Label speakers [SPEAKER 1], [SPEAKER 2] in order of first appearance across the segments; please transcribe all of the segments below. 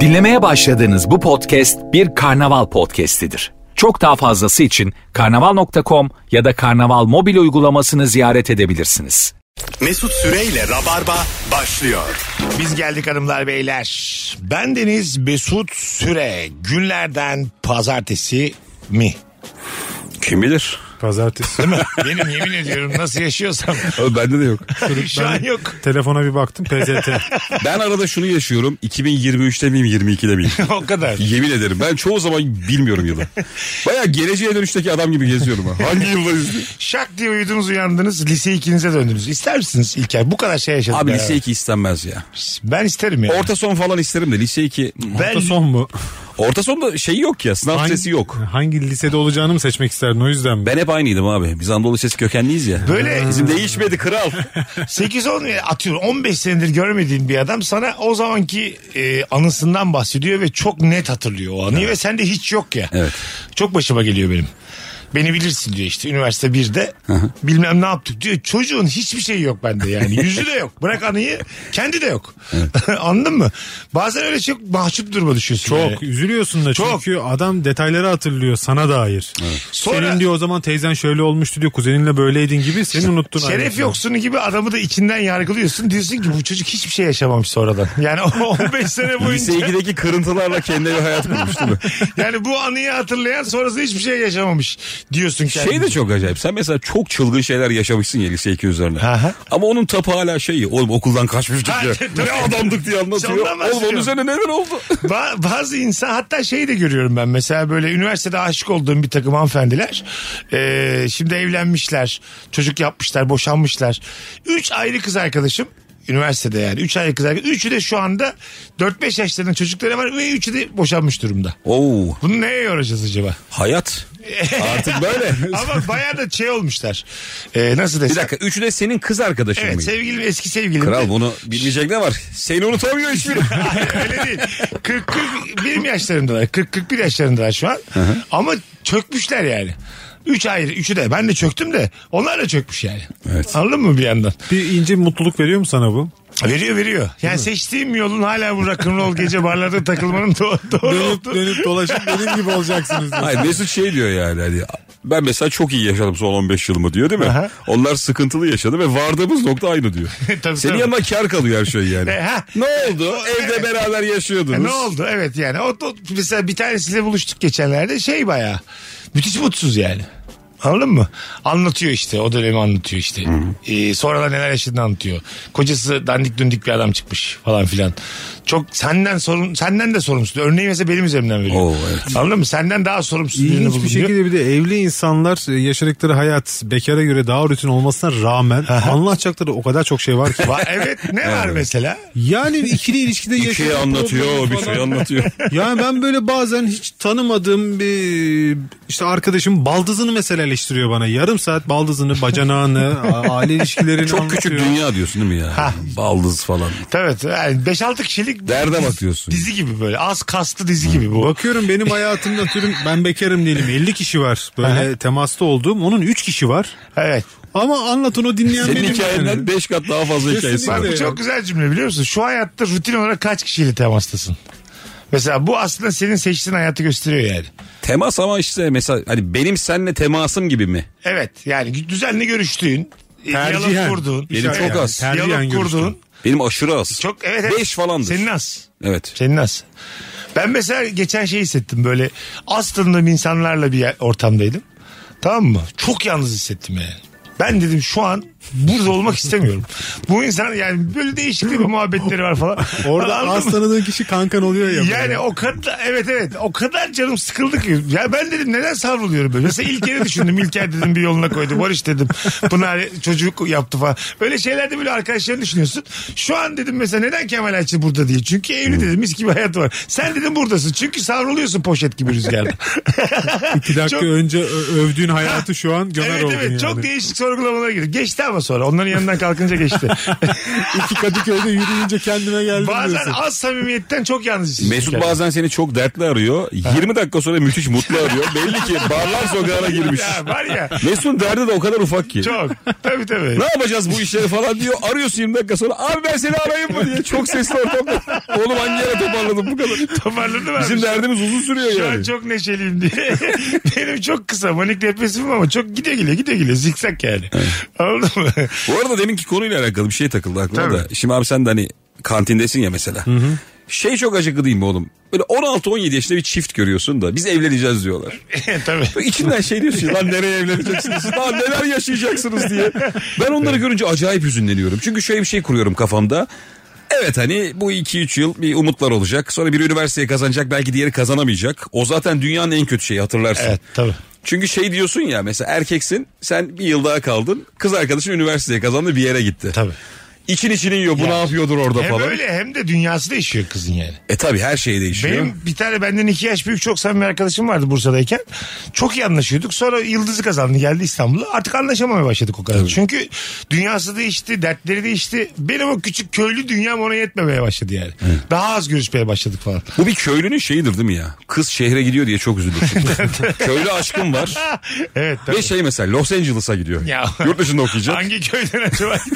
[SPEAKER 1] Dinlemeye başladığınız bu podcast bir karnaval podcastidir. Çok daha fazlası için karnaval.com ya da karnaval mobil uygulamasını ziyaret edebilirsiniz.
[SPEAKER 2] Mesut Süreyle Rabarba başlıyor.
[SPEAKER 3] Biz geldik hanımlar beyler. Ben Deniz Mesut Süre. Günlerden pazartesi mi?
[SPEAKER 4] Kim bilir?
[SPEAKER 5] Pazartesi.
[SPEAKER 3] Değil mi? Benim yemin ediyorum nasıl yaşıyorsam
[SPEAKER 4] Abi bende de yok.
[SPEAKER 3] şu an yok.
[SPEAKER 5] Telefona bir baktım PZT.
[SPEAKER 4] Ben arada şunu yaşıyorum. 2023'te miyim 22'de miyim?
[SPEAKER 3] O kadar.
[SPEAKER 4] Yemin ederim ben çoğu zaman bilmiyorum yılı. Baya geleceğe dönüşteki adam gibi geziyorum. Ha. Hangi yıldayız? diye.
[SPEAKER 3] Şak diye uyudunuz uyandınız lise ikinize döndünüz. İster misiniz İlker? Bu kadar şey yaşadık.
[SPEAKER 4] Abi
[SPEAKER 3] beraber.
[SPEAKER 4] lise 2 istenmez ya.
[SPEAKER 3] Ben isterim yani.
[SPEAKER 4] Şey. Orta son falan isterim de lise 2.
[SPEAKER 3] ben,
[SPEAKER 5] Hafta son mu?
[SPEAKER 4] Orta sonda şey yok ya sınav stresi yok.
[SPEAKER 5] Hangi lisede olacağını mı seçmek isterdin o yüzden mi?
[SPEAKER 4] Ben hep aynıydım abi. Biz Anadolu Lisesi kökenliyiz ya.
[SPEAKER 3] Böyle-
[SPEAKER 4] Bizim değişmedi kral.
[SPEAKER 3] 8-10 e, atıyorum 15 senedir görmediğin bir adam sana o zamanki e, anısından bahsediyor ve çok net hatırlıyor o anıyı ve sende hiç yok ya.
[SPEAKER 4] Evet.
[SPEAKER 3] Çok başıma geliyor benim. Beni bilirsin diyor işte üniversite 1'de bilmem ne yaptık diyor. Çocuğun hiçbir şeyi yok bende yani yüzü de yok. Bırak anıyı kendi de yok. Anladın mı? Bazen öyle çok mahcup duruma düşüyorsun. yani.
[SPEAKER 5] Çok üzülüyorsun da
[SPEAKER 3] Çok.
[SPEAKER 5] çünkü adam detayları hatırlıyor sana dair.
[SPEAKER 3] Sonra-
[SPEAKER 5] Senin diyor o zaman teyzen şöyle olmuştu diyor kuzeninle böyleydin gibi seni unuttun.
[SPEAKER 3] Şeref
[SPEAKER 5] ayrıca.
[SPEAKER 3] yoksunu gibi adamı da içinden yargılıyorsun. Diyorsun ki bu çocuk hiçbir şey yaşamamış sonradan. Yani o 15 sene boyunca.
[SPEAKER 4] Lise 2'deki kırıntılarla kendine bir hayat kurmuştu. bu.
[SPEAKER 3] Yani bu anıyı hatırlayan sonrasında hiçbir şey yaşamamış diyorsun kendine.
[SPEAKER 4] Şey de çok acayip. Sen mesela çok çılgın şeyler yaşamışsın ya lise 2 üzerine.
[SPEAKER 3] Aha.
[SPEAKER 4] Ama onun tapu hala şeyi. Oğlum okuldan kaçmıştık
[SPEAKER 3] Ha,
[SPEAKER 4] ya.
[SPEAKER 3] tabii.
[SPEAKER 4] ne adamdık diye anlatıyor.
[SPEAKER 3] Ondan
[SPEAKER 4] Oğlum onun
[SPEAKER 3] bahsediyorum.
[SPEAKER 4] üzerine neler oldu?
[SPEAKER 3] Ba- bazı insan hatta şey de görüyorum ben mesela böyle üniversitede aşık olduğum bir takım hanımefendiler e, şimdi evlenmişler çocuk yapmışlar boşanmışlar. Üç ayrı kız arkadaşım üniversitede yani üç ayrı kız arkadaşım. Üçü de şu anda 4-5 yaşlarında çocukları var ve üçü de boşanmış durumda.
[SPEAKER 4] Oo
[SPEAKER 3] Bunu neye yoracağız acaba?
[SPEAKER 4] hayat. Artık böyle.
[SPEAKER 3] Ama bayağı da şey olmuşlar. E, nasıl
[SPEAKER 4] bir
[SPEAKER 3] desem?
[SPEAKER 4] dakika üçü de senin kız arkadaşın
[SPEAKER 3] Evet
[SPEAKER 4] mıydı?
[SPEAKER 3] sevgilim eski sevgilim.
[SPEAKER 4] Kral bunu bilmeyecek ne var? Seni unutamıyor hiçbiri.
[SPEAKER 3] Hayır, öyle değil. 40 41 yaşlarındalar. 40 41 yaşlarındalar şu an. Ama çökmüşler yani. Üç ayrı, üçü de. Ben de çöktüm de. Onlar da çökmüş yani.
[SPEAKER 4] Evet.
[SPEAKER 3] Anladın mı bir yandan?
[SPEAKER 5] Bir ince bir mutluluk veriyor mu sana bu?
[SPEAKER 3] Veriyor veriyor. Yani seçtiğim yolun hala bu rock'n'roll gece barlarda takılmanın doğ- doğru
[SPEAKER 5] Dönüp
[SPEAKER 3] olduğu.
[SPEAKER 5] dönüp dolaşıp benim gibi olacaksınız. diyor.
[SPEAKER 4] Hayır Mesut şey diyor yani hani ben mesela çok iyi yaşadım son 15 yılımı diyor değil mi?
[SPEAKER 3] Aha.
[SPEAKER 4] Onlar sıkıntılı yaşadı ve vardığımız nokta aynı diyor.
[SPEAKER 3] Tabii,
[SPEAKER 4] Senin
[SPEAKER 3] tabii.
[SPEAKER 4] yanına kar kalıyor her şey yani.
[SPEAKER 3] E, ha. E,
[SPEAKER 4] ne oldu? Evde beraber yaşıyordunuz.
[SPEAKER 3] Ne oldu? Evet yani. O, o- mesela bir tanesiyle buluştuk geçenlerde. Şey bayağı. Müthiş mutsuz yani. Anladın mı? Anlatıyor işte. O dönemi anlatıyor işte. Ee, sonradan neler yaşadığını anlatıyor. Kocası dandik dündik bir adam çıkmış falan filan. Çok senden sorun senden de sorumsuz. Örneği mesela benim üzerimden veriyor.
[SPEAKER 4] Oo, evet.
[SPEAKER 3] Anladın mı? Senden daha sorumsuz birini
[SPEAKER 5] İlginç
[SPEAKER 3] buldum
[SPEAKER 5] bir
[SPEAKER 3] diyor.
[SPEAKER 5] şekilde bir de evli insanlar e, yaşadıkları hayat bekara göre daha rutin olmasına rağmen anlatacakları o kadar çok şey var ki.
[SPEAKER 3] Va- evet ne var mesela?
[SPEAKER 5] Yani ikili ilişkide
[SPEAKER 4] Bir şey anlatıyor, bir şey anlatıyor.
[SPEAKER 5] Yani ben böyle bazen hiç tanımadığım bir işte arkadaşım baldızını mesela eleştiriyor bana. Yarım saat baldızını, bacanağını, a- aile ilişkilerini
[SPEAKER 4] Çok
[SPEAKER 5] anlatıyor.
[SPEAKER 4] küçük dünya diyorsun değil mi ya? Baldız falan.
[SPEAKER 3] Evet yani 5-6 kişilik
[SPEAKER 4] Derde bakıyorsun.
[SPEAKER 3] dizi gibi böyle. Az kaslı dizi gibi bu.
[SPEAKER 5] Bakıyorum benim hayatımda atıyorum ben bekarım diyelim 50 kişi var böyle temasta olduğum. Onun 3 kişi var.
[SPEAKER 3] Evet.
[SPEAKER 5] Ama anlatın o dinleyen
[SPEAKER 4] Senin
[SPEAKER 5] benim yani.
[SPEAKER 4] hikayenden 5 kat daha fazla hikayesi
[SPEAKER 5] Kesinlikle.
[SPEAKER 4] var.
[SPEAKER 3] Bu
[SPEAKER 5] Evet.
[SPEAKER 3] çok güzel cümle biliyor musun? Şu hayatta rutin olarak kaç kişiyle temastasın? Mesela bu aslında senin seçtiğin hayatı gösteriyor yani.
[SPEAKER 4] Temas ama işte mesela hani benim seninle temasım gibi mi?
[SPEAKER 3] Evet yani düzenli görüştüğün, e,
[SPEAKER 5] Tercihen.
[SPEAKER 3] diyalog kurduğun.
[SPEAKER 5] Benim
[SPEAKER 3] Evet,
[SPEAKER 4] çok az.
[SPEAKER 5] Tercihen
[SPEAKER 3] Diyalog
[SPEAKER 5] görüştüm.
[SPEAKER 3] kurduğun.
[SPEAKER 4] Benim aşırı az.
[SPEAKER 3] Çok evet evet.
[SPEAKER 4] 5 falandır.
[SPEAKER 3] Senin az.
[SPEAKER 4] Evet.
[SPEAKER 3] Senin az. Ben mesela geçen şey hissettim böyle az tanıdığım insanlarla bir yer- ortamdaydım. Tamam mı? Çok yalnız hissettim yani. Ben dedim şu an burada olmak istemiyorum. Bu insan yani böyle değişik bir muhabbetleri var falan.
[SPEAKER 5] Orada
[SPEAKER 3] Anladın mı?
[SPEAKER 5] az tanıdığın kişi kankan oluyor ya.
[SPEAKER 3] Yani o kadar evet evet o kadar canım sıkıldı ki. Ya ben dedim neden savruluyorum böyle. Mesela İlker'i düşündüm. İlker dedim bir yoluna koydu. Barış dedim. Pınar çocuk yaptı falan. Böyle şeylerde böyle arkadaşlarını düşünüyorsun. Şu an dedim mesela neden Kemal Ayçi burada değil? Çünkü
[SPEAKER 4] Hmm.
[SPEAKER 3] evli dedim mis gibi hayat var. Sen dedim buradasın. Çünkü savruluyorsun poşet gibi rüzgarda.
[SPEAKER 5] İki dakika
[SPEAKER 3] Çok-
[SPEAKER 5] önce ö- övdüğün hayatı şu an gömer
[SPEAKER 3] evet
[SPEAKER 5] oldun
[SPEAKER 3] evet
[SPEAKER 5] yani.
[SPEAKER 3] çok değişik sorgulamalara giriyor. Geçti ama sonra. Onların yanından kalkınca geçti.
[SPEAKER 5] İki Kadıköy'de yürüyünce kendime geldim
[SPEAKER 3] Bazen
[SPEAKER 5] diyorsun.
[SPEAKER 3] az samimiyetten çok yalnız hissediyorsun
[SPEAKER 4] Mesut
[SPEAKER 3] kendini.
[SPEAKER 4] bazen seni çok dertli arıyor. 20 dakika sonra müthiş mutlu arıyor. Belli ki barlar sokağına girmiş.
[SPEAKER 3] Ya var ya.
[SPEAKER 4] Mesut'un derdi de o kadar ufak ki.
[SPEAKER 3] Çok. Tabii tabii.
[SPEAKER 4] Ne yapacağız bu işleri falan diyor. Arıyorsun 20 dakika sonra. Abi ben seni arayayım mı diye. Çok sesli ortamda. Oğlum hangi yere toparladım bu kadar.
[SPEAKER 3] Toparladı mı?
[SPEAKER 4] Bizim derdimiz uzun sürüyor
[SPEAKER 3] Şu an
[SPEAKER 4] yani.
[SPEAKER 3] çok neşeliyim diye. Benim çok kısa manik depresifim ama çok gide geliyor gide geliyor zikzak yani. Anladın mı?
[SPEAKER 4] Bu arada deminki konuyla alakalı bir şey takıldı aklıma
[SPEAKER 3] Tabii.
[SPEAKER 4] da. Şimdi abi sen de hani kantindesin ya mesela. Şey çok acıklı değil mi oğlum? Böyle 16-17 yaşında bir çift görüyorsun da biz evleneceğiz diyorlar.
[SPEAKER 3] E, Tabii.
[SPEAKER 4] Böyle İçinden şey diyorsun ya, lan nereye evleneceksiniz? Lan neler yaşayacaksınız diye. Ben onları görünce acayip hüzünleniyorum. Çünkü şöyle bir şey kuruyorum kafamda. Evet hani bu 2-3 yıl bir umutlar olacak. Sonra biri üniversiteyi kazanacak belki diğeri kazanamayacak. O zaten dünyanın en kötü şeyi hatırlarsın.
[SPEAKER 3] Evet tabii.
[SPEAKER 4] Çünkü şey diyorsun ya mesela erkeksin sen bir yıl daha kaldın. Kız arkadaşın üniversiteye kazandı bir yere gitti.
[SPEAKER 3] Tabii.
[SPEAKER 4] İçin içini yiyor bu
[SPEAKER 3] Ya.
[SPEAKER 4] ne yapıyordur orada
[SPEAKER 3] Hem
[SPEAKER 4] falan.
[SPEAKER 3] öyle hem de dünyası değişiyor kızın yani.
[SPEAKER 4] E tabi her şey değişiyor.
[SPEAKER 3] Benim bir tane benden iki yaş büyük çok samimi arkadaşım vardı Bursa'dayken. Çok iyi anlaşıyorduk. Sonra Yıldız'ı kazandı geldi İstanbul'a. Artık anlaşamamaya başladık o kadar. Çünkü dünyası değişti, dertleri değişti. Benim o küçük köylü dünyam ona yetmemeye başladı yani. Daha az görüşmeye başladık falan.
[SPEAKER 4] Bu bir köylünün şeyidir değil mi ya? Kız şehre gidiyor diye çok üzülürsün. Köylü aşkım var.
[SPEAKER 3] evet tabii.
[SPEAKER 4] Ve şey mesela Los Angeles'a gidiyor.
[SPEAKER 3] Ya.
[SPEAKER 4] Yurt dışında okuyacak.
[SPEAKER 3] Hangi köyden acaba?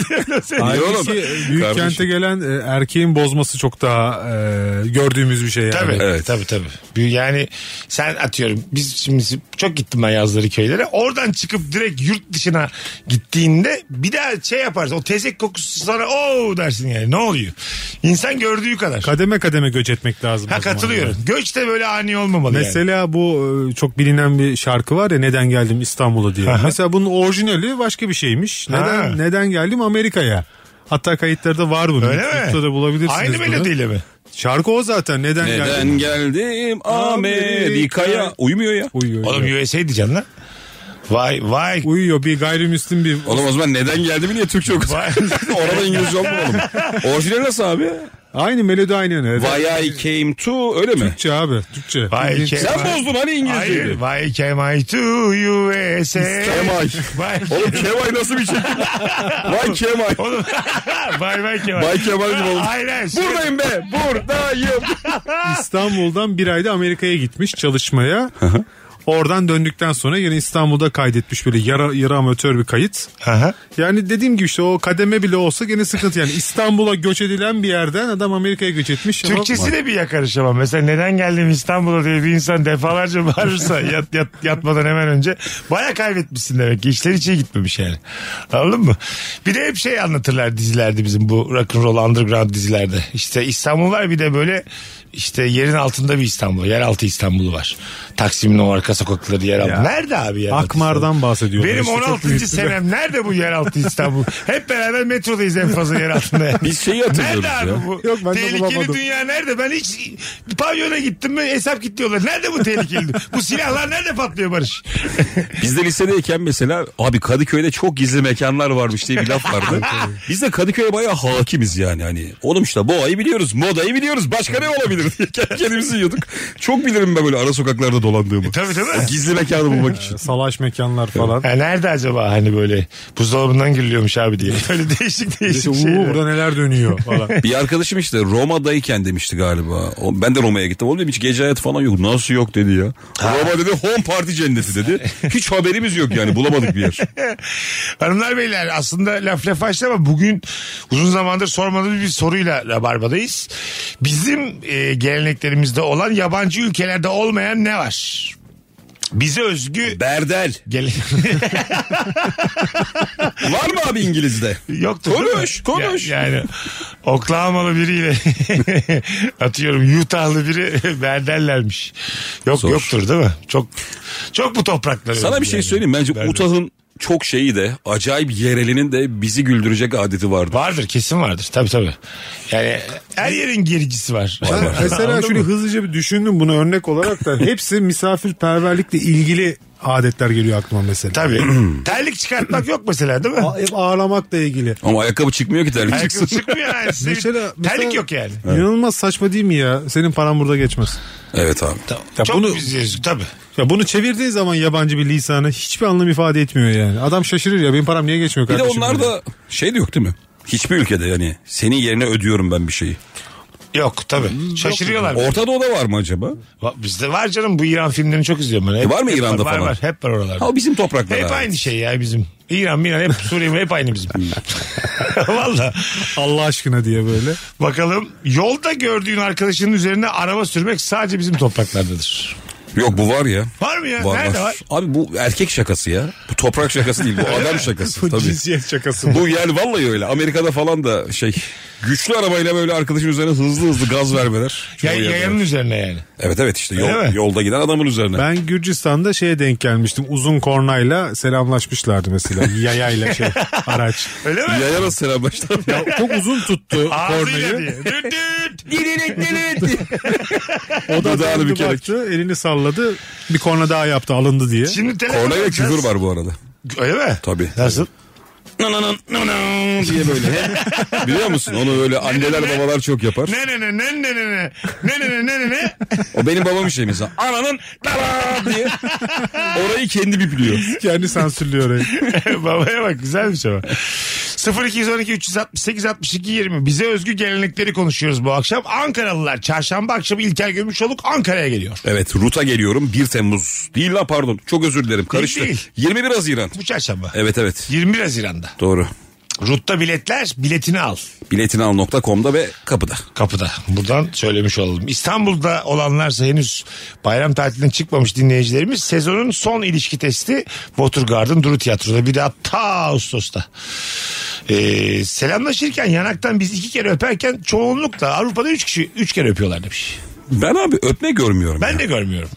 [SPEAKER 3] E
[SPEAKER 4] Ay,
[SPEAKER 5] Halbuki
[SPEAKER 4] oğlum.
[SPEAKER 5] büyük
[SPEAKER 4] Kardeşim.
[SPEAKER 5] kente gelen e, erkeğin bozması çok daha e, gördüğümüz bir şey yani.
[SPEAKER 3] Tabii,
[SPEAKER 4] Evet.
[SPEAKER 3] tabii tabii. Bir- Yani sen atıyorum biz şimdi çok gittim ben yazları köylere. Oradan çıkıp direkt yurt dışına gittiğinde bir daha şey yaparsın. O tezek kokusu sana o dersin yani ne oluyor? İnsan gördüğü kadar.
[SPEAKER 5] Kademe kademe göç etmek lazım.
[SPEAKER 3] ha
[SPEAKER 5] o zaman
[SPEAKER 3] katılıyorum.
[SPEAKER 5] yani.
[SPEAKER 3] Göç de böyle ani olmamalı yani.
[SPEAKER 5] Mesela bu e, çok bilinen bir şarkı var ya neden geldim İstanbul'a diye. Mesela bunun orijinali başka bir şeymiş.
[SPEAKER 3] Ha.
[SPEAKER 5] Neden neden geldim Amerika'ya? Hatta kayıtlarda var bunun.
[SPEAKER 3] Öyle
[SPEAKER 5] YouTube'da
[SPEAKER 3] mi?
[SPEAKER 5] da bulabilirsiniz
[SPEAKER 3] Aynı
[SPEAKER 5] bunu.
[SPEAKER 3] melodiyle mi?
[SPEAKER 5] Şarkı o zaten neden,
[SPEAKER 4] Neden
[SPEAKER 5] geldim.
[SPEAKER 4] geldim Amerika'ya? Uyumuyor ya.
[SPEAKER 5] Uyuyor.
[SPEAKER 3] Oğlum
[SPEAKER 5] uyuyor.
[SPEAKER 3] USA diyeceksin lan. Vay vay.
[SPEAKER 5] Uyuyor bir gayrimüslim bir
[SPEAKER 4] Oğlum o zaman neden geldim diye Türkçe okudum.
[SPEAKER 3] Vay.
[SPEAKER 4] Orada İngilizce olmadı oğlum. Orijinal nasıl abi?
[SPEAKER 5] aynı melodi aynı yani.
[SPEAKER 4] Why I came to öyle mi?
[SPEAKER 5] Türkçe abi Türkçe.
[SPEAKER 3] Vay
[SPEAKER 5] İlginç.
[SPEAKER 3] ke-
[SPEAKER 4] Sen
[SPEAKER 3] vay-
[SPEAKER 4] bozdun hani
[SPEAKER 3] Hayır.
[SPEAKER 4] İngilizceyi.
[SPEAKER 3] Vay came I to USA.
[SPEAKER 4] Kemay.
[SPEAKER 3] Vay.
[SPEAKER 4] Oğlum Kemay nasıl bir çekim? Vay Kemay.
[SPEAKER 3] Oğlum. Vay vay Kemal.
[SPEAKER 4] Vay Kemal gibi oldu.
[SPEAKER 3] Hayır hayır.
[SPEAKER 4] Buradayım be buradayım.
[SPEAKER 5] İstanbul'dan bir ayda Amerika'ya gitmiş çalışmaya. Oradan döndükten sonra yine İstanbul'da kaydetmiş böyle yara, yara amatör bir kayıt.
[SPEAKER 3] Aha.
[SPEAKER 5] Yani dediğim gibi işte o kademe bile olsa gene sıkıntı yani İstanbul'a göç edilen bir yerden adam Amerika'ya göç etmiş. ama-
[SPEAKER 3] Türkçesi de bir yakarış ama mesela neden geldim İstanbul'a diye bir insan defalarca bağırırsa yat, yat, yatmadan hemen önce baya kaybetmişsin demek ki işler hiç iyi gitmemiş yani anladın mı? Bir de hep şey anlatırlar dizilerde bizim bu rock'n'roll underground dizilerde işte İstanbul var bir de böyle işte yerin altında bir İstanbul yeraltı İstanbul'u var Taksim'in o arka sokakları yeraltı
[SPEAKER 5] Ya.
[SPEAKER 3] nerede abi yeraltı
[SPEAKER 5] Akmar'dan bahsediyorlar.
[SPEAKER 3] Benim
[SPEAKER 5] İşte çok
[SPEAKER 3] 16.
[SPEAKER 5] büyük bir-
[SPEAKER 3] senem nerede bu yeraltı İstanbul? Hep beraber metrodayız en fazla yer altında. yani.
[SPEAKER 4] Biz şeyi hatırlıyoruz
[SPEAKER 3] Nerede abi
[SPEAKER 4] ya.
[SPEAKER 3] bu?
[SPEAKER 5] Yok, ben de
[SPEAKER 3] tehlikeli
[SPEAKER 5] bulamadım.
[SPEAKER 3] dünya nerede? Ben hiç pavyona gittim mi hesap kilitliyorlar. Nerede bu tehlikeli? dü- bu silahlar nerede patlıyor Barış?
[SPEAKER 4] Biz de lisedeyken mesela abi Kadıköy'de çok gizli mekanlar varmış diye bir laf vardı. Biz de Kadıköy'e bayağı hakimiz yani hani. Oğlum işte boğayı biliyoruz, modayı biliyoruz. Başka ne olabilir diye kendi kendimizi yiyorduk. Çok bilirim ben böyle ara sokaklarda dolandığımı.
[SPEAKER 3] Tabii, tabii.
[SPEAKER 4] O gizli mekanı bulmak için.
[SPEAKER 5] Salaş mekanlar falan.
[SPEAKER 3] Ha, nerede acaba hani böyle buzdolabından giriliyormuş abi diye. Böyle değişik
[SPEAKER 5] İşte
[SPEAKER 3] değişik
[SPEAKER 5] "Oo,
[SPEAKER 3] şeyler.
[SPEAKER 5] burada neler dönüyor falan.
[SPEAKER 4] Bir arkadaşım işte Roma'dayken demişti galiba. O- Ben de Roma'ya gittim. Oğlum dedim hiç gece hayatı falan yok. Nasıl yok dedi ya. Roma dedi home party cenneti dedi. Hiç haberimiz yok yani bulamadık bir yer.
[SPEAKER 3] Hanımlar beyler aslında laf laf açtı ama bugün uzun zamandır sormadığımız bir soruyla Rabarba'dayız. Bizim e, geleneklerimizde olan yabancı ülkelerde olmayan ne var? Bize özgü
[SPEAKER 4] Berdel.
[SPEAKER 3] Gele...
[SPEAKER 4] Var mı abi İngiliz'de?
[SPEAKER 3] Yoktur değil mi?
[SPEAKER 4] Konuş, konuş.
[SPEAKER 3] Ya- yani Oklahoma'lı biriyle atıyorum Utah'lı biri berderlermiş. Yok
[SPEAKER 4] Zor.
[SPEAKER 3] yoktur değil mi? Çok çok bu topraklar.
[SPEAKER 4] Sana bir
[SPEAKER 3] özgü
[SPEAKER 4] şey
[SPEAKER 3] yani.
[SPEAKER 4] söyleyeyim. Bence
[SPEAKER 3] Berber.
[SPEAKER 4] Utah'ın çok şeyi de acayip yerelinin de bizi güldürecek adeti vardı.
[SPEAKER 3] Vardır kesin vardır tabii tabii. Yani her yerin gericisi var.
[SPEAKER 5] Ben mesela şöyle hızlıca bir düşündüm bunu örnek olarak da hepsi misafirperverlikle ilgili adetler geliyor aklıma mesela.
[SPEAKER 3] Tabii. Terlik çıkartmak yok mesela değil mi?
[SPEAKER 5] A- Hep ağlamakla ilgili.
[SPEAKER 4] Ama ayakkabı çıkmıyor ki terlik
[SPEAKER 3] Ayakkabı
[SPEAKER 4] çıksın.
[SPEAKER 3] çıkmıyor yani. Size bir-
[SPEAKER 5] Mesela- mesela-
[SPEAKER 3] Terlik yok yani.
[SPEAKER 5] İnanılmaz saçma değil mi ya? Senin paran burada geçmez.
[SPEAKER 4] Evet abi.
[SPEAKER 3] Çok
[SPEAKER 5] bunu-
[SPEAKER 3] biz yazıyoruz tabii.
[SPEAKER 5] Ya bunu çevirdiğin zaman yabancı bir lisanı hiçbir anlam ifade etmiyor yani. Adam şaşırır ya benim param niye geçmiyor
[SPEAKER 4] Bir de
[SPEAKER 5] kardeşim?
[SPEAKER 4] onlar
[SPEAKER 5] diye.
[SPEAKER 4] da şey de yok değil mi? Hiçbir ülkede yani senin yerine ödüyorum ben bir şeyi.
[SPEAKER 3] Yok tabii. Şaşırıyorlar.
[SPEAKER 4] Orta Doğu'da var mı acaba?
[SPEAKER 3] Va- Bizde var canım bu İran filmlerini çok izliyorum ben. Hep-
[SPEAKER 4] E, var mı
[SPEAKER 3] hep
[SPEAKER 4] İran'da
[SPEAKER 3] var,
[SPEAKER 4] falan?
[SPEAKER 3] Var var hep var oralarda.
[SPEAKER 4] Ha o bizim topraklar.
[SPEAKER 3] Hep
[SPEAKER 4] abi.
[SPEAKER 3] aynı şey ya bizim. İran, İran hep Suriye hep aynı bizim.
[SPEAKER 4] Hmm.
[SPEAKER 3] Valla.
[SPEAKER 5] Allah aşkına diye böyle.
[SPEAKER 3] Bakalım yolda gördüğün arkadaşının üzerine araba sürmek sadece bizim topraklardadır.
[SPEAKER 4] Yok bu var ya.
[SPEAKER 3] Var mı ya? Nerede var?
[SPEAKER 4] Abi bu erkek şakası ya. Bu toprak şakası değil bu adam şakası tabii.
[SPEAKER 5] Cinsiyet şakası.
[SPEAKER 4] Bu yani vallahi öyle. Amerika'da falan da şey güçlü arabayla böyle arkadaşın üzerine hızlı hızlı gaz vermeler. Çok
[SPEAKER 3] Ya,
[SPEAKER 4] iyi
[SPEAKER 3] yayanın
[SPEAKER 4] yapıyorlar.
[SPEAKER 3] üzerine yani.
[SPEAKER 4] Evet evet işte
[SPEAKER 3] Öyle
[SPEAKER 4] yol,
[SPEAKER 3] mi?
[SPEAKER 4] yolda giden adamın üzerine.
[SPEAKER 5] Ben Gürcistan'da şeye denk gelmiştim. Uzun kornayla selamlaşmışlardı mesela. Yayayla şey araç.
[SPEAKER 3] Öyle mi?
[SPEAKER 4] Yaya nasıl selamlaştı?
[SPEAKER 5] Ya çok uzun tuttu
[SPEAKER 3] Ağzıyla
[SPEAKER 5] kornayı.
[SPEAKER 3] diye. Düt düt.
[SPEAKER 5] O da
[SPEAKER 4] Dudağını
[SPEAKER 5] döndü
[SPEAKER 4] bükerek.
[SPEAKER 5] baktı, elini salladı. Bir korna daha yaptı alındı diye.
[SPEAKER 3] Şimdi telefon
[SPEAKER 4] Kornaya
[SPEAKER 3] alacağız.
[SPEAKER 4] küfür var bu arada.
[SPEAKER 3] Öyle mi?
[SPEAKER 4] Tabii.
[SPEAKER 3] Nasıl?
[SPEAKER 4] Nananın, nananın diye böyle. Biliyor musun? Onu öyle anneler babalar çok yapar.
[SPEAKER 3] Ne ne ne ne ne ne ne ne ne ne ne ne ne
[SPEAKER 4] O benim babam işte mesela. Ananın dara diye. Orayı kendi bipliyor.
[SPEAKER 5] Kendi sansürlüyor orayı.
[SPEAKER 3] Babaya bak güzelmiş ama. 0212 368 62 20 bize özgü gelenekleri konuşuyoruz bu akşam. Ankaralılar çarşamba akşamı İlker Gümüşoluk Ankara'ya geliyor.
[SPEAKER 4] Evet ruta geliyorum 1 Temmuz. Değil la pardon çok özür dilerim karıştı.
[SPEAKER 3] değil.
[SPEAKER 4] 21 Haziran.
[SPEAKER 3] Bu çarşamba.
[SPEAKER 4] Evet evet
[SPEAKER 3] 21 Haziran'da.
[SPEAKER 4] doğru.
[SPEAKER 3] Rutta biletler biletini al
[SPEAKER 4] Biletini al.com'da ve kapıda.
[SPEAKER 3] kapıda. Buradan söylemiş olalım. İstanbul'da olanlarsa henüz bayram tatilinden çıkmamış dinleyicilerimiz sezonun son ilişki testi Watergarden Duru Tiyatro'da. Bir daha ta Ağustos'ta. Ee, selamlaşırken yanaktan biz iki kere öperken çoğunlukla Avrupa'da üç kişi üç kere öpüyorlar demiş.
[SPEAKER 4] Ben abi öpme görmüyorum.
[SPEAKER 3] Ben
[SPEAKER 4] ya.
[SPEAKER 3] de görmüyorum.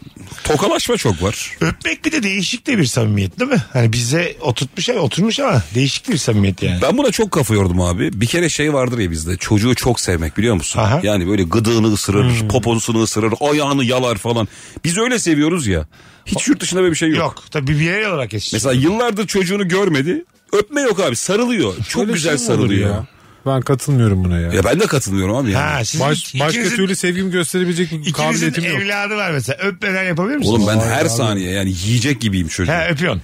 [SPEAKER 4] Tokalaşma çok var.
[SPEAKER 3] Öpmek bir de değişik de bir samimiyet değil mi? Hani bize oturtmuş ama oturmuş ama değişik bir samimiyet yani.
[SPEAKER 4] Ben buna çok kafa yordum abi. Bir kere şey vardır ya bizde çocuğu çok sevmek biliyor musun?
[SPEAKER 3] Aha.
[SPEAKER 4] Yani böyle gıdığını ısırır, poposunu ısırır, ayağını yalar falan. Biz öyle seviyoruz ya. Hiç yurt dışında böyle bir şey yok.
[SPEAKER 3] Yok tabii bir birey olarak yetiştirdik.
[SPEAKER 4] Mesela yıllardır çocuğunu görmedi. Öpme yok abi sarılıyor. Çok
[SPEAKER 5] Böyle
[SPEAKER 4] güzel
[SPEAKER 5] şey mi olur
[SPEAKER 4] sarılıyor.
[SPEAKER 5] ya? Ben katılmıyorum buna ya.
[SPEAKER 4] Ya ben de katılmıyorum abi. Yani.
[SPEAKER 3] Ha, siz
[SPEAKER 5] Baş- başka
[SPEAKER 3] ikinizin-
[SPEAKER 5] türlü sevgimi gösterebilecek bir
[SPEAKER 3] İkinizin
[SPEAKER 5] kabiliyetim yok.
[SPEAKER 3] evladı var mesela. Öpmeden yapabilir misin?
[SPEAKER 4] Oğlum ben her saniye yani yiyecek gibiyim çocuğu.
[SPEAKER 3] He öpüyorsun.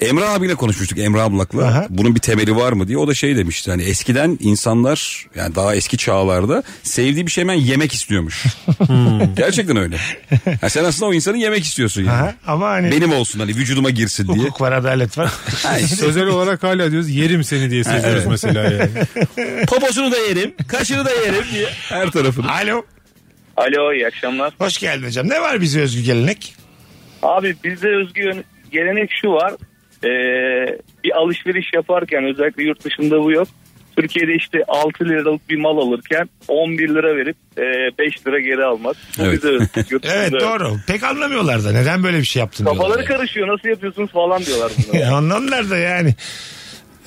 [SPEAKER 4] Emre abiyle konuşmuştuk Emre ablakla.
[SPEAKER 3] Aha.
[SPEAKER 4] Bunun bir temeli var mı diye. O da şey demişti hani eskiden insanlar yani daha eski çağlarda sevdiği bir şey hemen yemek istiyormuş. Hmm. Gerçekten öyle. Ya sen aslında o insanı yemek istiyorsun yani.
[SPEAKER 3] Aha, ama hani
[SPEAKER 4] Benim olsun hani vücuduma girsin diye.
[SPEAKER 3] hukuk var adalet var.
[SPEAKER 4] Ha işte.
[SPEAKER 5] Sözel olarak hala diyoruz yerim seni diye seviyoruz mesela yani.
[SPEAKER 4] Poposunu da yerim, kaşını da yerim diye her tarafını.
[SPEAKER 3] Alo.
[SPEAKER 6] Alo iyi akşamlar.
[SPEAKER 3] Hoş geldin hocam. Ne var bize özgü gelenek?
[SPEAKER 6] Abi bizde özgü yön- gelenek şu var. Ee, bir alışveriş yaparken özellikle yurt dışında bu yok. Türkiye'de işte 6 liralık bir mal alırken 11 lira verip e, 5 lira geri almak. Bu
[SPEAKER 4] Evet.
[SPEAKER 6] bize özgü. Yurt dışında
[SPEAKER 3] Evet
[SPEAKER 6] yok.
[SPEAKER 3] doğru. Pek anlamıyorlar da neden böyle bir şey yaptın
[SPEAKER 6] Kafaları
[SPEAKER 3] diyorlar.
[SPEAKER 6] karışıyor nasıl yapıyorsunuz falan diyorlar bunlara.
[SPEAKER 3] Yani. Anlamlar da yani.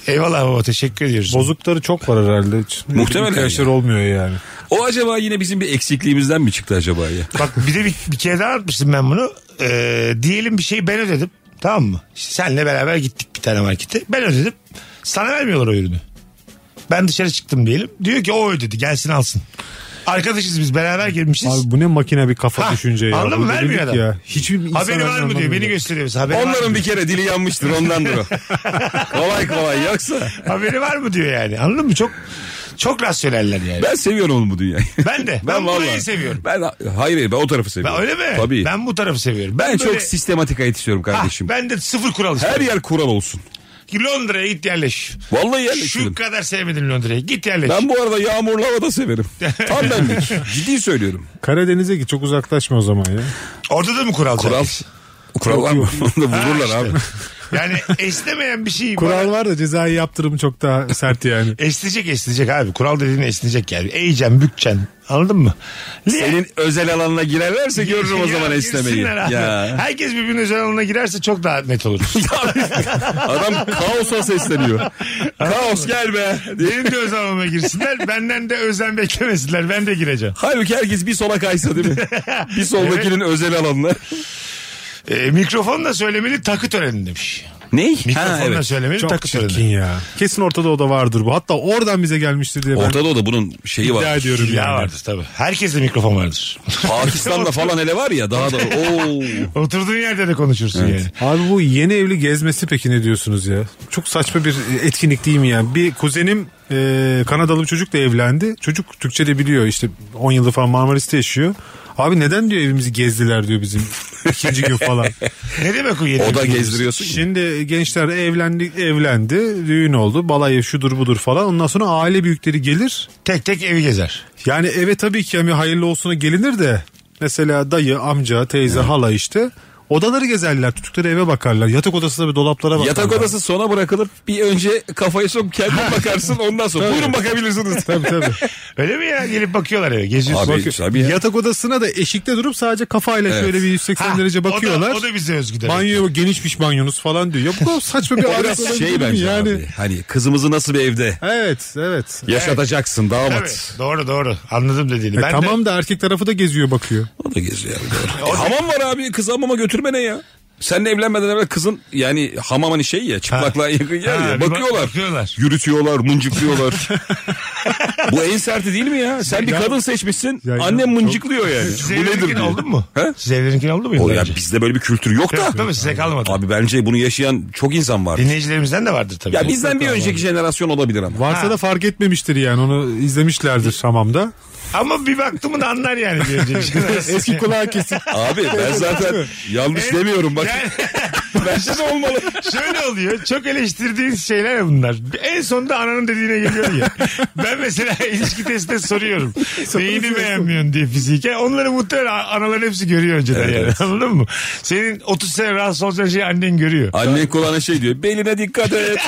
[SPEAKER 3] Eyvallah baba teşekkür ediyoruz.
[SPEAKER 5] Bozukları çok var herhalde. Hiç
[SPEAKER 4] Muhtemelen
[SPEAKER 5] Arkadaşlar
[SPEAKER 4] yani.
[SPEAKER 5] olmuyor yani.
[SPEAKER 4] O acaba yine bizim bir eksikliğimizden mi çıktı acaba ya?
[SPEAKER 3] Bak bir de bir, bir kere daha atmıştım ben bunu. Ee, diyelim bir şeyi ben ödedim. Tamam mı? İşte senle beraber gittik bir tane markete. Ben ödedim. Sana vermiyorlar o ürünü. Ben dışarı çıktım diyelim. Diyor ki o ödedi gelsin alsın. Arkadaşız biz beraber girmişiz.
[SPEAKER 5] Abi bu ne makine bir kafa
[SPEAKER 3] Ha,
[SPEAKER 5] düşünce ya.
[SPEAKER 3] anladın mı?
[SPEAKER 5] Bu
[SPEAKER 3] Vermiyor
[SPEAKER 5] dedik
[SPEAKER 3] adam.
[SPEAKER 5] Ya. Hiçbir insan
[SPEAKER 3] Haberi var mı diyor.
[SPEAKER 5] anlamıyor.
[SPEAKER 3] Beni gösteriyor mesela. Haberi var
[SPEAKER 4] Onların
[SPEAKER 3] mı
[SPEAKER 4] bir kere dili yanmıştır ondandır o. kolay kolay yoksa.
[SPEAKER 3] diyor. Haberi var mı diyor yani. Anladın mı? Çok çok rasyoneller yani.
[SPEAKER 4] Ben seviyorum oğlum bu dünyayı.
[SPEAKER 3] Ben de. Ben,
[SPEAKER 4] vallahi-
[SPEAKER 3] burayı seviyorum.
[SPEAKER 4] Ben hayır hayır ben o tarafı
[SPEAKER 3] Ben,
[SPEAKER 4] seviyorum.
[SPEAKER 3] öyle mi?
[SPEAKER 4] Tabii. Ben,
[SPEAKER 3] Ben bu tarafı seviyorum.
[SPEAKER 4] çok
[SPEAKER 3] böyle-
[SPEAKER 4] sistematika yetişiyorum
[SPEAKER 3] Ah,
[SPEAKER 4] kardeşim.
[SPEAKER 3] ben de sıfır kural
[SPEAKER 4] Her
[SPEAKER 3] istiyorum.
[SPEAKER 4] yer kural olsun.
[SPEAKER 3] Londra'ya git yerleş.
[SPEAKER 4] Vallahi
[SPEAKER 3] Şu
[SPEAKER 4] yerleştirin.
[SPEAKER 3] kadar sevmedin Londra'yı. Git yerleş.
[SPEAKER 4] Ben bu arada yağmurlu havada severim. Tam benlik. Ciddi söylüyorum.
[SPEAKER 5] Karadeniz'e git çok uzaklaşma o zaman ya.
[SPEAKER 3] Orada da mı kural?
[SPEAKER 4] Kural.
[SPEAKER 3] zaten?
[SPEAKER 4] Kural var mı? Onu da vururlar
[SPEAKER 3] işte.
[SPEAKER 4] abi.
[SPEAKER 3] Yani esnemeyen bir şey. var.
[SPEAKER 5] Kural var da cezai yaptırım çok daha sert yani.
[SPEAKER 3] Esneyecek esneyecek abi. Kural dediğin esneyecek yani. Eğeceksin, bükeceksin. Anladın mı? Niye?
[SPEAKER 4] Senin özel alanına girerlerse görürüm o
[SPEAKER 3] Ya,
[SPEAKER 4] zaman esnemeyi.
[SPEAKER 3] girsinler abi.
[SPEAKER 4] Ya.
[SPEAKER 3] Herkes birbirinin özel alanına girerse çok daha net olur.
[SPEAKER 4] Adam kaosa sesleniyor. Kaos gel be. diye.
[SPEAKER 3] Benim de özel alanıma girsinler. Benden de özen beklemesinler. Ben de gireceğim.
[SPEAKER 4] Halbuki herkes bir sola kaysa değil mi? Bir soldakinin özel alanına.
[SPEAKER 3] E, Ee, mikrofonla söylemeli takı töreni demiş.
[SPEAKER 4] Ney? Ha,
[SPEAKER 3] Mikrofonla
[SPEAKER 4] evet.
[SPEAKER 3] söylemeyi
[SPEAKER 5] Çok
[SPEAKER 3] takı
[SPEAKER 5] çirkin
[SPEAKER 3] söyledi.
[SPEAKER 5] ya. Kesin ortada o da vardır bu. Hatta oradan bize gelmiştir diye ben
[SPEAKER 4] Ortada o da bunun şeyi
[SPEAKER 5] iddia
[SPEAKER 4] var.
[SPEAKER 5] ediyorum
[SPEAKER 3] Ya
[SPEAKER 5] yani.
[SPEAKER 3] vardır tabii. Herkeste mikrofon vardır.
[SPEAKER 4] Pakistan'da falan hele var ya daha da Oo.
[SPEAKER 3] Oturduğun yerde de konuşursun yani.
[SPEAKER 5] Abi bu yeni evli gezmesi peki ne diyorsunuz ya? Çok saçma bir etkinlik değil mi ya? Bir kuzenim e, Kanadalı bir çocukla evlendi. Çocuk Türkçe de biliyor işte 10 yıldır falan Marmaris'te yaşıyor. Abi neden diyor evimizi gezdiler diyor bizim ikinci gün falan.
[SPEAKER 3] Ne demek o yedi?
[SPEAKER 4] O da gezdiriyorsun. ki.
[SPEAKER 5] Şimdi gençler evlendi, evlendi, düğün oldu, balayı şudur budur falan. Ondan sonra aile büyükleri gelir.
[SPEAKER 3] Tek tek evi gezer.
[SPEAKER 5] Yani eve tabii ki hani hayırlı olsuna gelinir de mesela dayı, amca, teyze, hala işte odaları gezerler, tuttukları eve bakarlar. Yatak odasında bir dolaplara bakarlar.
[SPEAKER 4] Yatak odası sona bırakılır. Bir önce kafayı sok kendin bakarsın ondan sonra. Buyurun bakabilirsiniz.
[SPEAKER 5] Tabii tabii.
[SPEAKER 3] Öyle mi ya? Gelip bakıyorlar eve. Geziyorsun.
[SPEAKER 4] Abi, abi ya.
[SPEAKER 5] Yatak odasına da eşikte durup sadece kafayla
[SPEAKER 4] Evet.
[SPEAKER 5] şöyle bir 180
[SPEAKER 3] Ha,
[SPEAKER 5] derece
[SPEAKER 3] o da-
[SPEAKER 5] bakıyorlar.
[SPEAKER 3] O da, bize özgü demek.
[SPEAKER 5] Banyo genişmiş banyonuz falan diyor. Ya bu kadar saçma bir
[SPEAKER 4] O
[SPEAKER 5] alet
[SPEAKER 4] biraz
[SPEAKER 5] olabilir
[SPEAKER 4] şey
[SPEAKER 5] mi
[SPEAKER 4] bence
[SPEAKER 5] yani.
[SPEAKER 4] abi. Hani kızımızı nasıl bir evde
[SPEAKER 5] Evet evet.
[SPEAKER 4] yaşatacaksın
[SPEAKER 3] Tabii,
[SPEAKER 4] damat.
[SPEAKER 3] doğru doğru. Anladım dediğini.
[SPEAKER 5] E
[SPEAKER 3] ben
[SPEAKER 5] tamam
[SPEAKER 3] de
[SPEAKER 5] da erkek tarafı da geziyor bakıyor.
[SPEAKER 4] O da geziyor abi. doğru. E, hamam var abi kız hamama götürme ne ya? Seninle evlenmeden evvel kızın yani hamam hani şey ya çıplaklığa yakın yer
[SPEAKER 3] Ha,
[SPEAKER 4] ya
[SPEAKER 3] bir bak-
[SPEAKER 4] bakıyorlar.
[SPEAKER 3] bakıyorlar.
[SPEAKER 4] Yürütüyorlar mıncıklıyorlar. Bu en serti değil mi ya? Sen bir kadın seçmişsin
[SPEAKER 5] Ya-
[SPEAKER 4] annem mıncıklıyor yani.
[SPEAKER 3] siz
[SPEAKER 4] Bu nedir
[SPEAKER 3] evleninkini
[SPEAKER 4] diye.
[SPEAKER 3] aldın mı?
[SPEAKER 4] He?
[SPEAKER 3] Siz evleninkini aldın mı?
[SPEAKER 4] O ya
[SPEAKER 3] yıllarca?
[SPEAKER 4] bizde böyle bir kültür yok da.
[SPEAKER 3] Yok değil mi? Size kalmadı.
[SPEAKER 4] Abi bence bunu yaşayan çok insan var.
[SPEAKER 3] Dinleyicilerimizden de vardır tabii.
[SPEAKER 4] Ya bizden bir önceki jenerasyon olabilir ama.
[SPEAKER 5] Varsa da fark etmemiştir yani onu izlemişlerdir hamamda.
[SPEAKER 3] Ama bir baktımın anlar yani bir şey. önceki.
[SPEAKER 5] Eski kulağı kesik.
[SPEAKER 4] Abi ben zaten yanlış demiyorum bak.
[SPEAKER 3] Yani
[SPEAKER 4] Bence de olmalı.
[SPEAKER 3] şöyle oluyor. Çok eleştirdiğiniz şeyler ya bunlar. En sonunda ananın dediğine geliyor ya. Ben mesela ilişki testinde soruyorum. Neyini beğenmiyorsun diye fizike. Onları muhtemelen anaların hepsi görüyor önceden yani. Anladın mı? Senin 30 sene rahatsız olacağın şeyi annen görüyor.
[SPEAKER 4] Annen kulağına şey diyor. Beline dikkat et.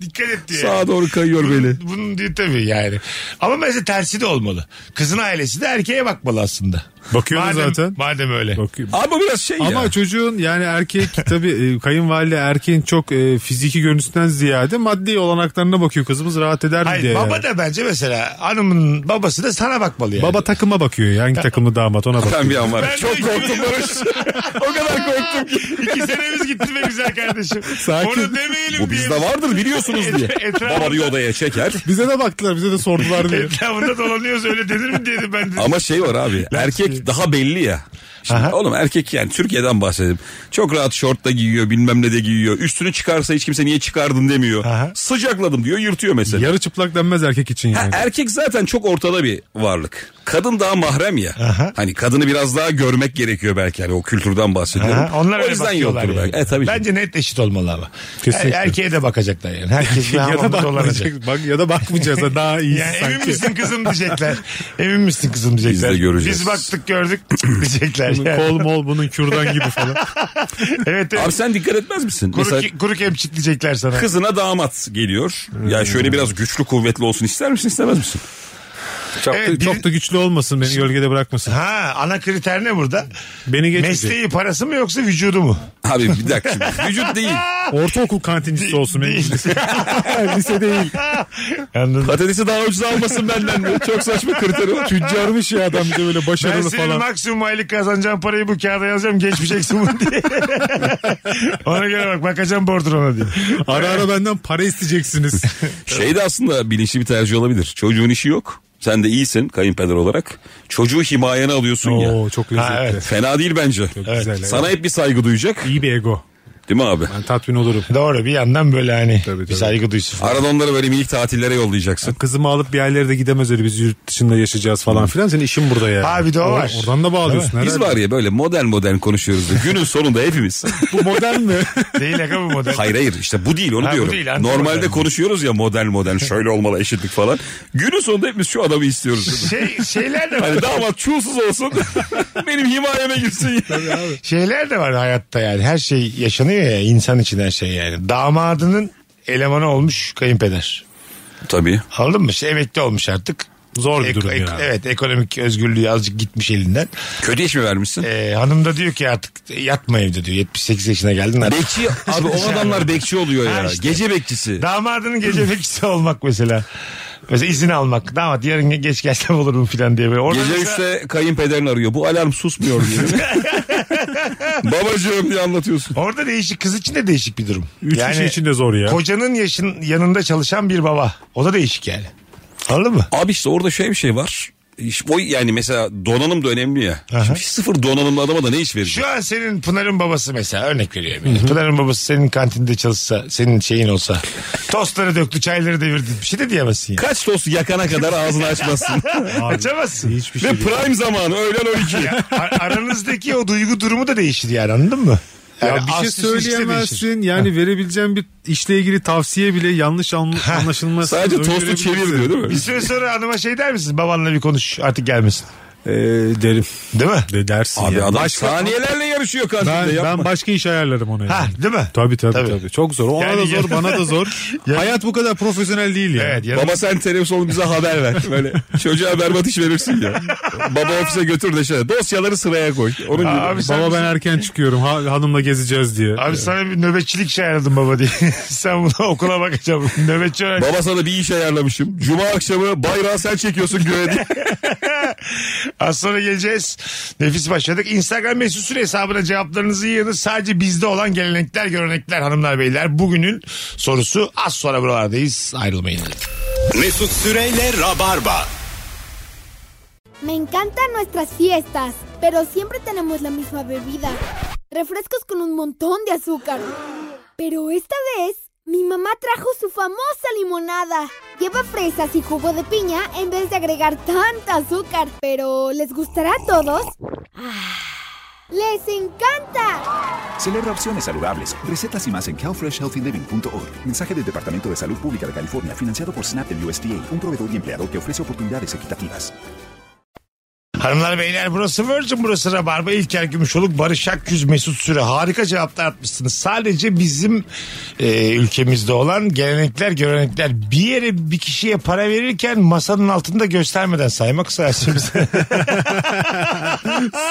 [SPEAKER 3] Dikkat et diyor.
[SPEAKER 4] Sağa doğru kayıyor beli.
[SPEAKER 3] Bunun diye tabii yani. Ama mesela tersi de olmalı. Kızın ailesi de erkeğe bakmalı aslında.
[SPEAKER 5] Bakıyor da
[SPEAKER 3] Madem,
[SPEAKER 5] zaten.
[SPEAKER 3] madem öyle.
[SPEAKER 5] Bakıyor.
[SPEAKER 4] Abi bu biraz şey
[SPEAKER 5] Ama
[SPEAKER 4] ya.
[SPEAKER 5] çocuğun yani erkek tabii e, kayınvalide erkeğin çok e, fiziki görüntüsünden ziyade maddi olanaklarına bakıyor kızımız rahat eder mi
[SPEAKER 3] Hayır
[SPEAKER 5] diye.
[SPEAKER 3] baba
[SPEAKER 5] yani.
[SPEAKER 3] da bence mesela hanımın babası da sana bakmalı yani.
[SPEAKER 5] Baba takıma bakıyor yani hangi takımlı damat ona bakıyor.
[SPEAKER 4] Ben bir an var.
[SPEAKER 3] Ben de-
[SPEAKER 4] Çok korktum Barış. o kadar korktum ki.
[SPEAKER 3] İki senemiz gitti be güzel kardeşim.
[SPEAKER 5] Sakin.
[SPEAKER 3] Onu demeyelim diye.
[SPEAKER 4] Bu bizde vardır biliyorsunuz diye.
[SPEAKER 3] Etrafında-
[SPEAKER 4] Baba bir odaya çeker.
[SPEAKER 5] Bize de baktılar bize de sordular diye.
[SPEAKER 3] Etrafında dolanıyoruz öyle denir mi diye ben de.
[SPEAKER 4] Ama şey var abi. Erkek daha belli ya. Şimdi oğlum erkek yani Türkiye'den bahsedelim. Çok rahat şort da giyiyor bilmem ne de giyiyor. Üstünü çıkarsa hiç kimse niye çıkardın demiyor.
[SPEAKER 3] Aha.
[SPEAKER 4] Sıcakladım diyor yırtıyor mesela.
[SPEAKER 5] Yarı çıplak denmez erkek için
[SPEAKER 4] Ha,
[SPEAKER 5] yani.
[SPEAKER 4] erkek zaten çok ortada bir varlık. Kadın daha mahrem ya. Hani kadını biraz daha görmek gerekiyor belki. Hani o kültürden bahsediyorum.
[SPEAKER 3] Aha, onlar
[SPEAKER 4] o
[SPEAKER 3] öyle
[SPEAKER 4] yüzden
[SPEAKER 3] bakıyorlar
[SPEAKER 4] yoktur
[SPEAKER 3] yani.
[SPEAKER 4] belki. E, tabii canım.
[SPEAKER 3] Bence net eşit olmalı ama.
[SPEAKER 5] Kesinlikle.
[SPEAKER 3] Er- erkeğe de bakacaklar yani. Herkes bir
[SPEAKER 5] ya da
[SPEAKER 3] hamamda dolanacak.
[SPEAKER 5] bakmayacak. Bak, ya da bakmayacağız da daha iyi
[SPEAKER 3] Yani emin
[SPEAKER 5] sanki.
[SPEAKER 3] misin kızım diyecekler. Emin misin kızım diyecekler.
[SPEAKER 4] Biz de göreceğiz.
[SPEAKER 3] Biz baktık gördük diyecekler.
[SPEAKER 5] Bunun
[SPEAKER 3] Yani.
[SPEAKER 5] kol mol bunun kürdan gibi falan.
[SPEAKER 3] Evet evet.
[SPEAKER 4] Abi sen dikkat etmez misin?
[SPEAKER 3] Kuru,
[SPEAKER 4] Mesela
[SPEAKER 3] ki- kuru kemçik diyecekler sana.
[SPEAKER 4] kızına damat geliyor. Ya şöyle biraz güçlü kuvvetli olsun ister misin istemez misin?
[SPEAKER 5] Çok,
[SPEAKER 3] Evet,
[SPEAKER 5] da,
[SPEAKER 3] biri-
[SPEAKER 5] çok da güçlü olmasın beni gölgede bırakmasın.
[SPEAKER 3] Ha ana kriter ne burada?
[SPEAKER 5] Beni geçmeyecek.
[SPEAKER 3] Mesleği parası mı yoksa vücudu mu?
[SPEAKER 4] Abi bir dakika şimdi. Vücut değil.
[SPEAKER 5] Ortaokul kantincisi olsun benim.
[SPEAKER 3] Değil.
[SPEAKER 5] Lise değil.
[SPEAKER 3] Anladım.
[SPEAKER 4] Patatesi daha ucuz almasın benden mi? Çok saçma kriterim.
[SPEAKER 5] Tüccarmış ya adam bir de böyle
[SPEAKER 3] Ben
[SPEAKER 5] başarılı
[SPEAKER 3] senin
[SPEAKER 5] falan.
[SPEAKER 3] maksimum aylık kazanacağım parayı bu kağıda yazacağım geçmeyeceksin bunu diye. Ona göre bak bakacağım bordrona diye.
[SPEAKER 5] Ara ara benden para isteyeceksiniz.
[SPEAKER 4] Şey de aslında bilinçli bir tercih olabilir. Çocuğun işi yok. Sen de iyisin kayınpeder olarak. Çocuğu himayene alıyorsun ya.
[SPEAKER 5] Oo çok lezzetli.
[SPEAKER 3] Ha, evet.
[SPEAKER 4] Fena değil bence.
[SPEAKER 5] güzel, evet.
[SPEAKER 4] Sana hep bir saygı duyacak.
[SPEAKER 5] İyi bir ego.
[SPEAKER 4] Değil mi abi?
[SPEAKER 5] Ben tatmin olurum.
[SPEAKER 3] Doğru bir yandan böyle hani
[SPEAKER 5] Tabii,
[SPEAKER 3] bir
[SPEAKER 5] tabii.
[SPEAKER 3] saygı duysun.
[SPEAKER 4] Arada onları böyle minik tatillere yollayacaksın.
[SPEAKER 5] Kızımı alıp bir yerlere de gidemez öyle biz yurt dışında yaşayacağız falan filan. Senin işin burada yani.
[SPEAKER 3] Ha, bir de o
[SPEAKER 5] Or-
[SPEAKER 3] var.
[SPEAKER 5] Oradan da bağlıyorsun.
[SPEAKER 4] Biz var ya böyle modern modern konuşuyoruz da günün sonunda hepimiz.
[SPEAKER 5] Bu modern mi?
[SPEAKER 3] Değil aga bu model.
[SPEAKER 4] hayır hayır işte bu değil onu
[SPEAKER 3] Ha, bu
[SPEAKER 4] diyorum.
[SPEAKER 3] değil, anti
[SPEAKER 4] Normalde
[SPEAKER 3] modern.
[SPEAKER 4] konuşuyoruz ya modern modern şöyle olmalı eşitlik falan. Günün sonunda hepimiz şu adamı istiyoruz.
[SPEAKER 3] Şey, şeyler de var.
[SPEAKER 4] hani damat çulsuz olsun benim himayeme girsin.
[SPEAKER 3] Şeyler de var hayatta yani. Her şey yaşanıyor ya insan için her şey yani. Damadının elemanı olmuş kayınpeder.
[SPEAKER 4] Tabii.
[SPEAKER 3] Anladın mı? İşte emekli olmuş artık.
[SPEAKER 5] Zor bir durum ya.
[SPEAKER 3] Evet ekonomik özgürlüğü azıcık gitmiş elinden.
[SPEAKER 4] Kötü iş mi vermişsin?
[SPEAKER 3] Ee, hanım da diyor ki artık yatma evde diyor. 78 yaşına geldin artık.
[SPEAKER 4] Bekçi abi o adamlar bekçi oluyor ya.
[SPEAKER 3] şey Ha işte.
[SPEAKER 4] Gece bekçisi.
[SPEAKER 3] Damadının gece bekçisi olmak mesela. Mesela izin almak. Damat yarın geç gelsem olur mu filan diye. Böyle. Oradan
[SPEAKER 4] Gece
[SPEAKER 3] mesela-
[SPEAKER 4] üçte kayınpederini arıyor. Bu alarm susmuyor diye. Babacığım diye anlatıyorsun.
[SPEAKER 3] Orada değişik kız için de değişik bir durum.
[SPEAKER 5] Üç kişi için de zor ya.
[SPEAKER 3] Kocanın yaşın yanında çalışan bir baba. O da değişik yani. Anladın mı?
[SPEAKER 4] Abi işte orada şöyle bir şey var. İş- O yani mesela donanım da önemli ya.
[SPEAKER 3] Aha.
[SPEAKER 4] Şimdi hiç sıfır donanımlı adama da ne iş verir?
[SPEAKER 3] Şu an senin Pınar'ın babası mesela örnek veriyorum. yani. Pınar'ın babası senin kantinde çalışsa, senin şeyin olsa. Tostları döktü, çayları devirdi. Bir şey de diyemezsin. Yani.
[SPEAKER 4] Kaç tost yakana kadar ağzını açmazsın.
[SPEAKER 3] Açamazsın.
[SPEAKER 5] Hiçbir şey
[SPEAKER 4] Ve
[SPEAKER 5] değil.
[SPEAKER 4] prime zamanı öğlen 12.
[SPEAKER 3] Ya, ar- aranızdaki o duygu durumu da değişir yani anladın mı?
[SPEAKER 5] Ya
[SPEAKER 3] Yani
[SPEAKER 5] bir şey
[SPEAKER 3] ast üst ikisi de değişir.
[SPEAKER 5] söyleyemezsin. Yani verebileceğin bir işle ilgili tavsiye bile yanlış anla- anlaşılması.
[SPEAKER 4] Sadece tostu
[SPEAKER 5] öngörebilirsin.
[SPEAKER 4] çevir diyor değil mi?
[SPEAKER 3] Bir şey süre sonra hanıma şey der misin? Babanla bir konuş artık gelmesin.
[SPEAKER 5] Ee, derim.
[SPEAKER 3] Değil mi?
[SPEAKER 5] De dersin
[SPEAKER 4] Abi
[SPEAKER 5] ya.
[SPEAKER 4] adam
[SPEAKER 5] Başka-
[SPEAKER 4] saniyelerle yarışıyor karşında
[SPEAKER 5] ben,
[SPEAKER 4] yapma.
[SPEAKER 5] ben başka iş ayarlarım ona. Yani.
[SPEAKER 3] Ha değil mi?
[SPEAKER 5] Tabii, tabii
[SPEAKER 3] Tabii.
[SPEAKER 5] tabii Çok zor. Ona
[SPEAKER 3] Yani-
[SPEAKER 5] da zor, bana da zor. Hayat bu kadar profesyonel değil ya.
[SPEAKER 3] Evet. yanı-
[SPEAKER 4] Baba sen teneffüs olun bize haber ver. Böyle çocuğa berbat iş verirsin ya. Baba ofise götür de şöyle dosyaları sıraya koy. Onun gibi.
[SPEAKER 3] Aa, abi sen
[SPEAKER 5] Baba ben erken çıkıyorum. Ha- hanımla gezeceğiz diye.
[SPEAKER 3] Abi sana bir nöbetçilik şey ayarladım baba diye. Sen bunu okula bakacağım. Nöbetçi öğrenci.
[SPEAKER 5] şey-
[SPEAKER 4] Baba sana bir iş ayarlamışım. Cuma akşamı bayrağı sen çekiyorsun göğe diye.
[SPEAKER 3] Az sonra geleceğiz. Nefis başladık. Instagram mesut süre hesabına cevaplarınızı yığınız. Sadece bizde olan gelenekler, görenekler hanımlar beyler. Bugünün sorusu az sonra buralardayız. Ayrılmayın.
[SPEAKER 2] Mesut Süreyle Rabarba.
[SPEAKER 7] Me encantan nuestras fiestas, pero siempre tenemos la misma bebida. Refrescos con un montón de azúcar. Pero esta vez, mi mamá trajo su famosa limonada. Lleva fresas y jugo de piña en vez de agregar tanta azúcar. Pero, ¿les gustará a todos? ¡Ah! ¡Les encanta!
[SPEAKER 8] Celebra opciones saludables, recetas y más en calfreshhealthyliving.org. Mensaje del Departamento de Salud Pública de California, financiado por SNAP del USDA, un proveedor y empleador que ofrece oportunidades equitativas.
[SPEAKER 3] Hanımlar beyler burası Virgin burası Rabarba. İlker Gümüşoluk, Barış Akyüz, Mesut Süre. Harika cevaplar atmışsınız. Sadece bizim e, ülkemizde olan gelenekler, görenekler. Bir yere bir kişiye para verirken masanın altında göstermeden saymak sayarsın bize.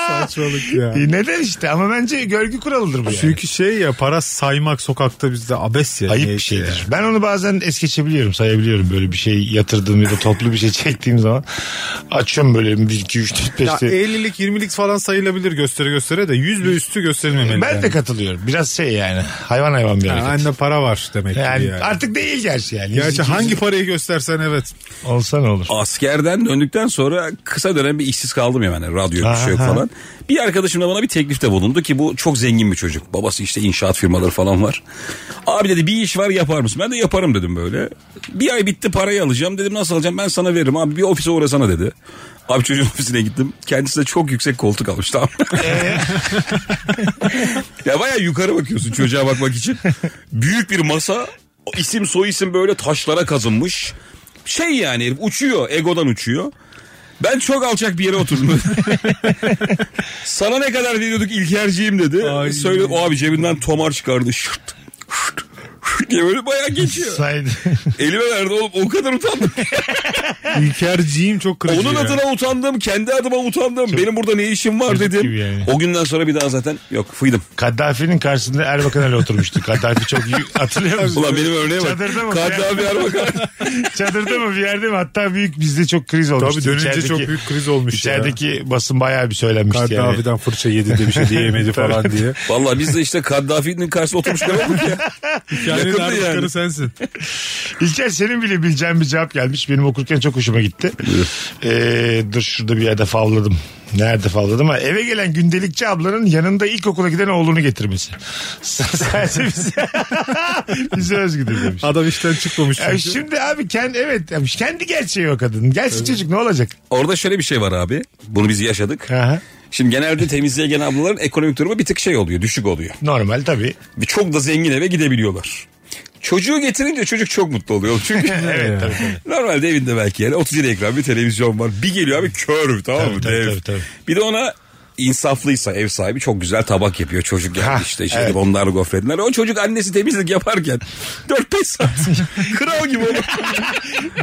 [SPEAKER 5] Saçmalık ya.
[SPEAKER 3] E, Neden işte ama bence görgü kuralıdır bu yani.
[SPEAKER 5] Çünkü şey ya para saymak sokakta bizde abes ya.
[SPEAKER 3] Ayıp
[SPEAKER 5] Neyse
[SPEAKER 3] bir şeydir.
[SPEAKER 5] ya.
[SPEAKER 3] Ben onu bazen es geçebiliyorum, sayabiliyorum böyle bir şey yatırdığım ya da toplu bir şey çektiğim zaman. Açıyorum böyle 1, 2, 3, 4, 5
[SPEAKER 5] Ya e- 50'lik 20'lik falan sayılabilir göstere göstere de 100 ve üstü gösterilmemeli.
[SPEAKER 3] Ben
[SPEAKER 5] yani.
[SPEAKER 3] de katılıyorum. Biraz şey yani hayvan hayvan bir
[SPEAKER 5] Ya
[SPEAKER 3] hareket.
[SPEAKER 5] anne para var demek ki
[SPEAKER 3] Yani,
[SPEAKER 5] yani.
[SPEAKER 3] artık değil gerçi yani.
[SPEAKER 5] Gerçi
[SPEAKER 3] İkinci-
[SPEAKER 5] hangi parayı göstersen evet.
[SPEAKER 3] Olsa ne olur?
[SPEAKER 4] Askerden döndükten sonra kısa dönem bir işsiz kaldım ya ben. Yani. Radyo bir şey yok
[SPEAKER 3] Aha.
[SPEAKER 4] falan. Bir arkadaşım da bana bir teklifte bulundu ki bu çok zengin bir çocuk. Babası işte inşaat firmaları falan var. Abi dedi bir iş var yapar mısın? Ben de yaparım dedim böyle. Bir ay bitti parayı alacağım. Dedim nasıl alacağım ben sana veririm abi bir ofise uğrasana dedi. Abi çocuğun ofisine gittim. Kendisi de çok yüksek koltuk almış tamam mı? Ya baya yukarı bakıyorsun çocuğa bakmak için. Büyük bir masa o isim soy isim böyle taşlara kazınmış. Şey yani herif uçuyor egodan uçuyor. Ben çok alçak bir yere oturdum. Sana ne kadar veriyorduk İlkerciğim dedi.
[SPEAKER 5] Ay.
[SPEAKER 4] Söyle o abi cebinden tomar çıkardı. Şırt, şırt, şırt diye böyle bayağı geçiyor.
[SPEAKER 3] Saydı.
[SPEAKER 4] Elime verdi oğlum o kadar utandım.
[SPEAKER 5] İlkerciğim çok kırıcı.
[SPEAKER 4] Onun
[SPEAKER 5] ya.
[SPEAKER 4] adına utandım kendi adıma utandım. Benim burada ne işim var
[SPEAKER 3] çocuk
[SPEAKER 4] dedim.
[SPEAKER 3] gibi yani.
[SPEAKER 4] O günden sonra bir daha zaten yok fıydım.
[SPEAKER 3] Kaddafi'nin karşısında Erbakan Ali oturmuştu. Kaddafi çok iyi hatırlıyor musun?
[SPEAKER 4] Ulan benim örneğe bak.
[SPEAKER 3] Çadırda mı?
[SPEAKER 4] Kaddafi Erbakan.
[SPEAKER 3] Çadırda mı bir yerde mi? Hatta büyük bizde çok kriz olmuştu.
[SPEAKER 5] Tabii dönünce
[SPEAKER 3] İçerideki-
[SPEAKER 5] çok büyük kriz olmuş
[SPEAKER 3] İçerideki basın bayağı bir söylenmişti
[SPEAKER 5] ya.
[SPEAKER 3] yani.
[SPEAKER 5] Kaddafi'den fırça yedi de bir şey diyemedi falan diye.
[SPEAKER 4] Vallahi biz de işte Kaddafi'nin karşısında oturmuş olduk ya.
[SPEAKER 5] Yani
[SPEAKER 4] Yakındı
[SPEAKER 5] nerede
[SPEAKER 4] yani.
[SPEAKER 5] karı sensin.
[SPEAKER 3] İlker senin bile bileceğin bir cevap gelmiş. Benim okurken çok hoşuma gitti. Ee, dur şurada bir yerde favladım. Nerede favladım? Ha, eve gelen gündelikçi ablanın yanında ilkokula giden oğlunu getirmesi. Sadece bize, bize özgüdür demiş.
[SPEAKER 5] Adam işten çıkmamış
[SPEAKER 3] Ya
[SPEAKER 5] çünkü.
[SPEAKER 3] şimdi abi kendi evet demiş. kendi gerçeği o kadın. Gelsin çocuk ne olacak?
[SPEAKER 4] Orada şöyle bir şey var abi. Bunu biz yaşadık.
[SPEAKER 3] Aha.
[SPEAKER 4] Şimdi genelde temizliğe gelen ablaların ekonomik durumu bir tık şey oluyor. Düşük oluyor.
[SPEAKER 3] Normal tabii.
[SPEAKER 4] Bir çok da zengin eve gidebiliyorlar. Çocuğu getirince çocuk çok mutlu oluyor. Çünkü
[SPEAKER 3] Evet tabii. tabii.
[SPEAKER 4] normalde evinde belki yani 37 ekran bir televizyon var. Bir geliyor abi kör tamam mı?
[SPEAKER 3] Tabii, tabii,
[SPEAKER 4] Dev.
[SPEAKER 3] tabii, tabii.
[SPEAKER 4] Bir de ona insaflıysa ev sahibi çok güzel tabak yapıyor. Çocuk geldi
[SPEAKER 3] Ha,
[SPEAKER 4] işte şey
[SPEAKER 3] evet.
[SPEAKER 4] onlar gofretler. O çocuk annesi temizlik yaparken 4-5 saat kral gibi olur.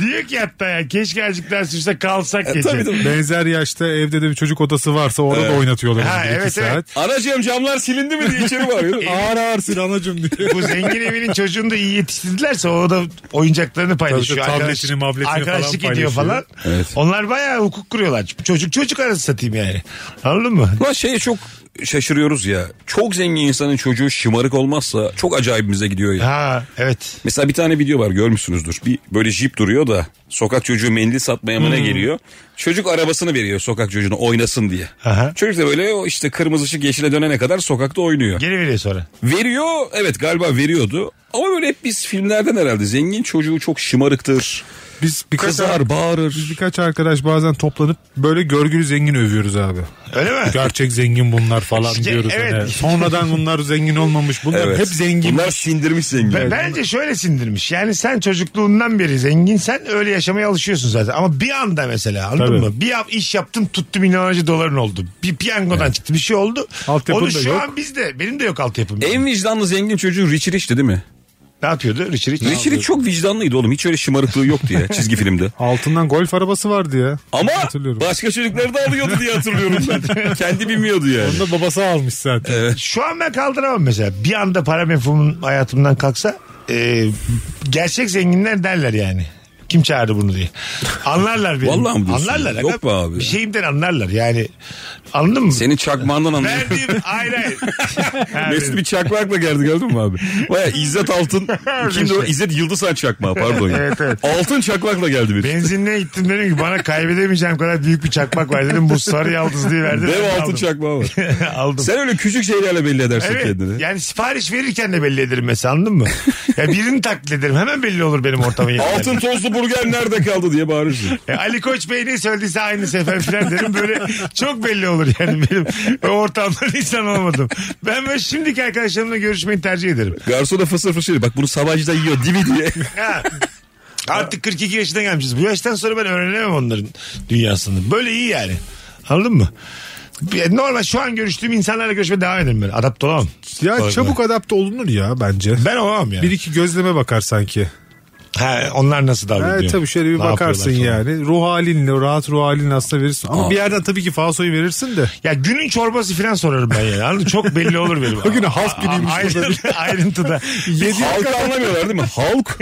[SPEAKER 3] Diyor ki hatta ya keşke azıcık daha sürse kalsak gece.
[SPEAKER 4] E, tabii, tabii.
[SPEAKER 5] Benzer yaşta evde de bir çocuk odası varsa orada da oynatıyorlar.
[SPEAKER 3] Ha,
[SPEAKER 5] bizi bir iki
[SPEAKER 3] evet,
[SPEAKER 5] saat.
[SPEAKER 3] evet.
[SPEAKER 4] Anacığım camlar silindi mi diye içeri bağırıyor.
[SPEAKER 5] Ağır ağırsın anacım diye.
[SPEAKER 3] Bu zengin evinin çocuğunu da iyi yetiştirdilerse o da oyuncaklarını paylaşıyor.
[SPEAKER 5] Tabii, tabii,
[SPEAKER 3] Arkadaş-
[SPEAKER 5] tabletini, mabletini falan
[SPEAKER 3] Arkadaşlık ediyor
[SPEAKER 5] paylaşıyor.
[SPEAKER 3] falan. Onlar bayağı hukuk kuruyorlar. Çocuk çocuk arası satayım yani. Anladın mı? Valla.
[SPEAKER 4] Ulan şeye çok şaşırıyoruz ya. Çok zengin insanın çocuğu şımarık olmazsa çok acayibimize gidiyor ya.
[SPEAKER 3] Ha evet.
[SPEAKER 4] Mesela bir tane video var görmüşsünüzdür. Bir böyle jip duruyor da sokak çocuğu mendil satmaya mı ne
[SPEAKER 3] Hmm.
[SPEAKER 4] geliyor. Çocuk arabasını veriyor sokak çocuğuna oynasın diye.
[SPEAKER 3] Aha.
[SPEAKER 4] Çocuk da böyle o işte kırmızı ışık yeşile dönene kadar sokakta oynuyor.
[SPEAKER 3] Geri veriyor sonra.
[SPEAKER 4] Veriyor evet galiba veriyordu. Ama böyle hep biz filmlerden herhalde zengin çocuğu çok şımarıktır.
[SPEAKER 5] Biz birkaç
[SPEAKER 4] Kızar
[SPEAKER 5] Biz
[SPEAKER 4] bağırır.
[SPEAKER 5] birkaç arkadaş bazen toplanıp böyle görgülü zengin övüyoruz abi.
[SPEAKER 3] Öyle mi?
[SPEAKER 5] Gerçek zengin bunlar falan
[SPEAKER 3] İşte,
[SPEAKER 5] diyoruz.
[SPEAKER 3] evet.
[SPEAKER 5] hani. Sonradan bunlar zengin olmamış. Bunlar
[SPEAKER 4] Evet.
[SPEAKER 5] hep zengin.
[SPEAKER 4] Bunlar sindirmiş zengin.
[SPEAKER 3] Be- Bence şöyle sindirmiş. Yani sen çocukluğundan beri zenginsen öyle yaşamaya alışıyorsun zaten. Ama bir anda mesela anladın
[SPEAKER 5] Tabii.
[SPEAKER 3] mı? Bir yap- iş yaptın tuttu milyonlarca doların oldu. Bir piyangodan çıktı bir şey oldu.
[SPEAKER 5] Altyapın
[SPEAKER 3] Onu
[SPEAKER 5] da
[SPEAKER 3] şu
[SPEAKER 5] yok.
[SPEAKER 3] an bizde. Benim de yok altyapım.
[SPEAKER 4] En vicdanlı zengin çocuğu Rich Rich'ti değil mi?
[SPEAKER 3] Ne yapıyordu? Richie Rich.
[SPEAKER 4] Rich Rich çok vicdanlıydı oğlum. Hiç öyle şımarıklığı yoktu ya çizgi filmde.
[SPEAKER 5] Altından golf arabası vardı ya.
[SPEAKER 4] Ama
[SPEAKER 5] Hatırlıyorum.
[SPEAKER 4] başka çocukları da alıyordu diye hatırlıyorum ben. Kendi bilmiyordu yani.
[SPEAKER 5] Onu da babası almış zaten.
[SPEAKER 3] Şu an ben kaldıramam mesela. Bir anda para mefhumun hayatımdan kalksa e, gerçek zenginler derler yani. Kim çağırdı bunu diye. Anlarlar beni.
[SPEAKER 4] Vallahi mi diyorsun?
[SPEAKER 3] Anlarlar.
[SPEAKER 4] Yok be abi.
[SPEAKER 3] Bir şeyimden anlarlar yani. Anladın mı?
[SPEAKER 4] Senin çakmağından anlıyorum.
[SPEAKER 3] Verdiğim ayrı
[SPEAKER 4] Mesut bir çakmakla geldi gördün mü abi? Baya İzzet Altın. Kimdi o? İzzet Yıldızhan çakmağı pardon. ya.
[SPEAKER 3] şey. Evet, evet.
[SPEAKER 4] Altın çakmakla geldi bir.
[SPEAKER 3] Benzinliğe gittim dedim ki bana kaybedemeyeceğim kadar büyük bir çakmak var dedim. Bu sarı yaldız diye verdim.
[SPEAKER 4] Dev
[SPEAKER 3] Ben
[SPEAKER 4] altın
[SPEAKER 3] aldım.
[SPEAKER 4] çakmağı var.
[SPEAKER 3] aldım.
[SPEAKER 4] Sen öyle küçük şeylerle belli edersin
[SPEAKER 3] Evet.
[SPEAKER 4] kendini.
[SPEAKER 3] Yani sipariş verirken de belli ederim mesela anladın mı? ya birini taklit ederim. Hemen belli olur benim ortamın yerleri.
[SPEAKER 4] Altın tozlu burger nerede kaldı diye bağırırsın.
[SPEAKER 3] E, Ali Koç Bey ne söylediyse aynı sefer filan derim. Böyle çok belli olur yani benim o ortamdan insan olmadım. Ben böyle şimdiki arkadaşlarımla görüşmeyi tercih ederim.
[SPEAKER 4] Garsona fısır fısır diyor, Bak bunu Sabancı'da yiyor değil mi diye.
[SPEAKER 3] Ha. Artık 42 yaşına gelmişiz. Bu yaştan sonra ben öğrenemem onların dünyasını. Böyle iyi yani. Anladın mı? Bir- Normal şu an görüştüğüm insanlarla görüşmeye devam ederim ben. Adapte olamam.
[SPEAKER 5] Ya
[SPEAKER 3] Kolay
[SPEAKER 5] çabuk adapte olunur ya bence.
[SPEAKER 3] kolay. Ben olamam yani.
[SPEAKER 5] Bir iki gözleme bakar sanki.
[SPEAKER 3] Ha, onlar nasıl davranıyor?
[SPEAKER 5] Evet tabii şöyle bir
[SPEAKER 3] Ne
[SPEAKER 5] bakarsın
[SPEAKER 3] yapıyorlar falan.
[SPEAKER 5] yani. Ruh halinle, rahat ruh halinle aslında verirsin. Ama
[SPEAKER 4] Aa.
[SPEAKER 5] bir yerden tabii ki fasoyu verirsin de.
[SPEAKER 3] Ya günün çorbası falan sorarım ben yani. Anladın mı? Çok belli olur benim.
[SPEAKER 5] Bugün halk günüymüş burada.
[SPEAKER 3] Ayrıntı- Ayrıntıda.
[SPEAKER 4] Halk anlamıyorlar değil mi? Halk.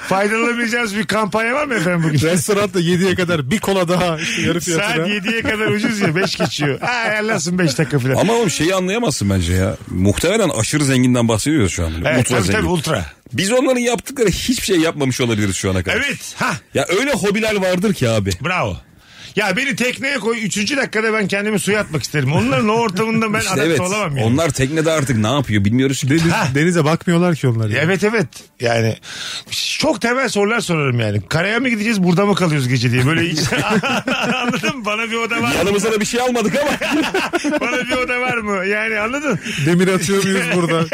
[SPEAKER 3] Faydalanabileceğiniz bir kampanya var mı efendim bugün?
[SPEAKER 5] Restoranda 7'ye kadar bir kola daha işte yarı fiyatına.
[SPEAKER 3] Saat 7'ye kadar ucuz ya 5 geçiyor. Ha ayarlasın 5 dakika falan.
[SPEAKER 4] Ama oğlum şeyi anlayamazsın bence ya. Muhtemelen aşırı zenginden bahsediyoruz şu an.
[SPEAKER 3] evet,
[SPEAKER 4] ultra
[SPEAKER 3] tabii,
[SPEAKER 4] zengin.
[SPEAKER 3] tabii ultra.
[SPEAKER 4] Biz onların yaptıkları hiçbir şey yapmamış olabiliriz şu ana kadar.
[SPEAKER 3] Evet ha
[SPEAKER 4] Ya öyle hobiler vardır ki abi.
[SPEAKER 3] bravo. Ya beni tekneye koy 3. dakikada ben kendimi suya atmak isterim. Onların o ortamında ben
[SPEAKER 4] İşte
[SPEAKER 3] adapte
[SPEAKER 4] evet.
[SPEAKER 3] olamam yani.
[SPEAKER 4] Onlar teknede artık ne yapıyor bilmiyoruz. ki.
[SPEAKER 5] Deniz-
[SPEAKER 3] Ha.
[SPEAKER 5] denize bakmıyorlar ki onlar. yani.
[SPEAKER 3] Evet evet yani çok temel sorular sorarım yani. Karaya mı gideceğiz burada mı kalıyoruz gece diye böyle hiç anladın mı? Bana bir oda var mı?
[SPEAKER 4] Yanımıza da bir şey almadık ama.
[SPEAKER 3] Bana bir oda var mı? Yani anladın?
[SPEAKER 5] Demir atıyor muyuz burada?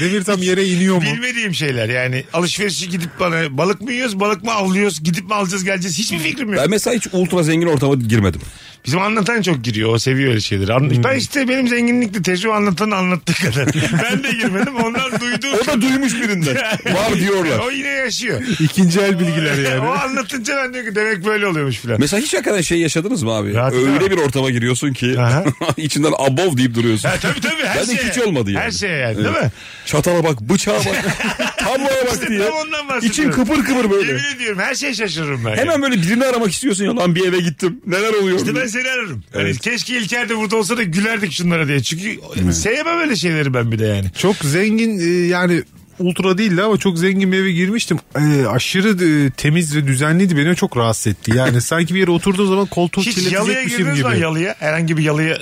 [SPEAKER 5] Demir tam yere iniyor mu?
[SPEAKER 3] Bilmediğim şeyler yani alışverişe gidip bana balık mı yiyoruz balık mı avlıyoruz gidip mi alacağız geleceğiz hiçbir fikrim yok.
[SPEAKER 4] ben mesela hiç ultra zengin ortama girmedim.
[SPEAKER 3] Bizim anlatan çok giriyor. O seviyor öyle şeyleri. Anla-
[SPEAKER 4] Hmm.
[SPEAKER 3] Ben işte benim zenginlikle tecrübe anlatanın anlattığı kadar. ben de girmedim. Ondan duyduğum.
[SPEAKER 4] O da duymuş birinden. Var diyorlar.
[SPEAKER 3] O yine yaşıyor.
[SPEAKER 5] İkinci el bilgiler
[SPEAKER 3] o
[SPEAKER 5] yani.
[SPEAKER 3] anlatınca ben diyorum ki demek böyle oluyormuş filan.
[SPEAKER 4] Mesela hiç hakikaten şey yaşadınız mı abi?
[SPEAKER 3] Rahat değil mi?
[SPEAKER 4] Öyle bir ortama giriyorsun ki
[SPEAKER 3] Aha.
[SPEAKER 4] içinden above deyip duruyorsun.
[SPEAKER 3] Ha, tabii tabii her
[SPEAKER 4] Ben de
[SPEAKER 3] şeye.
[SPEAKER 4] hiç olmadı yani.
[SPEAKER 3] Her şeye yani
[SPEAKER 4] Evet.
[SPEAKER 3] değil mi?
[SPEAKER 4] Çatala bak, bıçağa bak, tablaya bak
[SPEAKER 3] İşte
[SPEAKER 4] diye.
[SPEAKER 3] tam ondan bahsediyorum.
[SPEAKER 4] İçin kıpır kıpır böyle.
[SPEAKER 3] Yemin ediyorum her şey şaşırırım ben.
[SPEAKER 4] Hemen
[SPEAKER 3] yani.
[SPEAKER 4] böyle birini aramak istiyorsun ya lan bir eve gittim. Neler oluyor?
[SPEAKER 3] İşte
[SPEAKER 4] diye.
[SPEAKER 3] ben seni ararım. Hani keşke İlker de burada olsa da gülerdik şunlara diye. Çünkü sevmem öyle şeyleri ben bir de yani.
[SPEAKER 5] Çok zengin e, yani ultra değildi ama çok zengin bir eve girmiştim. E, aşırı e, temiz ve düzenliydi. Beni çok rahatsız etti. Yani sanki bir yere oturduğu zaman koltuğu
[SPEAKER 3] Hiç yalıya
[SPEAKER 5] kirletecekmişim
[SPEAKER 3] girdiniz
[SPEAKER 5] gibi.
[SPEAKER 3] mi yalıya? Herhangi bir yalıya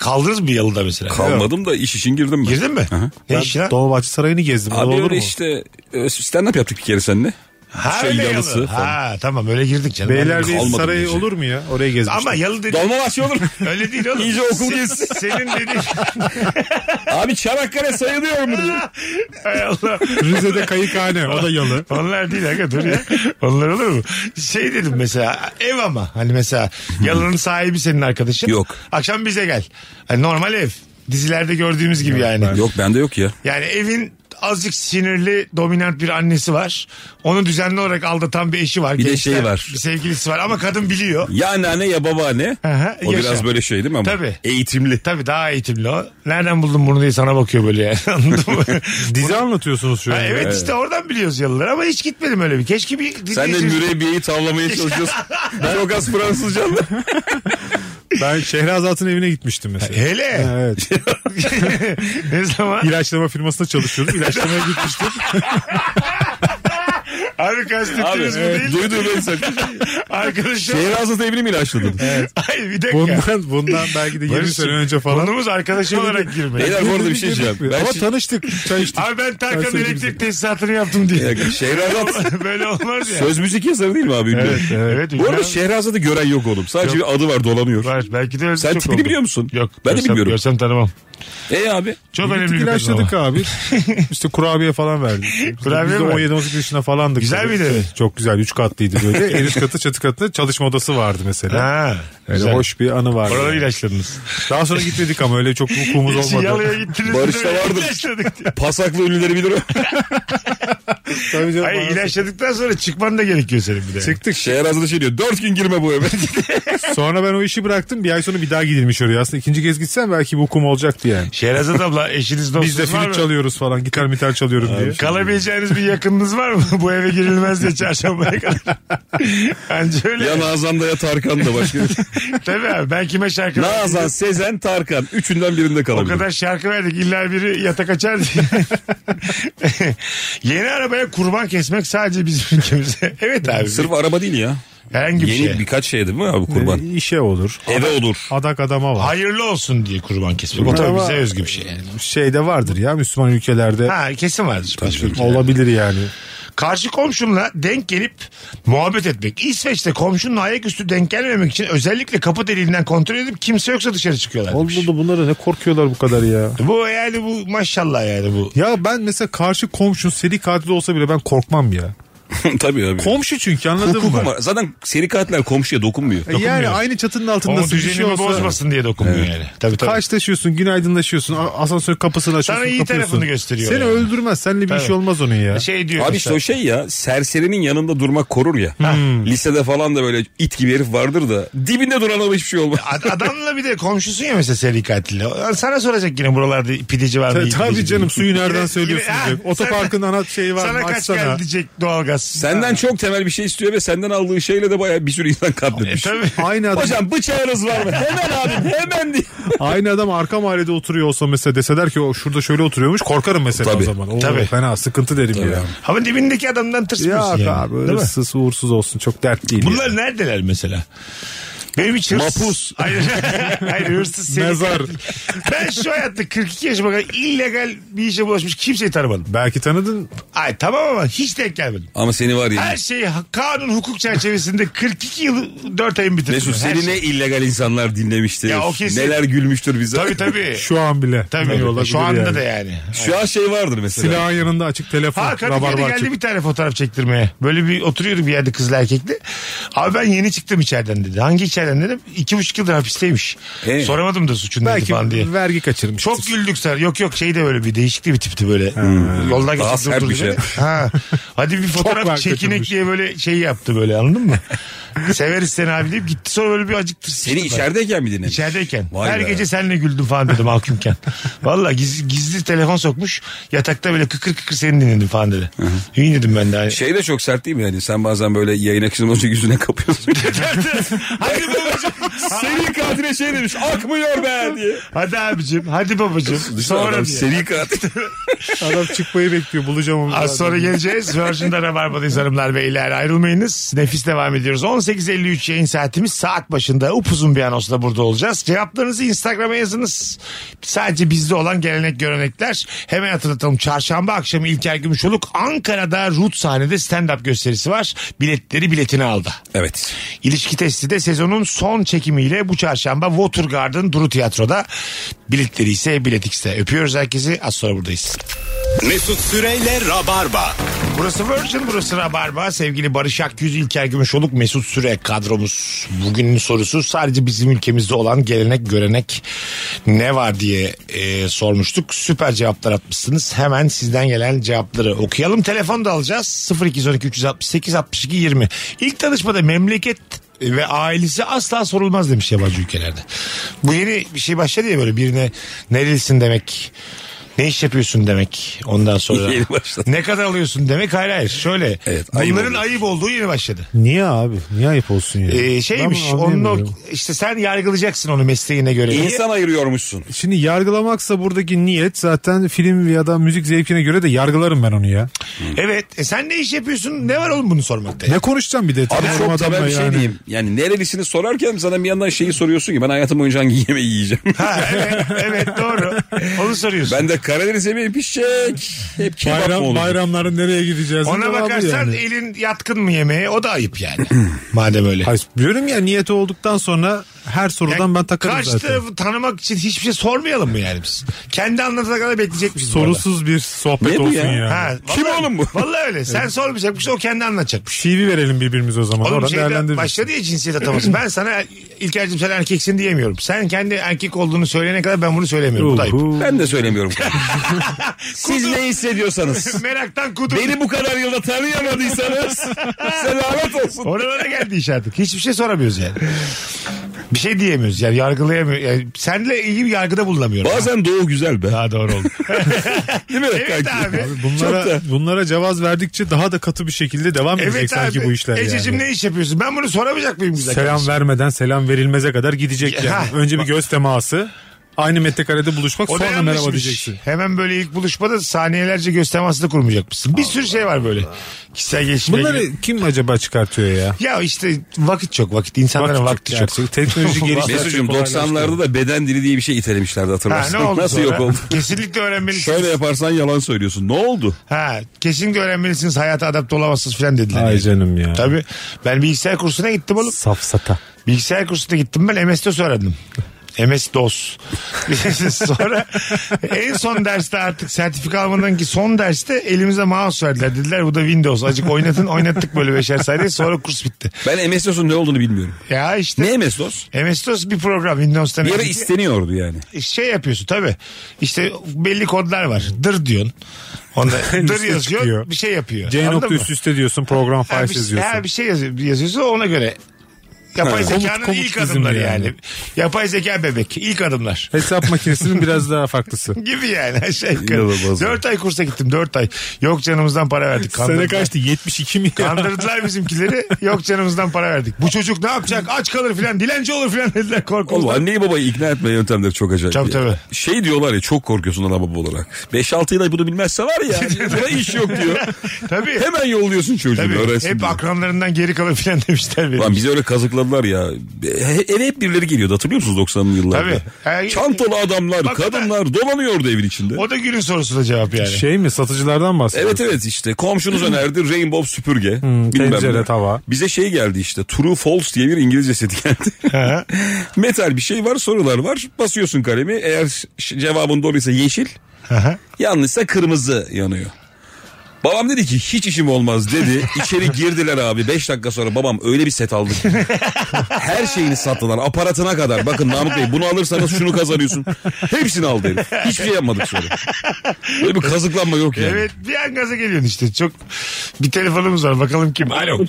[SPEAKER 3] kaldınız mı bir yalıda mesela?
[SPEAKER 4] Kalmadım da iş için girdim ben.
[SPEAKER 3] Girdin mi? Ne işin lan?
[SPEAKER 5] Dolmabahçe Sarayı'nı gezdim.
[SPEAKER 4] Abi
[SPEAKER 5] Abi olur
[SPEAKER 4] öyle
[SPEAKER 5] mu?
[SPEAKER 4] işte e, stand-up yaptık bir kere seninle.
[SPEAKER 3] Ha,
[SPEAKER 4] şey
[SPEAKER 3] öyle
[SPEAKER 4] yalısı
[SPEAKER 3] yalı.
[SPEAKER 4] falan.
[SPEAKER 3] Ha tamam öyle girdik canım.
[SPEAKER 5] Beylerbeyi
[SPEAKER 4] Kalmadım
[SPEAKER 5] sarayı
[SPEAKER 4] gece.
[SPEAKER 5] olur mu ya? Oraya gezmiştim.
[SPEAKER 3] Ama yalı dedi.
[SPEAKER 4] Dolmabahçe olur.
[SPEAKER 3] Öyle değil oğlum.
[SPEAKER 4] İyice okul
[SPEAKER 3] Se-
[SPEAKER 4] gezisi.
[SPEAKER 3] Senin dedi.
[SPEAKER 4] Abi Çanakkale sayılıyor mu diye.
[SPEAKER 3] Hay Allah.
[SPEAKER 5] Rize'de kayıkhane o da yalı.
[SPEAKER 3] Onlar değil aga dur ya. Onlar olur mu? Şey dedim mesela ev ama hani mesela yalının sahibi senin arkadaşın.
[SPEAKER 4] Yok.
[SPEAKER 3] Akşam bize gel. Hani normal ev. Dizilerde gördüğümüz gibi yani.
[SPEAKER 4] Yok bende yok ya.
[SPEAKER 3] Yani evin azıcık sinirli dominant bir annesi var. Onu düzenli olarak aldatan bir eşi var.
[SPEAKER 4] Bir de
[SPEAKER 3] Gençler,
[SPEAKER 4] şeyi var.
[SPEAKER 3] Bir sevgilisi var ama kadın biliyor.
[SPEAKER 4] Ya anneanne ya babaanne.
[SPEAKER 3] Aha,
[SPEAKER 4] o
[SPEAKER 3] yaşa.
[SPEAKER 4] biraz böyle şey değil mi ama?
[SPEAKER 3] Tabii.
[SPEAKER 4] Eğitimli.
[SPEAKER 3] Tabii daha eğitimli o. Nereden buldun bunu diye sana bakıyor böyle yani. Anladın mı?
[SPEAKER 5] Dizi anlatıyorsunuz şu
[SPEAKER 3] Ha,
[SPEAKER 5] an.
[SPEAKER 3] evet, işte oradan biliyoruz yalıları ama hiç gitmedim öyle bir. Keşke bir
[SPEAKER 4] Sen de
[SPEAKER 3] dinleyicimiz-
[SPEAKER 4] mürebbiyeyi tavlamaya çalışıyorsun. Çok az Fransızca anla.
[SPEAKER 5] Ben Şehrazat'ın evine gitmiştim mesela.
[SPEAKER 3] Hele.
[SPEAKER 5] Evet.
[SPEAKER 3] ne zaman?
[SPEAKER 5] İlaçlama firmasında çalışıyordum. İlaçlamaya gitmiştim.
[SPEAKER 3] Abi kastettiğiniz bu değil.
[SPEAKER 4] Duydum ben sen.
[SPEAKER 3] Arkadaşlar.
[SPEAKER 4] Şehrazat evini mi ilaçladın?
[SPEAKER 3] Ay bir dakika.
[SPEAKER 5] Bundan, bundan belki de 20
[SPEAKER 3] Barış'cığım,
[SPEAKER 5] sene önce falan.
[SPEAKER 3] Konumuz arkadaş olarak girme.
[SPEAKER 4] Beyler bu arada bir şey diyeceğim. Ben
[SPEAKER 5] Ama
[SPEAKER 4] şi-
[SPEAKER 5] tanıştık. Çay içtik.
[SPEAKER 3] Abi ben Tarkan'ın
[SPEAKER 5] sevgili
[SPEAKER 3] elektrik
[SPEAKER 5] bizim.
[SPEAKER 3] tesisatını yaptım diye.
[SPEAKER 4] Şehrazat
[SPEAKER 3] Böyle olmaz ya.
[SPEAKER 4] söz müzik yazarı değil mi abi? ünlü?
[SPEAKER 3] Evet, evet.
[SPEAKER 4] Bu arada şey-
[SPEAKER 3] Bilmem.
[SPEAKER 4] Şehrazat'ı gören yok oğlum. Sadece bir adı var dolanıyor.
[SPEAKER 3] Var. Belki de öyle
[SPEAKER 4] Sen
[SPEAKER 3] çok
[SPEAKER 4] tipini
[SPEAKER 3] oldu.
[SPEAKER 4] biliyor musun?
[SPEAKER 3] Yok.
[SPEAKER 4] Ben de
[SPEAKER 3] görsem-
[SPEAKER 4] bilmiyorum.
[SPEAKER 3] Görsem tanımam.
[SPEAKER 4] E abi.
[SPEAKER 3] Çok önemli bir kadın ama.
[SPEAKER 5] İlaçladık abi. İşte kurabiye falan verdik.
[SPEAKER 3] Kurabiye
[SPEAKER 5] Biz de
[SPEAKER 3] mi?
[SPEAKER 5] 17-18 yaşında falandık.
[SPEAKER 3] Güzel
[SPEAKER 5] Tabii.
[SPEAKER 3] miydi?
[SPEAKER 5] Çok güzel. Üç katlıydı böyle. en üst katı çatı katı çalışma odası vardı mesela.
[SPEAKER 3] Ha.
[SPEAKER 5] Öyle
[SPEAKER 3] güzel.
[SPEAKER 5] hoş bir anı vardı.
[SPEAKER 3] Oraları ilaçladınız.
[SPEAKER 5] Daha sonra gitmedik ama öyle çok hukukumuz
[SPEAKER 3] Hiç
[SPEAKER 5] olmadı.
[SPEAKER 3] yalıya gittiniz.
[SPEAKER 4] Barış'ta
[SPEAKER 3] Böyle
[SPEAKER 4] vardır.
[SPEAKER 3] İlaçladık diye.
[SPEAKER 4] Pasaklı ünlüleri bilir o.
[SPEAKER 5] Tabii canım,
[SPEAKER 3] Hayır
[SPEAKER 5] bana-
[SPEAKER 3] ilaçladıktan sonra çıkman da gerekiyor senin bir de.
[SPEAKER 5] Çıktık.
[SPEAKER 4] Şehrazat'ı şey diyor. Dört gün girme bu eve.
[SPEAKER 5] Sonra ben o işi bıraktım. Bir ay sonra bir daha gidilmiş oraya. Aslında ikinci kez gitsem belki bir hukum olacaktı yani.
[SPEAKER 3] Şehrazat abla eşiniz dostunuz
[SPEAKER 5] Biz de
[SPEAKER 3] var mı?
[SPEAKER 5] flüt çalıyoruz falan. Gitar mitar çalıyorum diye.
[SPEAKER 3] Kalabileceğiniz bir yakınınız var mı? Bu eve girilmez diye çarşambaya kadar. Bence öyle.
[SPEAKER 4] ya Nazan da ya Tarkan da başka. şey
[SPEAKER 3] Tabii abi ben kime şarkı
[SPEAKER 4] Nazan, Sezen, Tarkan. Üçünden birinde
[SPEAKER 3] O
[SPEAKER 4] kalabilir.
[SPEAKER 3] kadar şarkı verdik illa biri yatak açar diye. Yeni arabaya kurban kesmek sadece bizim ülkemizde. evet abi.
[SPEAKER 4] Sırf araba değil ya.
[SPEAKER 3] herhangi bir
[SPEAKER 4] Yeni
[SPEAKER 3] şey.
[SPEAKER 4] birkaç şey değil mi abi kurban?
[SPEAKER 5] Ee, İşe olur.
[SPEAKER 4] Eve olur.
[SPEAKER 5] Adak adama var.
[SPEAKER 3] Hayırlı olsun diye kurban kesmek. O tabii
[SPEAKER 5] Merhaba.
[SPEAKER 3] bize özgü bir şey yani.
[SPEAKER 5] Şey de vardır ya Müslüman ülkelerde.
[SPEAKER 3] Ha kesin vardır. başka şey. ülkelerde.
[SPEAKER 5] Olabilir yani.
[SPEAKER 3] Karşı komşunla denk gelip muhabbet etmek. İsveç'te komşunun ayaküstü denk gelmemek için özellikle kapı deliğinden kontrol edip kimse yoksa dışarı çıkıyorlar.
[SPEAKER 5] Oldu da bunlara ne korkuyorlar bu kadar ya.
[SPEAKER 3] Bu yani bu maşallah yani bu.
[SPEAKER 5] Ya ben mesela karşı komşun seri katil olsa bile ben korkmam ya.
[SPEAKER 4] Tabii abi.
[SPEAKER 5] Komşu çünkü anladın
[SPEAKER 4] Hukukum
[SPEAKER 5] mı?
[SPEAKER 4] var. Zaten seri katiller komşuya dokunmuyor.
[SPEAKER 5] E Yani aynı çatının altında
[SPEAKER 3] O
[SPEAKER 5] bir şey
[SPEAKER 3] düzenimi
[SPEAKER 5] olsa.
[SPEAKER 3] bozmasın diye dokunmuyor yani. Tabii tabii.
[SPEAKER 5] Karşılaşıyorsun, günaydınlaşıyorsun, a- asansör kapısını açıyorsun,
[SPEAKER 3] Sana iyi
[SPEAKER 5] kapıyorsun.
[SPEAKER 3] tarafını gösteriyor
[SPEAKER 5] Seni
[SPEAKER 3] yani.
[SPEAKER 5] öldürmez, seninle bir
[SPEAKER 3] Tabii.
[SPEAKER 5] şey olmaz onun ya.
[SPEAKER 3] Şey diyor
[SPEAKER 4] Abi işte
[SPEAKER 3] mesela.
[SPEAKER 4] o şey ya serserinin yanında durmak korur ya. Lisede falan da böyle it gibi herif vardır da dibinde duran ama hiçbir şey olmaz.
[SPEAKER 3] Ad- Adamla bir de komşusun ya mesela seri katille. Lan Sana soracak yine buralarda pideci var mı?
[SPEAKER 5] Ta-
[SPEAKER 3] iyi pideci
[SPEAKER 5] Tabii canım
[SPEAKER 3] değil.
[SPEAKER 5] suyu nereden
[SPEAKER 3] Yine-
[SPEAKER 5] söylüyorsun
[SPEAKER 3] yine-
[SPEAKER 5] diyecek.
[SPEAKER 3] Ha,
[SPEAKER 5] Otoparkın
[SPEAKER 3] sana-
[SPEAKER 5] ana şeyi var
[SPEAKER 3] Sana
[SPEAKER 5] mı
[SPEAKER 3] kaç
[SPEAKER 5] açsana.
[SPEAKER 3] geldi diyecek doğalgaz.
[SPEAKER 4] Senden çok temel bir şey istiyor ve senden aldığı şeyle de bayağı bir sürü insan
[SPEAKER 3] E,
[SPEAKER 4] katletmiş.
[SPEAKER 5] şey-
[SPEAKER 3] tabii.
[SPEAKER 5] Aynı adam,
[SPEAKER 4] Hocam bıçağınız var mı? Hemen abim hemen diye.
[SPEAKER 5] aynı adam arka mahallede oturuyor olsa mesela deseler ki o şurada şöyle oturuyormuş korkarım mesela
[SPEAKER 4] Tabii.
[SPEAKER 5] o zaman. Oo,
[SPEAKER 3] Tabii.
[SPEAKER 5] Fena sıkıntı derim ya.
[SPEAKER 3] Ama dibindeki adamdan
[SPEAKER 5] Ya
[SPEAKER 3] tırsmıyorsun şey yani.
[SPEAKER 5] abi
[SPEAKER 3] Değil mi?
[SPEAKER 5] hırsız uğursuz olsun çok dert değil.
[SPEAKER 3] Bunlar neredeler mesela? Benim hiç hırsız.
[SPEAKER 4] Mapus.
[SPEAKER 3] Hayır, hayır hırsız seri
[SPEAKER 5] Mezar.
[SPEAKER 3] katil. Ben şu hayatta 42 yaşıma kadar illegal bir işe bulaşmış kimseyi tanımadım.
[SPEAKER 5] Belki tanıdın.
[SPEAKER 3] Ay tamam ama hiç denk gelmedim.
[SPEAKER 4] Ama seni var ya.
[SPEAKER 3] Her şeyi ha- kanun hukuk çerçevesinde 42 yıl 4 ayın bitirdim.
[SPEAKER 4] Mesut
[SPEAKER 3] Her
[SPEAKER 4] seni
[SPEAKER 3] şey.
[SPEAKER 4] ne illegal insanlar dinlemiştir.
[SPEAKER 3] Ya o kesin.
[SPEAKER 4] Neler gülmüştür bize.
[SPEAKER 3] Tabii tabii.
[SPEAKER 5] Şu an bile.
[SPEAKER 3] E, Tabii.
[SPEAKER 5] Olabilir
[SPEAKER 3] Şu anda
[SPEAKER 5] yani.
[SPEAKER 3] da yani.
[SPEAKER 4] Şu an şey vardır mesela.
[SPEAKER 5] Silahın yanında açık telefon.
[SPEAKER 3] Ha Kadıköy'de
[SPEAKER 5] rabarbar
[SPEAKER 3] geldi
[SPEAKER 5] açık.
[SPEAKER 3] bir tane fotoğraf çektirmeye. Böyle bir oturuyordu bir yerde kızla erkekli. Abi ben yeni çıktım içeriden dedi. Hangi içeriden dedim. İki buçuk yıldır hapisteymiş.
[SPEAKER 4] Ee?
[SPEAKER 3] Soramadım da suçun neydi
[SPEAKER 5] Belki
[SPEAKER 3] falan diye.
[SPEAKER 5] vergi kaçırmış.
[SPEAKER 3] Çok güldük sen. Yok yok şey de böyle bir değişik de bir tipti böyle. Yoldan
[SPEAKER 4] Daha
[SPEAKER 3] geçip
[SPEAKER 4] sert
[SPEAKER 3] durdu
[SPEAKER 4] bir şey.
[SPEAKER 3] beni. Ha. Hadi bir
[SPEAKER 5] var
[SPEAKER 3] fotoğraf çekinek
[SPEAKER 5] götürmüş.
[SPEAKER 3] diye böyle şey yaptı böyle anladın mı? Severiz seni abi deyip gitti sonra böyle bir acıktır.
[SPEAKER 4] Seni içerideyken mi dinlemiş?
[SPEAKER 3] İçerideyken.
[SPEAKER 4] Vay
[SPEAKER 3] her
[SPEAKER 4] be.
[SPEAKER 3] gece seninle güldüm falan dedim mahkumken. Valla gizli, gizli telefon sokmuş. Yatakta böyle kıkır kıkır seni dinledim falan dedi. İyi dedim ben de. Hani.
[SPEAKER 4] Şey de çok sert değil mi yani? Sen bazen böyle yayın akışında olunca yüzüne kapıyorsun.
[SPEAKER 3] hadi babacım.
[SPEAKER 4] seri katile şey demiş akmıyor be diye.
[SPEAKER 3] hadi abicim. Hadi babacım.
[SPEAKER 4] Sonra
[SPEAKER 3] Sonra
[SPEAKER 4] adam
[SPEAKER 3] diye.
[SPEAKER 4] seri katil.
[SPEAKER 5] Adam çıkmayı bekliyor. Bulacağım onu.
[SPEAKER 3] Az sonra geleceğiz. Virgin'de Rabarba'dayız hanımlar beyler. Ayrılmayınız. Nefis devam ediyoruz. 18.53 yayın saatimiz saat başında upuzun bir anonsla burada olacağız. Cevaplarınızı Instagram'a yazınız. Sadece bizde olan gelenek görenekler. Hemen hatırlatalım. Çarşamba akşamı İlker Gümüşoluk Ankara'da Rut sahnede stand-up gösterisi var. Biletleri biletini aldı.
[SPEAKER 4] Evet.
[SPEAKER 3] İlişki testi de sezonun son çekimiyle bu çarşamba Watergarden Duru Tiyatro'da. Biletleri ise Bilet X'te. Öpüyoruz herkesi. Az sonra buradayız.
[SPEAKER 2] Mesut Süreyle Rabarba.
[SPEAKER 3] Burası Virgin, burası Rabarba. Sevgili Barış Akyüz, İlker Gümüşoluk, Mesut Süre kadromuz. Bugünün sorusu sadece bizim ülkemizde olan gelenek görenek ne var diye e, sormuştuk. Süper cevaplar atmışsınız. Hemen sizden gelen cevapları okuyalım. Telefon da alacağız. 0212 368 62 20. İlk tanışmada memleket ve ailesi asla sorulmaz demiş yabancı ülkelerde. Bu yeni bir şey başladı ya böyle birine nerelisin demek Ne iş yapıyorsun demek ondan sonra.
[SPEAKER 4] Yeni başladı.
[SPEAKER 3] Ne kadar alıyorsun demek hayır hayır şöyle.
[SPEAKER 4] Evet, ayıp
[SPEAKER 3] Bunların
[SPEAKER 4] oluyor.
[SPEAKER 3] ayıp olduğu yeni başladı.
[SPEAKER 5] Niye abi? Niye ayıp olsun ya?
[SPEAKER 3] Ee, şeymiş
[SPEAKER 5] Ben bunu
[SPEAKER 3] onun o,
[SPEAKER 5] anlayamıyorum.
[SPEAKER 3] işte sen yargılayacaksın onu mesleğine göre.
[SPEAKER 4] İnsan ayırıyormuşsun.
[SPEAKER 5] Şimdi yargılamaksa buradaki niyet zaten film ya da müzik zevkine göre de yargılarım ben onu ya.
[SPEAKER 3] Evet e sen ne iş yapıyorsun ne var oğlum bunu sormakta. ya?
[SPEAKER 5] Ne konuşacağım bir de?
[SPEAKER 4] E, Abi
[SPEAKER 5] tanımadığım
[SPEAKER 4] çok da ben
[SPEAKER 5] adamla
[SPEAKER 4] bir şey
[SPEAKER 5] yani.
[SPEAKER 4] diyeyim. Yani nerelisini sorarken sana bir yandan şeyi soruyorsun ki ben hayatım boyunca hangi yemeği yiyeceğim.
[SPEAKER 3] Ha, evet, evet doğru onu soruyorsun.
[SPEAKER 4] ben de Karadeniz yemeği pişecek. Hep kebap mı
[SPEAKER 5] Bayram,
[SPEAKER 4] olur?
[SPEAKER 5] bayramların nereye gideceğiz?
[SPEAKER 3] Ona
[SPEAKER 5] Cevabı
[SPEAKER 3] bakarsan e-
[SPEAKER 5] yani.
[SPEAKER 3] elin yatkın mı yemeğe o da ayıp yani. Madem öyle.
[SPEAKER 5] Hayır, diyorum ya niyeti olduktan sonra her sorudan
[SPEAKER 3] Yani
[SPEAKER 5] ben takarım
[SPEAKER 3] karşı
[SPEAKER 5] zaten.
[SPEAKER 3] tarafı tanımak için hiçbir şey sormayalım mı yani biz? Kendi anlatana kadar bekleyecekmişiz. bu
[SPEAKER 5] Sorusuz bir sohbet
[SPEAKER 4] Ne bu
[SPEAKER 5] olsun
[SPEAKER 4] ya?
[SPEAKER 5] ya.
[SPEAKER 3] arada.
[SPEAKER 4] Kim
[SPEAKER 3] vallahi-
[SPEAKER 4] oğlum bu?
[SPEAKER 3] Vallahi öyle. Sen sormayacakmış o kendi anlatacakmış.
[SPEAKER 5] CV verelim birbirimize o zaman.
[SPEAKER 3] Oğlum şey
[SPEAKER 5] Oradan
[SPEAKER 3] şeyde
[SPEAKER 5] değerlendiririz.
[SPEAKER 3] başladı ya cinsiyet ataması. Ben sana İlker'cim sen erkeksin diyemiyorum. Sen kendi erkek olduğunu söyleyene kadar ben bunu söylemiyorum. Bu da ayıp.
[SPEAKER 5] Uhu.
[SPEAKER 4] Ben de söylemiyorum. Siz ne hissediyorsanız.
[SPEAKER 3] Meraktan kudur.
[SPEAKER 4] Beni bu kadar yılda tanıyamadıysanız selamet olsun.
[SPEAKER 3] Oralara geldi iş artık. Hiçbir şey soramıyoruz yani. Bir şey diyemiyoruz yani yargılayamıyoruz. Yani senle iyi bir yargıda bulunamıyorum.
[SPEAKER 4] Bazen doğu güzel be.
[SPEAKER 3] Daha doğru oldu.
[SPEAKER 4] Değil mi?
[SPEAKER 3] evet
[SPEAKER 4] kanki?
[SPEAKER 3] abi.
[SPEAKER 5] Bunlara, bunlara cevaz verdikçe daha da katı bir şekilde devam edecek
[SPEAKER 3] Evet
[SPEAKER 5] sanki
[SPEAKER 3] abi.
[SPEAKER 5] bu işler
[SPEAKER 3] Ececiğim
[SPEAKER 5] yani.
[SPEAKER 3] ne iş yapıyorsun? Ben bunu soramayacak mıyım güzel
[SPEAKER 5] Selam
[SPEAKER 3] kardeşim?
[SPEAKER 5] vermeden selam verilmeze kadar gidecek
[SPEAKER 3] Ya,
[SPEAKER 5] yani. Önce bir göz teması. Aynı metrekarede buluşmak
[SPEAKER 3] O da
[SPEAKER 5] sonra
[SPEAKER 3] yanlışmış.
[SPEAKER 5] merhaba diyeceksin.
[SPEAKER 3] Hemen böyle ilk buluşmada saniyelerce göz teması da kurmayacak mısın? Bir sürü şey var böyle. Kişisel gelişimle
[SPEAKER 5] Bunları
[SPEAKER 3] ilgili.
[SPEAKER 5] kim acaba çıkartıyor ya?
[SPEAKER 3] Ya işte vakit çok vakit. İnsanların vakti çok.
[SPEAKER 5] gerçekten. Teknoloji gelişti.
[SPEAKER 4] Mesut'cum 90'larda da beden dili diye bir şey itelemişlerdi
[SPEAKER 3] Ha,
[SPEAKER 4] hatırlarsın.
[SPEAKER 3] ne oldu
[SPEAKER 4] Nasıl
[SPEAKER 3] sonra?
[SPEAKER 4] yok oldu?
[SPEAKER 3] Kesinlikle öğrenmelisin.
[SPEAKER 4] Şöyle yaparsan yalan söylüyorsun. Ne oldu?
[SPEAKER 3] Ha, kesinlikle öğrenmelisiniz. Hayata adapte olamazsınız falan dediler.
[SPEAKER 5] Ay
[SPEAKER 3] yani.
[SPEAKER 5] canım ya.
[SPEAKER 3] Tabii. Ben bilgisayar kursuna gittim oğlum.
[SPEAKER 5] Safsata.
[SPEAKER 3] Bilgisayar kursuna gittim ben MS'de öğrendim. MS DOS. Sonra en son derste artık sertifika almadan ki son derste elimize mouse verdiler. Dediler bu da Windows. Acık oynatın oynattık böyle beşer sayede sonra kurs bitti.
[SPEAKER 4] Ben MSOS'un ne olduğunu bilmiyorum.
[SPEAKER 3] Ya işte.
[SPEAKER 4] Ne MSOS?
[SPEAKER 3] MS DOS bir program Windows'tan.
[SPEAKER 4] Bir ara
[SPEAKER 3] önceki.
[SPEAKER 4] isteniyordu yani.
[SPEAKER 3] şey yapıyorsun tabi. İşte belli kodlar var. Dır diyorsun. Onda dır
[SPEAKER 5] Üstü
[SPEAKER 3] yazıyor
[SPEAKER 5] çıkıyor.
[SPEAKER 3] bir şey yapıyor.
[SPEAKER 5] C
[SPEAKER 3] Anladın
[SPEAKER 5] nokta
[SPEAKER 3] mı?
[SPEAKER 5] üst üste diyorsun program
[SPEAKER 3] Ha,
[SPEAKER 5] file
[SPEAKER 3] bir, ha,
[SPEAKER 5] yazıyorsun.
[SPEAKER 3] bir şey yazıyor, yazıyorsa ona göre. Yapay
[SPEAKER 4] Ha.
[SPEAKER 3] zekanın
[SPEAKER 5] Komut- komut
[SPEAKER 3] ilk
[SPEAKER 5] çizimi
[SPEAKER 3] adımları yani.
[SPEAKER 5] yani.
[SPEAKER 3] Yapay zeka bebek ilk adımlar.
[SPEAKER 5] Hesap makinesinin biraz daha farklısı.
[SPEAKER 3] Gibi yani aşağı yukarı.
[SPEAKER 4] İnanılmaz.
[SPEAKER 3] Dört ay kursa gittim dört ay. Yok canımızdan para verdik.
[SPEAKER 5] Sene kaçtı? 72 mi? ya?
[SPEAKER 3] Kandırdılar bizimkileri. Yok canımızdan para verdik. Bu çocuk ne yapacak? Aç kalır filan. Dilenci olur filan dediler
[SPEAKER 4] Oğlum
[SPEAKER 3] korkuldu.
[SPEAKER 4] anneyi babayı ikna etme yöntemleri çok acayip.
[SPEAKER 3] Tabii,
[SPEAKER 4] ya.
[SPEAKER 3] tabii.
[SPEAKER 4] Şey diyorlar ya çok korkuyorsun ana baba olarak. 5-6 yıl bunu bilmezse var ya. buna iş yok diyor.
[SPEAKER 3] Tabii.
[SPEAKER 4] Hemen yolluyorsun çocuğu.
[SPEAKER 3] Tabii.
[SPEAKER 4] öğrensin
[SPEAKER 3] Hep
[SPEAKER 4] diye.
[SPEAKER 3] akranlarından geri kalır filan demişler benim.
[SPEAKER 4] Lan bizi öyle kazıkladılar ya. He- Eve hep birileri geliyordu hatırlıyor musunuz 90'lı yıllarda?
[SPEAKER 3] Tabii. Yani-
[SPEAKER 4] Çantalı adamlar,
[SPEAKER 3] Bak-
[SPEAKER 4] kadınlar dolanıyordu evin içinde.
[SPEAKER 3] O da günün sorusuna cevap yani.
[SPEAKER 5] Şey mi satıcılardan bahsediyorsun? Hmm,
[SPEAKER 4] Evet evet işte komşunuz önerdi Rainbow süpürge. bilmem
[SPEAKER 5] tencere,
[SPEAKER 4] ne.
[SPEAKER 5] tava.
[SPEAKER 4] Bize şey geldi işte True False diye bir İngilizce seti geldi. Metal bir şey var sorular var. Basıyorsun kalemi eğer ş- cevabın doğruysa yeşil
[SPEAKER 3] Aha.
[SPEAKER 4] yanlışsa kırmızı yanıyor. Babam dedi ki hiç işim olmaz dedi. İçeri girdiler abi. 5 dakika sonra babam öyle bir set aldı. ki. Her şeyini sattılar. Aparatına kadar. Bakın Namık Bey bunu alırsanız şunu kazanıyorsun. Hepsini aldı herif. Hiçbir şey yapmadık sonra. Böyle bir kazıklanma yok yani.
[SPEAKER 3] Evet bir an gaza geliyorsun işte. Çok bir telefonumuz var bakalım kim. Alo.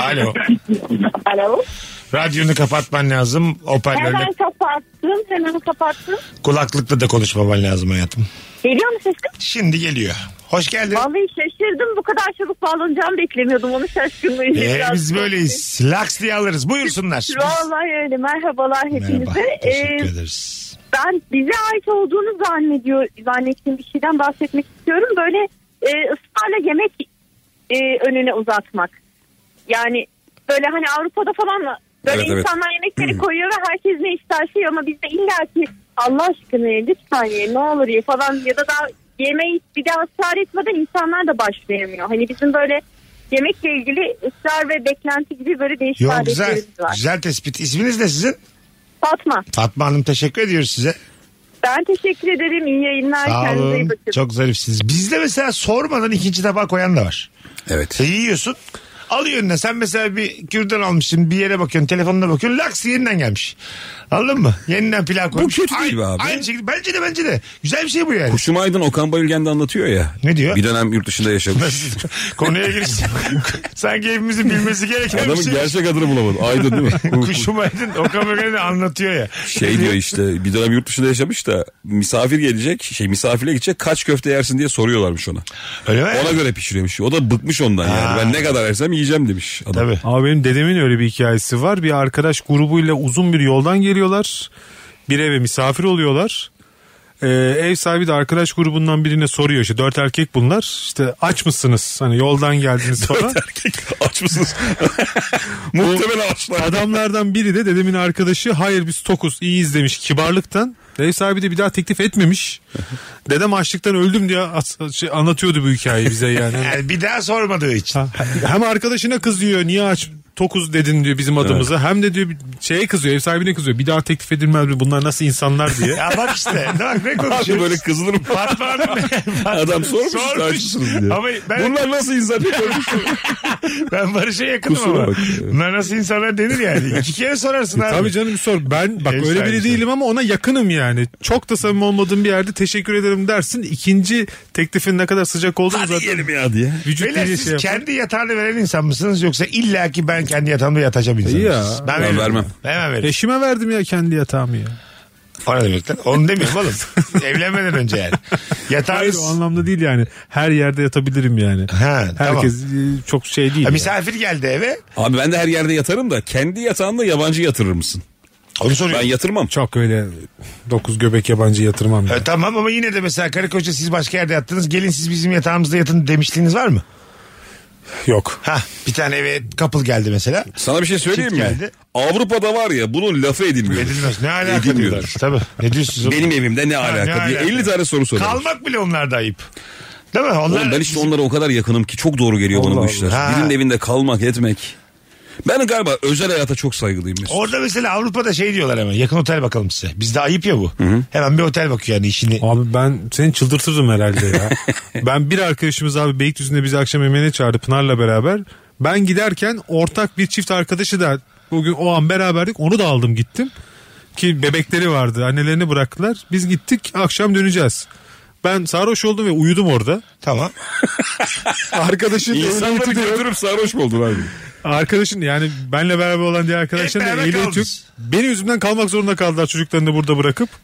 [SPEAKER 3] Alo.
[SPEAKER 9] Alo.
[SPEAKER 3] Radyonu kapatman lazım. Hoparlörle
[SPEAKER 9] Hemen kapattım. Hemen kapattım.
[SPEAKER 3] kulaklıkla da konuşmaman lazım hayatım.
[SPEAKER 9] Geliyor mu sesim?
[SPEAKER 3] Şimdi geliyor. Hoş geldin.
[SPEAKER 9] Vallahi şaşırdım. Bu kadar çabuk bağlanacağımı beklemiyordum. Onun şaşkınlığı.
[SPEAKER 3] Ee,
[SPEAKER 9] Biraz-
[SPEAKER 3] biz böyleyiz. Laks diye alırız. Buyursunlar. Biz-
[SPEAKER 9] Vallahi öyle. Merhabalar
[SPEAKER 3] Merhaba.
[SPEAKER 9] hepinize.
[SPEAKER 3] Teşekkür
[SPEAKER 9] Ee,
[SPEAKER 3] ederiz.
[SPEAKER 9] ben bize ait olduğunu zannediyor, zannettiğim bir şeyden bahsetmek istiyorum. Böyle e, ısrarla yemek e, önüne uzatmak. Yani böyle hani Avrupa'da falan böyle
[SPEAKER 4] Evet, evet.
[SPEAKER 9] insanlar
[SPEAKER 3] Hmm.
[SPEAKER 9] yemekleri koyuyor ve herkes ne isterse yiyor ama bizde illaki Allah aşkına ye, lütfen ye, ne olur ye falan ya da daha yemeği bir daha ısrar etmeden insanlar da başlayamıyor. Hani bizim böyle yemekle ilgili ısrar ve beklenti gibi böyle değişik
[SPEAKER 3] Yo, güzel.
[SPEAKER 9] adetlerimiz var.
[SPEAKER 3] Güzel tespit. İsminiz ne sizin?
[SPEAKER 9] Fatma
[SPEAKER 3] Fatma Hanım teşekkür ediyoruz size.
[SPEAKER 9] ben teşekkür ederim. İyi yayınlar.
[SPEAKER 3] Sağ
[SPEAKER 9] Kendinize iyi
[SPEAKER 3] olun.
[SPEAKER 9] bakın.
[SPEAKER 3] Çok zarifsiniz. Bizde mesela sormadan ikinci tabağa koyan da var.
[SPEAKER 4] Evet.
[SPEAKER 3] E, yiyorsun. Alıyor önüne. Sen mesela bir kürdan almışsın bir yere bakıyorsun telefonuna bakıyorsun. Laks yeniden gelmiş. Anladın mı? Yeniden pilav koymuş.
[SPEAKER 4] kötü değil be abi.
[SPEAKER 3] Aynı şekilde. Bence de bence de. Güzel bir şey bu yani.
[SPEAKER 4] Kuşum Aydın Okan Bayülgen de anlatıyor ya.
[SPEAKER 3] Ne diyor? şey
[SPEAKER 4] Bir dönem yurt dışında yaşamış.
[SPEAKER 3] Konuya giriş. Sanki hepimizin bilmesi gereken bir
[SPEAKER 4] Adamın
[SPEAKER 3] şey.
[SPEAKER 4] gerçek adını bulamadım. Aydın değil mi?
[SPEAKER 3] Kuşum aydın. Okan Bögen'i de anlatıyor ya.
[SPEAKER 4] Şey diyor işte bir dönem yurt dışında yaşamış da misafir gelecek şey misafire gidecek kaç köfte yersin diye soruyorlarmış ona.
[SPEAKER 3] Öyle mi?
[SPEAKER 4] Ona göre pişiriyormuş. O da bıkmış ondan
[SPEAKER 3] Ha.
[SPEAKER 4] yani. Ben ne kadar yersem yiyeceğim demiş adam.
[SPEAKER 3] Tabii.
[SPEAKER 5] Abi benim dedemin öyle bir hikayesi var. Bir arkadaş grubuyla uzun bir yoldan geliyorlar. Bir eve misafir oluyorlar. Ee, ev sahibi de arkadaş grubundan birine soruyor işte dört erkek bunlar işte aç mısınız hani yoldan geldiniz falan.
[SPEAKER 4] Aç mısınız? Muhtemelen açlar.
[SPEAKER 5] Adamlardan biri de dedemin arkadaşı hayır biz tokuz iyiyiz demiş kibarlıktan. Ev sahibi de bir daha teklif etmemiş. Dedem açlıktan öldüm diye as- şey anlatıyordu bu hikayeyi bize yani.
[SPEAKER 3] Yani bir daha sormadığı için.
[SPEAKER 5] Ha, hem arkadaşına kızıyor niye aç tokuz dedin diyor bizim adımıza. Hem de diyor bir şeye kızıyor ev sahibine kızıyor. Bir daha teklif edilmez mi bunlar nasıl insanlar diye.
[SPEAKER 3] Ya bak işte. Bak ne
[SPEAKER 4] Abi
[SPEAKER 3] konuşuyoruz?
[SPEAKER 4] böyle kızılır mı?
[SPEAKER 3] Fatma Hanım.
[SPEAKER 4] Adam sormuş, işte
[SPEAKER 3] Sormuş.
[SPEAKER 4] aç mısınız diye.
[SPEAKER 3] Ama ben-
[SPEAKER 4] Bunlar nasıl insan?
[SPEAKER 3] Ben Barış'a yakınım
[SPEAKER 4] Kusura
[SPEAKER 3] ama.
[SPEAKER 4] bak. E,
[SPEAKER 3] Bunlar nasıl insanlar denir yani. İki kere sorarsın abi.
[SPEAKER 5] Tabii canım bir sor. Ben bak
[SPEAKER 3] Ev
[SPEAKER 5] öyle
[SPEAKER 3] sahibi
[SPEAKER 5] biri
[SPEAKER 3] sor.
[SPEAKER 5] değilim ama ona yakınım yani. Çok da samimi olmadığım bir yerde teşekkür ederim dersin. İkinci teklifin ne kadar sıcak olduğunu zaten
[SPEAKER 4] ya diye.
[SPEAKER 5] vücut
[SPEAKER 3] Beyler
[SPEAKER 5] dili
[SPEAKER 3] siz
[SPEAKER 5] şey yapar.
[SPEAKER 3] kendi yatağını veren insan mısınız yoksa illaki ben kendi yatağımda yatacağım insan
[SPEAKER 5] Ya.
[SPEAKER 3] mısınız?
[SPEAKER 4] Ben
[SPEAKER 3] veririm.
[SPEAKER 4] vermem.
[SPEAKER 3] Hemen veririm.
[SPEAKER 5] Eşime verdim ya kendi yatağımı ya.
[SPEAKER 3] Para demek lan. Onu demiyorum oğlum. Evlenmeden önce yani.
[SPEAKER 5] Hayır
[SPEAKER 3] Yatağınız...
[SPEAKER 5] o anlamda değil yani. Her yerde yatabilirim yani.
[SPEAKER 3] Ha, tamam.
[SPEAKER 5] Herkes e, çok şey değil.
[SPEAKER 3] Ha,
[SPEAKER 5] yani.
[SPEAKER 3] misafir geldi eve.
[SPEAKER 4] Abi ben de her yerde yatarım da kendi yatağında yabancı yatırır mısın?
[SPEAKER 3] Onu
[SPEAKER 4] Ben
[SPEAKER 3] soruyorum.
[SPEAKER 4] yatırmam.
[SPEAKER 5] Çok öyle dokuz göbek yabancı yatırmam. ya.
[SPEAKER 3] E, tamam ama yine de mesela karı koca siz başka yerde yattınız. Gelin siz bizim yatağımızda yatın demişliğiniz var mı?
[SPEAKER 5] Yok.
[SPEAKER 3] Ha bir tane eve kapıl geldi mesela.
[SPEAKER 4] Sana bir şey söyleyeyim mi?
[SPEAKER 3] Çift geldi.
[SPEAKER 4] Avrupa'da var ya bunun lafı edilmiyor.
[SPEAKER 3] Edilmez. Ne alaka
[SPEAKER 4] Edilmiyor.
[SPEAKER 3] diyorlar. Tabii. Ne diyorsunuz? oğlum?
[SPEAKER 4] Benim evimde ne
[SPEAKER 3] Ha,
[SPEAKER 4] alaka
[SPEAKER 3] ne
[SPEAKER 4] diye
[SPEAKER 3] alaka?
[SPEAKER 4] 50 tane soru soruyorum.
[SPEAKER 3] Kalmak bile onlarda ayıp. Değil mi? Onlar
[SPEAKER 4] Oğlum ben işte onlara o kadar yakınım ki çok doğru geliyor bana bu işler.
[SPEAKER 3] Allah. Ha.
[SPEAKER 4] Birinin evinde kalmak etmek. Ben galiba özel hayata çok saygılıyım. Mesut.
[SPEAKER 3] Orada mesela Avrupa'da şey diyorlar hemen yakın otel bakalım size. Bizde ayıp ya bu. Hemen bir otel bakıyor yani işini.
[SPEAKER 5] Abi ben seni çıldırtırdım herhalde ya. ben bir arkadaşımız abi Beylikdüzü'nde bizi akşam yemeğine çağırdı Pınar'la beraber. Ben giderken ortak bir çift arkadaşı da bugün o an beraberdik onu da aldım gittim. Ki bebekleri vardı annelerini bıraktılar. Biz gittik akşam döneceğiz. Ben sarhoş oldum ve uyudum orada.
[SPEAKER 3] Tamam.
[SPEAKER 5] Arkadaşın
[SPEAKER 4] İnsanları götürüp sarhoş mu oldun abi?
[SPEAKER 5] Arkadaşın yani benle beraber olan diğer arkadaşın da
[SPEAKER 3] Hep beraber
[SPEAKER 5] ehliyet yok.
[SPEAKER 3] kaldınız.
[SPEAKER 5] Benim yüzümden kalmak zorunda kaldılar çocuklarını da burada bırakıp.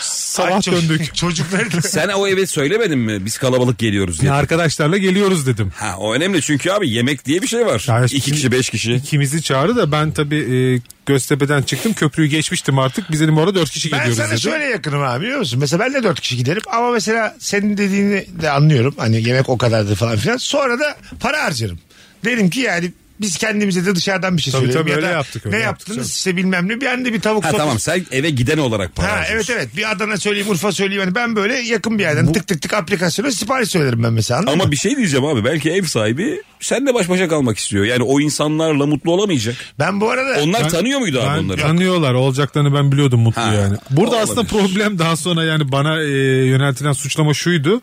[SPEAKER 5] Sabah
[SPEAKER 3] Ay, ço-
[SPEAKER 5] döndük.
[SPEAKER 3] Çocukları da.
[SPEAKER 4] Sen o eve söylemedin mi? Biz kalabalık geliyoruz diye.
[SPEAKER 5] Yani arkadaşlarla geliyoruz dedim.
[SPEAKER 4] Ha o önemli çünkü abi yemek diye bir şey var.
[SPEAKER 5] Ya
[SPEAKER 4] İki
[SPEAKER 5] şimdi-
[SPEAKER 4] kişi beş kişi.
[SPEAKER 5] İkimizi çağırdı da ben tabii e, Göztepe'den çıktım. Köprüyü geçmiştim artık. Biz dedim orada dört kişi
[SPEAKER 3] Ben
[SPEAKER 5] geliyoruz
[SPEAKER 3] sana
[SPEAKER 5] dedi.
[SPEAKER 3] şöyle yakınım abi biliyor musun? Mesela ben de dört kişi giderim ama mesela senin dediğini de anlıyorum. Hani yemek o kadardı falan filan. Sonra da para harcarım. Derim ki yani biz kendimize de dışarıdan bir şey
[SPEAKER 5] Tabii
[SPEAKER 3] söyleyelim.
[SPEAKER 5] tabii,
[SPEAKER 3] Ya
[SPEAKER 5] öyle
[SPEAKER 3] da
[SPEAKER 5] yaptık, öyle
[SPEAKER 3] ne
[SPEAKER 5] yaptık
[SPEAKER 3] yaptınız
[SPEAKER 5] canım.
[SPEAKER 3] işte bilmem ne. Bir anda bir tavuk
[SPEAKER 4] Ha
[SPEAKER 3] sokup-
[SPEAKER 4] tamam sen eve giden olarak para
[SPEAKER 3] Ha, evet
[SPEAKER 4] harcıyorsun.
[SPEAKER 3] evet bir Adana söyleyeyim Urfa söyleyeyim. Yani ben böyle yakın bir yerden tık tık tık aplikasyona sipariş söylerim ben mesela. anladın mı?
[SPEAKER 4] Ama bir şey diyeceğim abi belki ev sahibi senle baş başa kalmak istiyor. Yani o insanlarla mutlu olamayacak.
[SPEAKER 3] Ben bu arada
[SPEAKER 4] Onlar tanıyor muydu abi
[SPEAKER 5] Ben
[SPEAKER 4] onları?
[SPEAKER 5] tanıyorlar olacaklarını ben biliyordum mutlu
[SPEAKER 4] Ha,
[SPEAKER 5] yani. Burada
[SPEAKER 4] olabilir.
[SPEAKER 5] aslında problem daha sonra yani bana e, yöneltilen suçlama şuydu.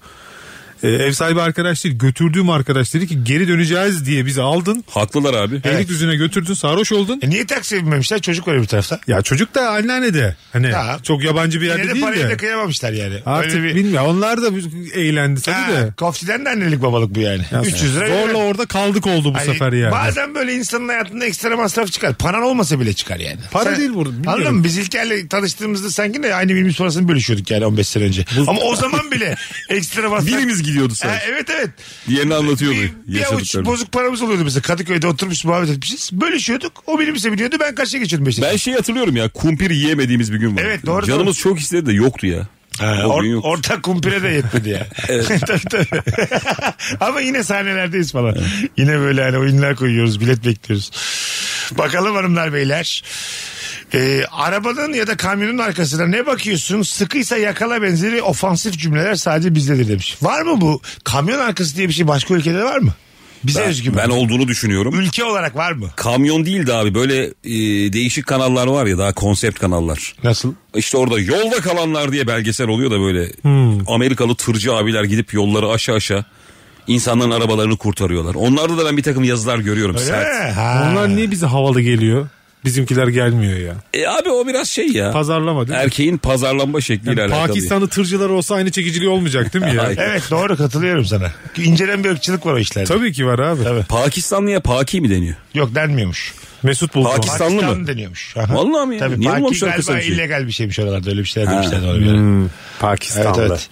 [SPEAKER 5] E, ev sahibi arkadaş değil götürdüğüm arkadaş dedi ki geri döneceğiz diye bizi aldın.
[SPEAKER 4] Haklılar abi. Hani
[SPEAKER 5] Beylikdüzü'ne götürdün sarhoş oldun.
[SPEAKER 3] E niye taksiye binmemişler? Çocuk var bir tarafta.
[SPEAKER 5] Ya çocuk da anneanne de hani
[SPEAKER 3] Ya.
[SPEAKER 5] çok yabancı bir
[SPEAKER 3] Yine
[SPEAKER 5] yerde
[SPEAKER 3] de
[SPEAKER 5] değil
[SPEAKER 3] parayı da
[SPEAKER 5] de.
[SPEAKER 3] kıyamamışlar yani.
[SPEAKER 5] Artık
[SPEAKER 3] Öyle bir...
[SPEAKER 5] bilmiyorum onlar da bir- eğlendi
[SPEAKER 3] Ha,
[SPEAKER 5] tabii de.
[SPEAKER 3] Koftiden de annelik babalık bu yani.
[SPEAKER 5] Ya
[SPEAKER 3] 300 lira.
[SPEAKER 5] Zorla
[SPEAKER 3] veriyor.
[SPEAKER 5] orada kaldık oldu bu
[SPEAKER 3] Hani
[SPEAKER 5] sefer yani.
[SPEAKER 3] Bazen böyle insanın hayatında ekstra masraf çıkar. Paran olmasa bile çıkar yani.
[SPEAKER 5] Para değil burada, bilmiyorum.
[SPEAKER 3] Anladın mı? Biz İlker'le tanıştığımızda sanki de aynı birimiz parasını bölüşüyorduk yani 15 sene önce. Ama o zaman bile ekstra masraf.
[SPEAKER 4] Birimiz gidiyordu
[SPEAKER 3] Ha,
[SPEAKER 4] sanki.
[SPEAKER 3] evet evet.
[SPEAKER 4] Diğerini anlatıyordu.
[SPEAKER 3] Bir, bir avuç
[SPEAKER 4] yaşadıklarını.
[SPEAKER 3] bozuk paramız oluyordu mesela. Kadıköy'de oturmuş muhabbet etmişiz. Bölüşüyorduk. O birimize biniyordu. Ben kaçta geçiyordum beşte?
[SPEAKER 4] Ben şey hatırlıyorum ya kumpir yiyemediğimiz bir gün var.
[SPEAKER 3] Evet, doğru,
[SPEAKER 4] Canımız çok istedi de yoktu ya.
[SPEAKER 3] Ha,
[SPEAKER 4] O
[SPEAKER 3] or-
[SPEAKER 4] gün yok.
[SPEAKER 3] ortak kumpire de yetmedi ya. tabii, tabii. Ama yine sahnelerdeyiz falan. yine böyle hani oyunlar koyuyoruz, bilet bekliyoruz. Bakalım hanımlar beyler. Ee, arabanın ya da kamyonun arkasına ne bakıyorsun? Sıkıysa yakala benzeri ofansif cümleler sadece bizdedir demiş. Var mı bu? Kamyon arkası diye bir şey başka ülkede var mı? Bize
[SPEAKER 4] ben,
[SPEAKER 3] özgü mü?
[SPEAKER 4] ben olduğunu düşünüyorum.
[SPEAKER 3] Ülke olarak var mı?
[SPEAKER 4] Kamyon değildi abi böyle e, değişik kanallar var ya daha konsept kanallar.
[SPEAKER 3] Nasıl?
[SPEAKER 4] İşte orada yolda
[SPEAKER 3] Hmm.
[SPEAKER 4] kalanlar diye belgesel oluyor da böyle Amerikalı tırcı abiler gidip yolları aşağı aşağı insanların arabalarını kurtarıyorlar. Onlarda da ben bir takım yazılar görüyorum
[SPEAKER 3] Öyle
[SPEAKER 4] sert.
[SPEAKER 3] mi? Ha.
[SPEAKER 5] Onlar niye bize havalı geliyor? Bizimkiler gelmiyor ya.
[SPEAKER 4] E abi o biraz şey ya.
[SPEAKER 5] Pazarlama değil mi?
[SPEAKER 4] Erkeğin pazarlanma şekliyle
[SPEAKER 5] Yani
[SPEAKER 4] alakalı.
[SPEAKER 5] Pakistanlı tırcılar olsa aynı çekiciliği olmayacak değil mi ya?
[SPEAKER 4] Hayır.
[SPEAKER 3] Evet doğru katılıyorum sana. İncelen bir ırkçılık var o işlerde.
[SPEAKER 5] Tabii ki var abi.
[SPEAKER 3] Tabii.
[SPEAKER 4] Pakistanlıya Paki mi deniyor?
[SPEAKER 3] Yok denmiyormuş.
[SPEAKER 5] Mesut buldu.
[SPEAKER 4] Pakistan-
[SPEAKER 5] onu.
[SPEAKER 4] Pakistanlı mı?
[SPEAKER 3] Pakistan deniyormuş. Aha.
[SPEAKER 4] Vallahi mi ya?
[SPEAKER 3] Tabii,
[SPEAKER 4] Niye
[SPEAKER 3] Paki
[SPEAKER 4] bulmamışlar kısa
[SPEAKER 3] galiba
[SPEAKER 4] bir şey?
[SPEAKER 3] illegal bir şeymiş oralarda öyle bir şeyler demişler. Doğru bir
[SPEAKER 4] Hmm.
[SPEAKER 3] yere. Evet
[SPEAKER 5] Hmm. Pakistanlı.
[SPEAKER 3] evet.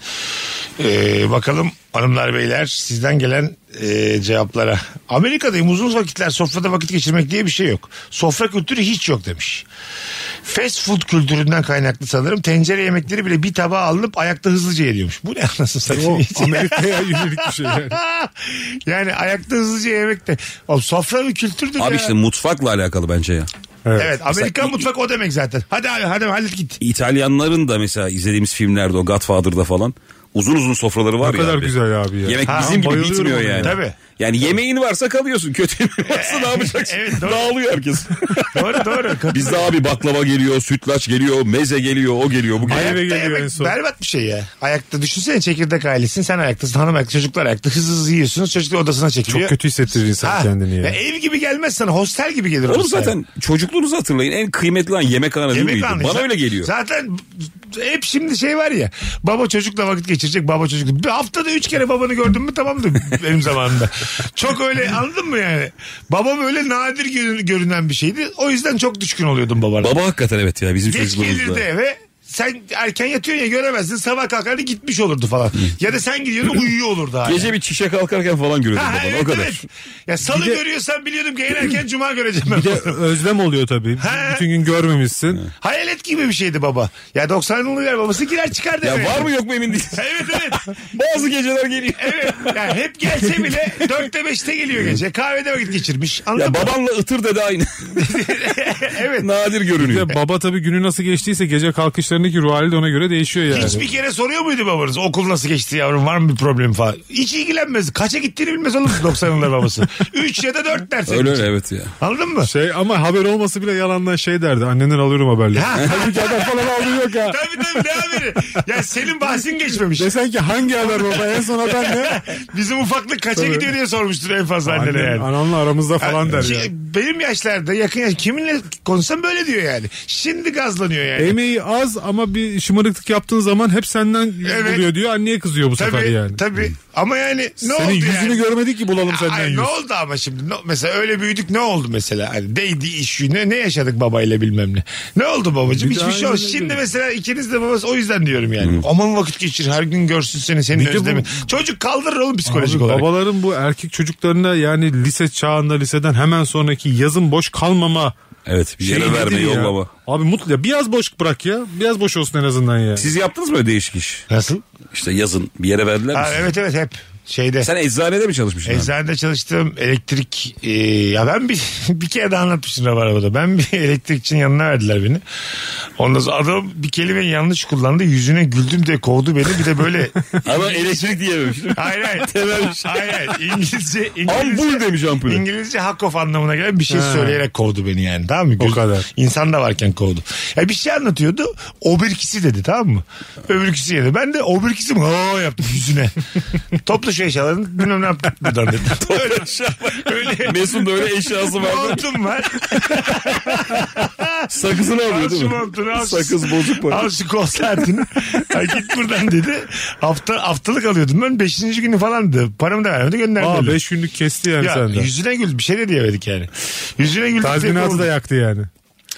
[SPEAKER 3] Ee, bakalım hanımlar beyler sizden gelen e, cevaplara. Amerika'dayım uzun vakitler sofrada vakit geçirmek diye bir şey yok. Sofra kültürü hiç yok demiş. Fast food kültüründen kaynaklı sanırım. Tencere yemekleri bile bir tabağa alınıp ayakta hızlıca yediyormuş. Bu ne anasını satayım.
[SPEAKER 5] O Amerika'ya yönelik bir şey yani.
[SPEAKER 3] yani ayakta hızlıca yemek de. Oğlum sofra bir kültürdür
[SPEAKER 4] Abi
[SPEAKER 3] ya.
[SPEAKER 4] işte mutfakla alakalı bence ya.
[SPEAKER 5] Evet.
[SPEAKER 3] Evet Amerikan mutfak o demek zaten. Hadi abi hadi hallet git.
[SPEAKER 4] İtalyanların da mesela izlediğimiz filmlerde o Godfather'da falan uzun uzun sofraları var
[SPEAKER 5] Ne
[SPEAKER 4] ya.
[SPEAKER 5] kadar
[SPEAKER 4] abi.
[SPEAKER 5] güzel abi ya.
[SPEAKER 4] Yemek
[SPEAKER 3] Ha,
[SPEAKER 4] bizim gibi
[SPEAKER 5] bayılıyorum
[SPEAKER 4] bitmiyor
[SPEAKER 5] ona ya.
[SPEAKER 4] yani.
[SPEAKER 3] Tabii.
[SPEAKER 4] Yani yemeğin varsa kalıyorsun. Kötü yemeğin varsa ne yapacaksın?
[SPEAKER 3] Evet, doğru.
[SPEAKER 4] Dağılıyor herkes.
[SPEAKER 3] Doğru doğru. Kat-
[SPEAKER 4] Bizde abi baklava geliyor, sütlaç geliyor, meze geliyor, o geliyor, bu
[SPEAKER 5] Aynen.
[SPEAKER 4] geliyor.
[SPEAKER 5] Eve
[SPEAKER 3] Ayakta
[SPEAKER 5] geliyor
[SPEAKER 3] yemek
[SPEAKER 5] en son.
[SPEAKER 3] Berbat bir şey ya. Ayakta düşünsene çekirdek ailesin. Sen ayaktasın. Hanım ayakta. Çocuklar ayakta. Hızlı hızlı yiyorsunuz. Çocuklar odasına çekiliyor.
[SPEAKER 5] Çok kötü hissettirir insan
[SPEAKER 3] Ha,
[SPEAKER 5] kendini ya.
[SPEAKER 3] ya ev gibi gelmez sana. Hostel gibi gelir.
[SPEAKER 4] Oğlum
[SPEAKER 3] orası yani.
[SPEAKER 4] zaten çocukluğunuzu hatırlayın. En kıymetli an yemek anı değil miydi?
[SPEAKER 3] anlayışı.
[SPEAKER 4] Bana öyle geliyor.
[SPEAKER 3] Zaten hep şimdi şey var ya. Baba çocukla vakit geçirecek. Baba çocuk. Bir haftada üç kere babanı gördün mü tamamdır benim zamanımda. Çok öyle anladın mı yani? Babam öyle nadir görün- görünen bir şeydi. O yüzden çok düşkün oluyordum babana.
[SPEAKER 4] Baba hakikaten evet ya bizim
[SPEAKER 3] Geç gelirdi
[SPEAKER 4] çocukluğumuzda.
[SPEAKER 3] eve. Sen erken yatıyorsun ya göremezdin. Sabah kalkardı gitmiş olurdu falan. ya da sen gidiyordun uyuyor olurdu hala.
[SPEAKER 4] Gece bir çişe kalkarken falan görüyordum
[SPEAKER 3] Ha,
[SPEAKER 4] babanı
[SPEAKER 3] evet,
[SPEAKER 4] o kadar.
[SPEAKER 3] evet. Ya salı
[SPEAKER 5] de-
[SPEAKER 3] görüyorsan biliyordum ki en erken cuma göreceğim ben.
[SPEAKER 5] Bir de özlem oluyor tabii.
[SPEAKER 3] Ha.
[SPEAKER 5] Bütün gün görmemişsin.
[SPEAKER 3] Hayalet gibi bir şeydi baba. Ya 90'lı yıllar babası girer çıkar
[SPEAKER 4] Ya
[SPEAKER 3] deme.
[SPEAKER 4] var mı yok mu emin değilim.
[SPEAKER 3] Evet evet.
[SPEAKER 4] Bazı geceler geliyor.
[SPEAKER 3] Evet. Yani hep gelse bile 4'te 5'te geliyor gece. Kahvede vakit geçirmiş. Anladın
[SPEAKER 4] Ya
[SPEAKER 3] mı?
[SPEAKER 4] babanla ıtır dede aynı.
[SPEAKER 3] Evet.
[SPEAKER 4] Nadir
[SPEAKER 5] Bir
[SPEAKER 4] görünüyor.
[SPEAKER 5] de baba tabii günü nasıl geçtiyse gece kalkışlarındaki ruh hali de ona göre değişiyor yani.
[SPEAKER 3] Hiçbir kere soruyor muydu babanız? Okul nasıl geçti yavrum var mı bir problem falan? Hiç ilgilenmez. Kaça gittiğini bilmez oğlum 90'lılar babası. 3 ya da 4 derse.
[SPEAKER 4] Öyle öyle evet ya.
[SPEAKER 3] Anladın mı?
[SPEAKER 5] Şey ama haber olması bile yalandan şey derdi. Annenden alıyorum haberleri. Halbuki haber falan aldığı yok ha.
[SPEAKER 3] Tabii tabii ne haberi? Ya senin bahsin geçmemiş.
[SPEAKER 5] Desen ki hangi haber baba en son haber ne?
[SPEAKER 3] Bizim ufaklık kaça
[SPEAKER 5] Tabii.
[SPEAKER 3] gidiyor diye sormuştur en fazla annene
[SPEAKER 5] Annen,
[SPEAKER 3] yani. şey-
[SPEAKER 5] ananla aramızda falan der
[SPEAKER 3] Ki
[SPEAKER 5] yani.
[SPEAKER 3] Benim yaşlarda yakın yaş kiminle konuşsam böyle diyor yani. Şimdi gazlanıyor yani.
[SPEAKER 5] Emeği az ama bir şımarıklık yaptığın zaman hep senden
[SPEAKER 3] Evet.
[SPEAKER 5] buluyor diyor. Anneye kızıyor bu sefer
[SPEAKER 3] tabii
[SPEAKER 5] yani.
[SPEAKER 3] tabii. Ama yani ne oldu
[SPEAKER 5] Senin yüzünü
[SPEAKER 3] yani?
[SPEAKER 5] görmedik ki bulalım senden
[SPEAKER 3] Ay,
[SPEAKER 5] yüz.
[SPEAKER 3] ne oldu ama şimdi? No- mesela öyle büyüdük ne oldu mesela? Hani değdi iş ne, ne yaşadık babayla bilmem ne. Ne oldu babacığım?
[SPEAKER 5] Bir
[SPEAKER 3] Hiçbir
[SPEAKER 5] daha
[SPEAKER 3] şey olmaz.
[SPEAKER 5] öyle
[SPEAKER 3] Şimdi
[SPEAKER 5] değil.
[SPEAKER 3] mesela ikiniz de babası o yüzden diyorum yani. Aman vakit geçir her gün görsün seni senin
[SPEAKER 5] de bu-
[SPEAKER 3] özlemin. Çocuk kaldırır oğlum psikolojik
[SPEAKER 5] Abi
[SPEAKER 3] olarak.
[SPEAKER 5] Babaların bu erkek çocuklarına yani lise çağında liseden hemen sonraki yazın boş kalmama
[SPEAKER 4] Evet bir yere
[SPEAKER 3] Şey
[SPEAKER 5] şeyi nedir
[SPEAKER 4] verme
[SPEAKER 5] ya?
[SPEAKER 4] yol baba.
[SPEAKER 5] Abi mutlu ya biraz boş bırak ya. Biraz boş olsun en azından ya.
[SPEAKER 4] Siz yaptınız mı öyle değişik iş?
[SPEAKER 3] Nasıl?
[SPEAKER 4] İşte yazın bir yere verdiler mi
[SPEAKER 3] Ha,
[SPEAKER 4] sizi?
[SPEAKER 3] evet evet hep şeyde.
[SPEAKER 4] Sen eczanede mi çalışmışsın? abi?
[SPEAKER 3] Eczanede çalıştığım elektrik e, ya ben bir, bir kere daha anlatmıştım Rabarba'da. Ben bir elektrikçinin yanına verdiler beni. Ondan sonra adam bir kelime yanlış kullandı. Yüzüne güldüm diye kovdu beni. Bir de böyle
[SPEAKER 4] Ama elektrik diyememiş.
[SPEAKER 3] hayır hayır. hayır hayır. İngilizce,
[SPEAKER 4] Ampul
[SPEAKER 3] İngilizce,
[SPEAKER 4] demiş ampulü.
[SPEAKER 3] İngilizce hakof anlamına gelen bir şey söyleyerek kovdu beni yani tamam mı? Gül-
[SPEAKER 5] kadar.
[SPEAKER 3] İnsan da varken kovdu. Ya bir şey anlatıyordu. Obirkisi dedi tamam mı? Öbürküsü dedi. Ben de obirkisi mi? Oo yaptım yüzüne. Topla şu eşyalarını bilmem ne yaptım buradan dedim. Öyle- Öyle
[SPEAKER 4] Mesut'un da öyle eşyası vardı.
[SPEAKER 3] Montum var.
[SPEAKER 4] Sakızını
[SPEAKER 3] Al
[SPEAKER 4] alıyor değil
[SPEAKER 3] şu
[SPEAKER 4] mi?
[SPEAKER 3] montunu al. şu-
[SPEAKER 4] Sakız bozuk var.
[SPEAKER 3] Al şu kol saatini. Ha, git buradan dedi. Hafta, haftalık alıyordum ben. Beşinci günü falandı. Paramı da vermedi gönderdi.
[SPEAKER 5] Aa
[SPEAKER 3] öyle.
[SPEAKER 5] 5 günlük kesti yani
[SPEAKER 3] Ya
[SPEAKER 5] senden.
[SPEAKER 3] yüzüne güldü bir şey de diyemedik yani. Yüzüne güldü.
[SPEAKER 5] Tazminatı da yaktı yani.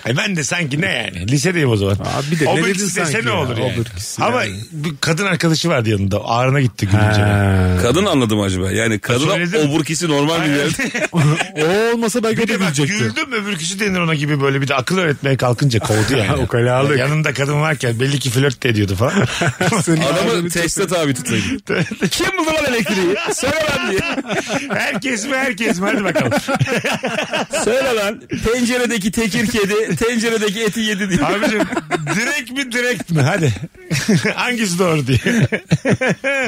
[SPEAKER 3] E ben de sanki ne yani lisedeyim o zaman.
[SPEAKER 5] Abi bir de ne
[SPEAKER 3] Obelix
[SPEAKER 5] dedin
[SPEAKER 3] dese
[SPEAKER 5] sanki
[SPEAKER 3] ne
[SPEAKER 5] ya,
[SPEAKER 3] olur yani.
[SPEAKER 5] Obelix
[SPEAKER 3] Ama
[SPEAKER 5] yani.
[SPEAKER 3] bir kadın arkadaşı vardı yanında ağrına gitti gülünce.
[SPEAKER 4] Kadın anladım acaba. Yani kadına
[SPEAKER 3] Söyledim.
[SPEAKER 4] oburkisi normal bir yer.
[SPEAKER 5] o olmasa belki o
[SPEAKER 3] Bir
[SPEAKER 5] da
[SPEAKER 3] de bak
[SPEAKER 5] gülecekti.
[SPEAKER 3] güldüm öbürküsü denir ona gibi böyle bir de akıl öğretmeye kalkınca kovdu yani.
[SPEAKER 5] Ukalalık.
[SPEAKER 3] Yanında kadın varken belli ki flört de ediyordu falan.
[SPEAKER 4] Adamı teste tabi tutayım. Kim buldu lan elektriği? Söyle lan diye.
[SPEAKER 3] herkes mi herkes mi hadi bakalım.
[SPEAKER 4] Söyle lan. Tenceredeki tekir kedi, tenceredeki eti yedi diye.
[SPEAKER 3] Abicim direkt mi direkt mi hadi. Hangisi doğru diye.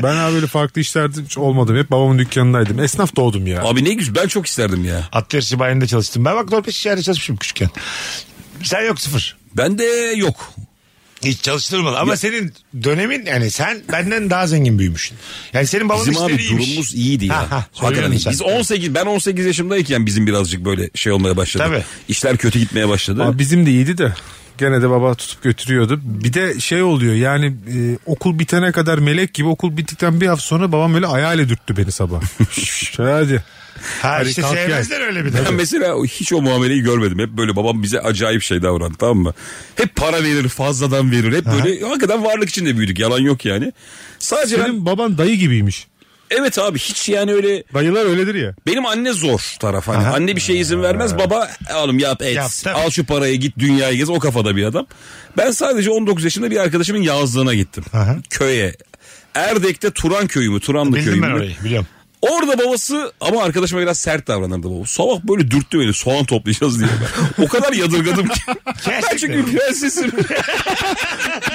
[SPEAKER 5] Ben abi böyle farklı işlerde hiç olmadım. Hep babamın dükkanındaydım. Esnaf doğdum ya.
[SPEAKER 4] Abi ne güzel ben çok isterdim ya.
[SPEAKER 3] At yarışı bayında çalıştım. Ben bak 4-5 yerde çalışmışım küçükken. Sen yok sıfır.
[SPEAKER 4] Ben de yok.
[SPEAKER 3] Hiç çalıştırmadı ama senin dönemin yani sen benden daha zengin büyümüşsün. Yani senin babanın
[SPEAKER 4] Bizim abi
[SPEAKER 3] işleri iyiymiş.
[SPEAKER 4] durumumuz iyiydi ya.
[SPEAKER 3] Ha, ha,
[SPEAKER 4] Hakikaten
[SPEAKER 3] söylüyorum
[SPEAKER 4] iyi.
[SPEAKER 3] sen.
[SPEAKER 4] Biz 18 ben 18 yaşımdayken bizim birazcık böyle şey olmaya başladı.
[SPEAKER 3] Tabii.
[SPEAKER 4] İşler kötü gitmeye başladı.
[SPEAKER 5] Ama bizim de iyiydi de. Gene de baba tutup götürüyordu. Bir de şey oluyor yani e, okul bitene kadar melek gibi okul bittikten bir hafta sonra babam böyle ayağıyla dürttü beni sabah. Şşş, Hadi.
[SPEAKER 3] Ha
[SPEAKER 5] Hadi
[SPEAKER 3] işte
[SPEAKER 5] kalk gel.
[SPEAKER 3] sevmezler öyle bir de.
[SPEAKER 4] Ben mesela o- hiç o muameleyi görmedim. Hep böyle babam bize acayip şey davrandı tamam mı? Hep para verir fazladan verir. Hep böyle hakikaten varlık içinde büyüdük. Yalan yok yani. Sadece ben-
[SPEAKER 5] Senin baban dayı gibiymiş.
[SPEAKER 4] evet abi hiç yani öyle
[SPEAKER 5] Dayılar öyledir ya.
[SPEAKER 4] benim anne zor taraf. Hani anne bir şeye izin vermez. Baba oğlum yap et.
[SPEAKER 3] Yap, tabii.
[SPEAKER 4] al şu parayı git dünyayı gez. O kafada bir adam. Ben sadece 19 yaşında bir arkadaşımın yazlığına gittim.
[SPEAKER 3] Aha.
[SPEAKER 4] Köye. Erdek'te Turan köyü mü? Turanlı köyü
[SPEAKER 3] Bildim ben
[SPEAKER 4] mü?
[SPEAKER 3] orayı biliyorum.
[SPEAKER 4] Orada babası ama arkadaşıma biraz sert davranırdı baba. Sabah böyle dürttü beni soğan toplayacağız diye. Ben. O kadar yadırgadım ki. ben çünkü prensesim.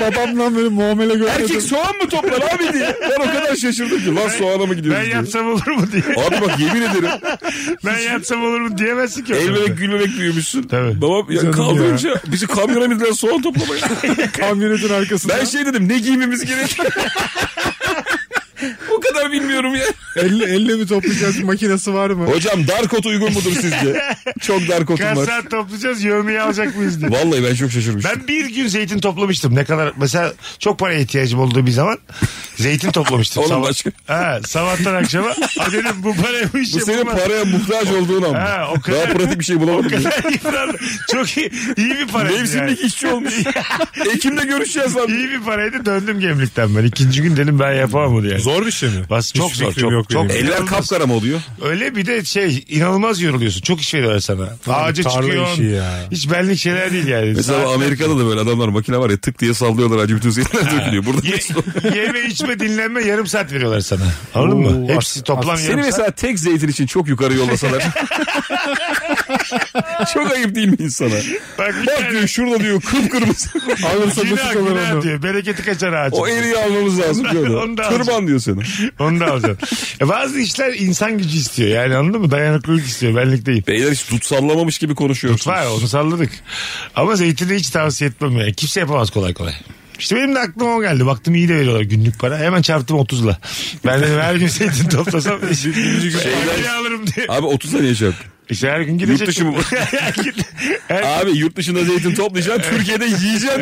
[SPEAKER 5] Babamla böyle muamele
[SPEAKER 4] Erkek soğan mı toplar abi diye. Ben o kadar şaşırdım ki. Lan soğana mı
[SPEAKER 3] Ben
[SPEAKER 4] gidiyoruz diye.
[SPEAKER 3] yapsam olur mu diye.
[SPEAKER 4] Abi bak yemin ederim.
[SPEAKER 3] ben yapsam olur mu diyemezsin ki.
[SPEAKER 4] Elmemek gülmemek büyümüşsün.
[SPEAKER 3] Tabii.
[SPEAKER 4] Babam ya
[SPEAKER 5] Canım
[SPEAKER 4] kaldırınca bizi kamyona bindiler soğan toplamaya.
[SPEAKER 5] Kamyonetin arkasında.
[SPEAKER 4] ben şey dedim ne giymemiz gerek. o kadar bilmiyorum ya.
[SPEAKER 5] Elle, elle mi toplayacağız makinesi var mı?
[SPEAKER 4] Hocam dar kot uygun mudur sizce? Çok dar kotum
[SPEAKER 3] Kaç
[SPEAKER 4] var.
[SPEAKER 3] saat toplayacağız yövmeyi alacak mıyız diye.
[SPEAKER 4] Vallahi ben çok şaşırmıştım.
[SPEAKER 3] Ben bir gün zeytin toplamıştım. Ne kadar mesela çok paraya ihtiyacım olduğu bir zaman zeytin toplamıştım.
[SPEAKER 4] Oğlum
[SPEAKER 3] Sabah-
[SPEAKER 4] başka-
[SPEAKER 3] Ha, sabahtan akşama. Ha dedim bu paraya bu işe
[SPEAKER 4] Bu senin
[SPEAKER 3] bulmaz.
[SPEAKER 4] paraya muhtaç olduğun ama.
[SPEAKER 3] şey Ha, o kadar-
[SPEAKER 4] Daha pratik bir şey bulamadım. ya.
[SPEAKER 3] Çok iyi, iyi bir paraydı. yani.
[SPEAKER 4] Mevsimlik işçi olmuş. Ekim'de görüşeceğiz lan.
[SPEAKER 3] İyi bir paraydı döndüm gemlikten ben. İkinci gün dedim ben yapamam bunu yani.
[SPEAKER 5] Zor bir şey mi?
[SPEAKER 3] Bas, çok
[SPEAKER 5] Hiçbir
[SPEAKER 3] zor,
[SPEAKER 5] fikrim
[SPEAKER 3] çok- çok-
[SPEAKER 5] benim.
[SPEAKER 4] Eller kapkara mı oluyor?
[SPEAKER 3] Öyle bir de şey inanılmaz yoruluyorsun. Çok iş veriyorlar sana. Ağaca
[SPEAKER 5] tarla
[SPEAKER 3] çıkıyorsun.
[SPEAKER 5] işi ya.
[SPEAKER 3] Hiç benlik şeyler değil yani.
[SPEAKER 4] Mesela
[SPEAKER 3] Saatler-
[SPEAKER 4] Amerika'da da böyle adamlar makine var ya tık diye sallıyorlar acı bütün zeytinler dökülüyor. Burada
[SPEAKER 3] Ye,
[SPEAKER 4] diyorsun.
[SPEAKER 3] yeme içme dinlenme yarım saat veriyorlar sana. Anladın
[SPEAKER 5] Oo,
[SPEAKER 3] mı?
[SPEAKER 5] artık-
[SPEAKER 3] Hepsi toplam yarım
[SPEAKER 4] Seni
[SPEAKER 3] saat.
[SPEAKER 4] mesela tek zeytin için çok yukarı yollasalar. çok ayıp değil mi insana?
[SPEAKER 3] Bak bir
[SPEAKER 4] Bak
[SPEAKER 3] tane
[SPEAKER 4] diyor şurada diyor kıpkırmızı.
[SPEAKER 5] Alırsa
[SPEAKER 3] günah
[SPEAKER 5] basit olur
[SPEAKER 3] günah
[SPEAKER 5] onu.
[SPEAKER 3] diyor. Bereketi kaçar ağacın.
[SPEAKER 4] o eriği almamız lazım diyor.
[SPEAKER 3] Onu da
[SPEAKER 4] da. Tırman
[SPEAKER 3] alacağım.
[SPEAKER 4] diyor seni.
[SPEAKER 3] Onu da alacaksın. E bazı işler insan gücü istiyor. Yani anladın mı? Dayanıklılık istiyor. Benlik değil.
[SPEAKER 4] Beyler hiç tutsallamamış gibi konuşuyorsunuz.
[SPEAKER 3] Var onu salladık. Ama zeytini hiç tavsiye etmem yani. Kimse yapamaz kolay kolay. İşte benim de aklıma o geldi. Baktım iyi de veriyorlar günlük para. Hemen çarptım 30'la. Ben dedim her gün zeytin toplasam şey şeyler alırım diye.
[SPEAKER 4] Abi 30 saniye şey çarp.
[SPEAKER 3] İşte her gün gidecek.
[SPEAKER 4] Yurt dışı mı bu? Abi yurt dışında zeytin toplayacaksın. Türkiye'de yiyeceksin.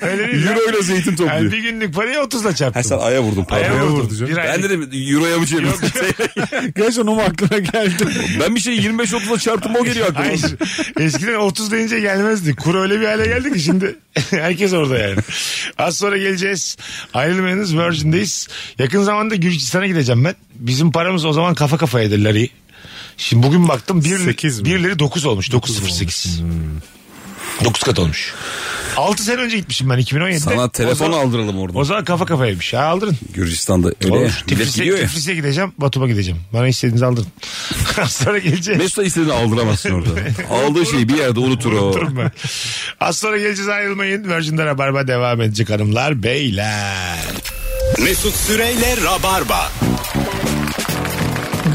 [SPEAKER 3] Öyle değil.
[SPEAKER 4] Euro ile zeytin
[SPEAKER 3] Yani
[SPEAKER 4] topluyor.
[SPEAKER 3] bir günlük parayı 30'la
[SPEAKER 4] Ha sen
[SPEAKER 3] çarptım.
[SPEAKER 4] aya vurdun
[SPEAKER 3] Aya
[SPEAKER 4] pardon.
[SPEAKER 3] vurdum.
[SPEAKER 5] vurdu canım.
[SPEAKER 3] Bir
[SPEAKER 4] Ben
[SPEAKER 3] aylık.
[SPEAKER 4] dedim euroya mı çevirdin?
[SPEAKER 5] Gerçekten o mu aklına geldi?
[SPEAKER 4] ben bir şey şeyi 25-30'a çarptım o geliyor aklıma.
[SPEAKER 3] Hayır. Eskiden 30 deyince gelmezdi. Kuru öyle bir hale geldi ki şimdi herkes orada yani. Az sonra geleceğiz. Ayrılmayınız Virgin'deyiz. Yakın zamanda Gürcistan'a gideceğim ben. Bizim paramız o zaman kafa kafaya dediler iyi. Şimdi bugün baktım bir,
[SPEAKER 5] Sekiz mi?
[SPEAKER 3] birileri 9 olmuş. 9.08. 9 Hmm. kat olmuş. 6 sene önce gitmişim ben 2017'de.
[SPEAKER 4] Sana telefon
[SPEAKER 3] o zaman,
[SPEAKER 4] aldıralım
[SPEAKER 3] O
[SPEAKER 4] orada.
[SPEAKER 3] zaman kafa kafaymış. Ha aldırın.
[SPEAKER 4] Gürcistan'da öyle ya.
[SPEAKER 3] Olur.
[SPEAKER 4] Millet
[SPEAKER 3] Tiflis'e,
[SPEAKER 4] gidiyor ya.
[SPEAKER 3] Tiflis'e gideceğim. Batum'a gideceğim. Bana istediğinizi aldırın. Az sonra geleceğiz.
[SPEAKER 4] Mesut'a istediğini aldıramazsın orada. Aldığı şeyi bir yerde unutur o.
[SPEAKER 3] Unuturum ben. Az sonra geleceğiz ayrılmayın. Virgin'de Rabarba devam edecek hanımlar beyler.
[SPEAKER 2] Mesut Süreyle Rabarba.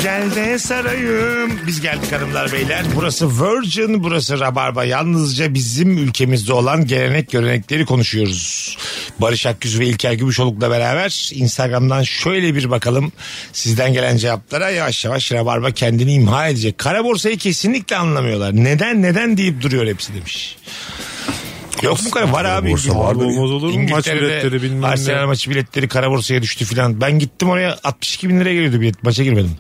[SPEAKER 3] Gel de sarayım. Biz geldik hanımlar beyler. Burası Virgin, burası Rabarba. Yalnızca bizim ülkemizde olan gelenek görenekleri konuşuyoruz. Barış Akgüz ve İlker Gümüşoluk'la beraber Instagram'dan şöyle bir bakalım. Sizden gelen cevaplara yavaş yavaş Rabarba kendini imha edecek. Kara borsayı kesinlikle anlamıyorlar. Neden neden deyip duruyor hepsi demiş. Yok mu kara? Var abi.
[SPEAKER 5] borsa
[SPEAKER 3] İngiltere-
[SPEAKER 5] vardır ya. Olmaz olur mu? Maç
[SPEAKER 3] İngiltere'de
[SPEAKER 5] biletleri bilmem ne.
[SPEAKER 3] Arsenal maçı biletleri kara borsaya düştü filan. Ben gittim oraya 62 bin liraya geliyordu bilet. Maça girmedim.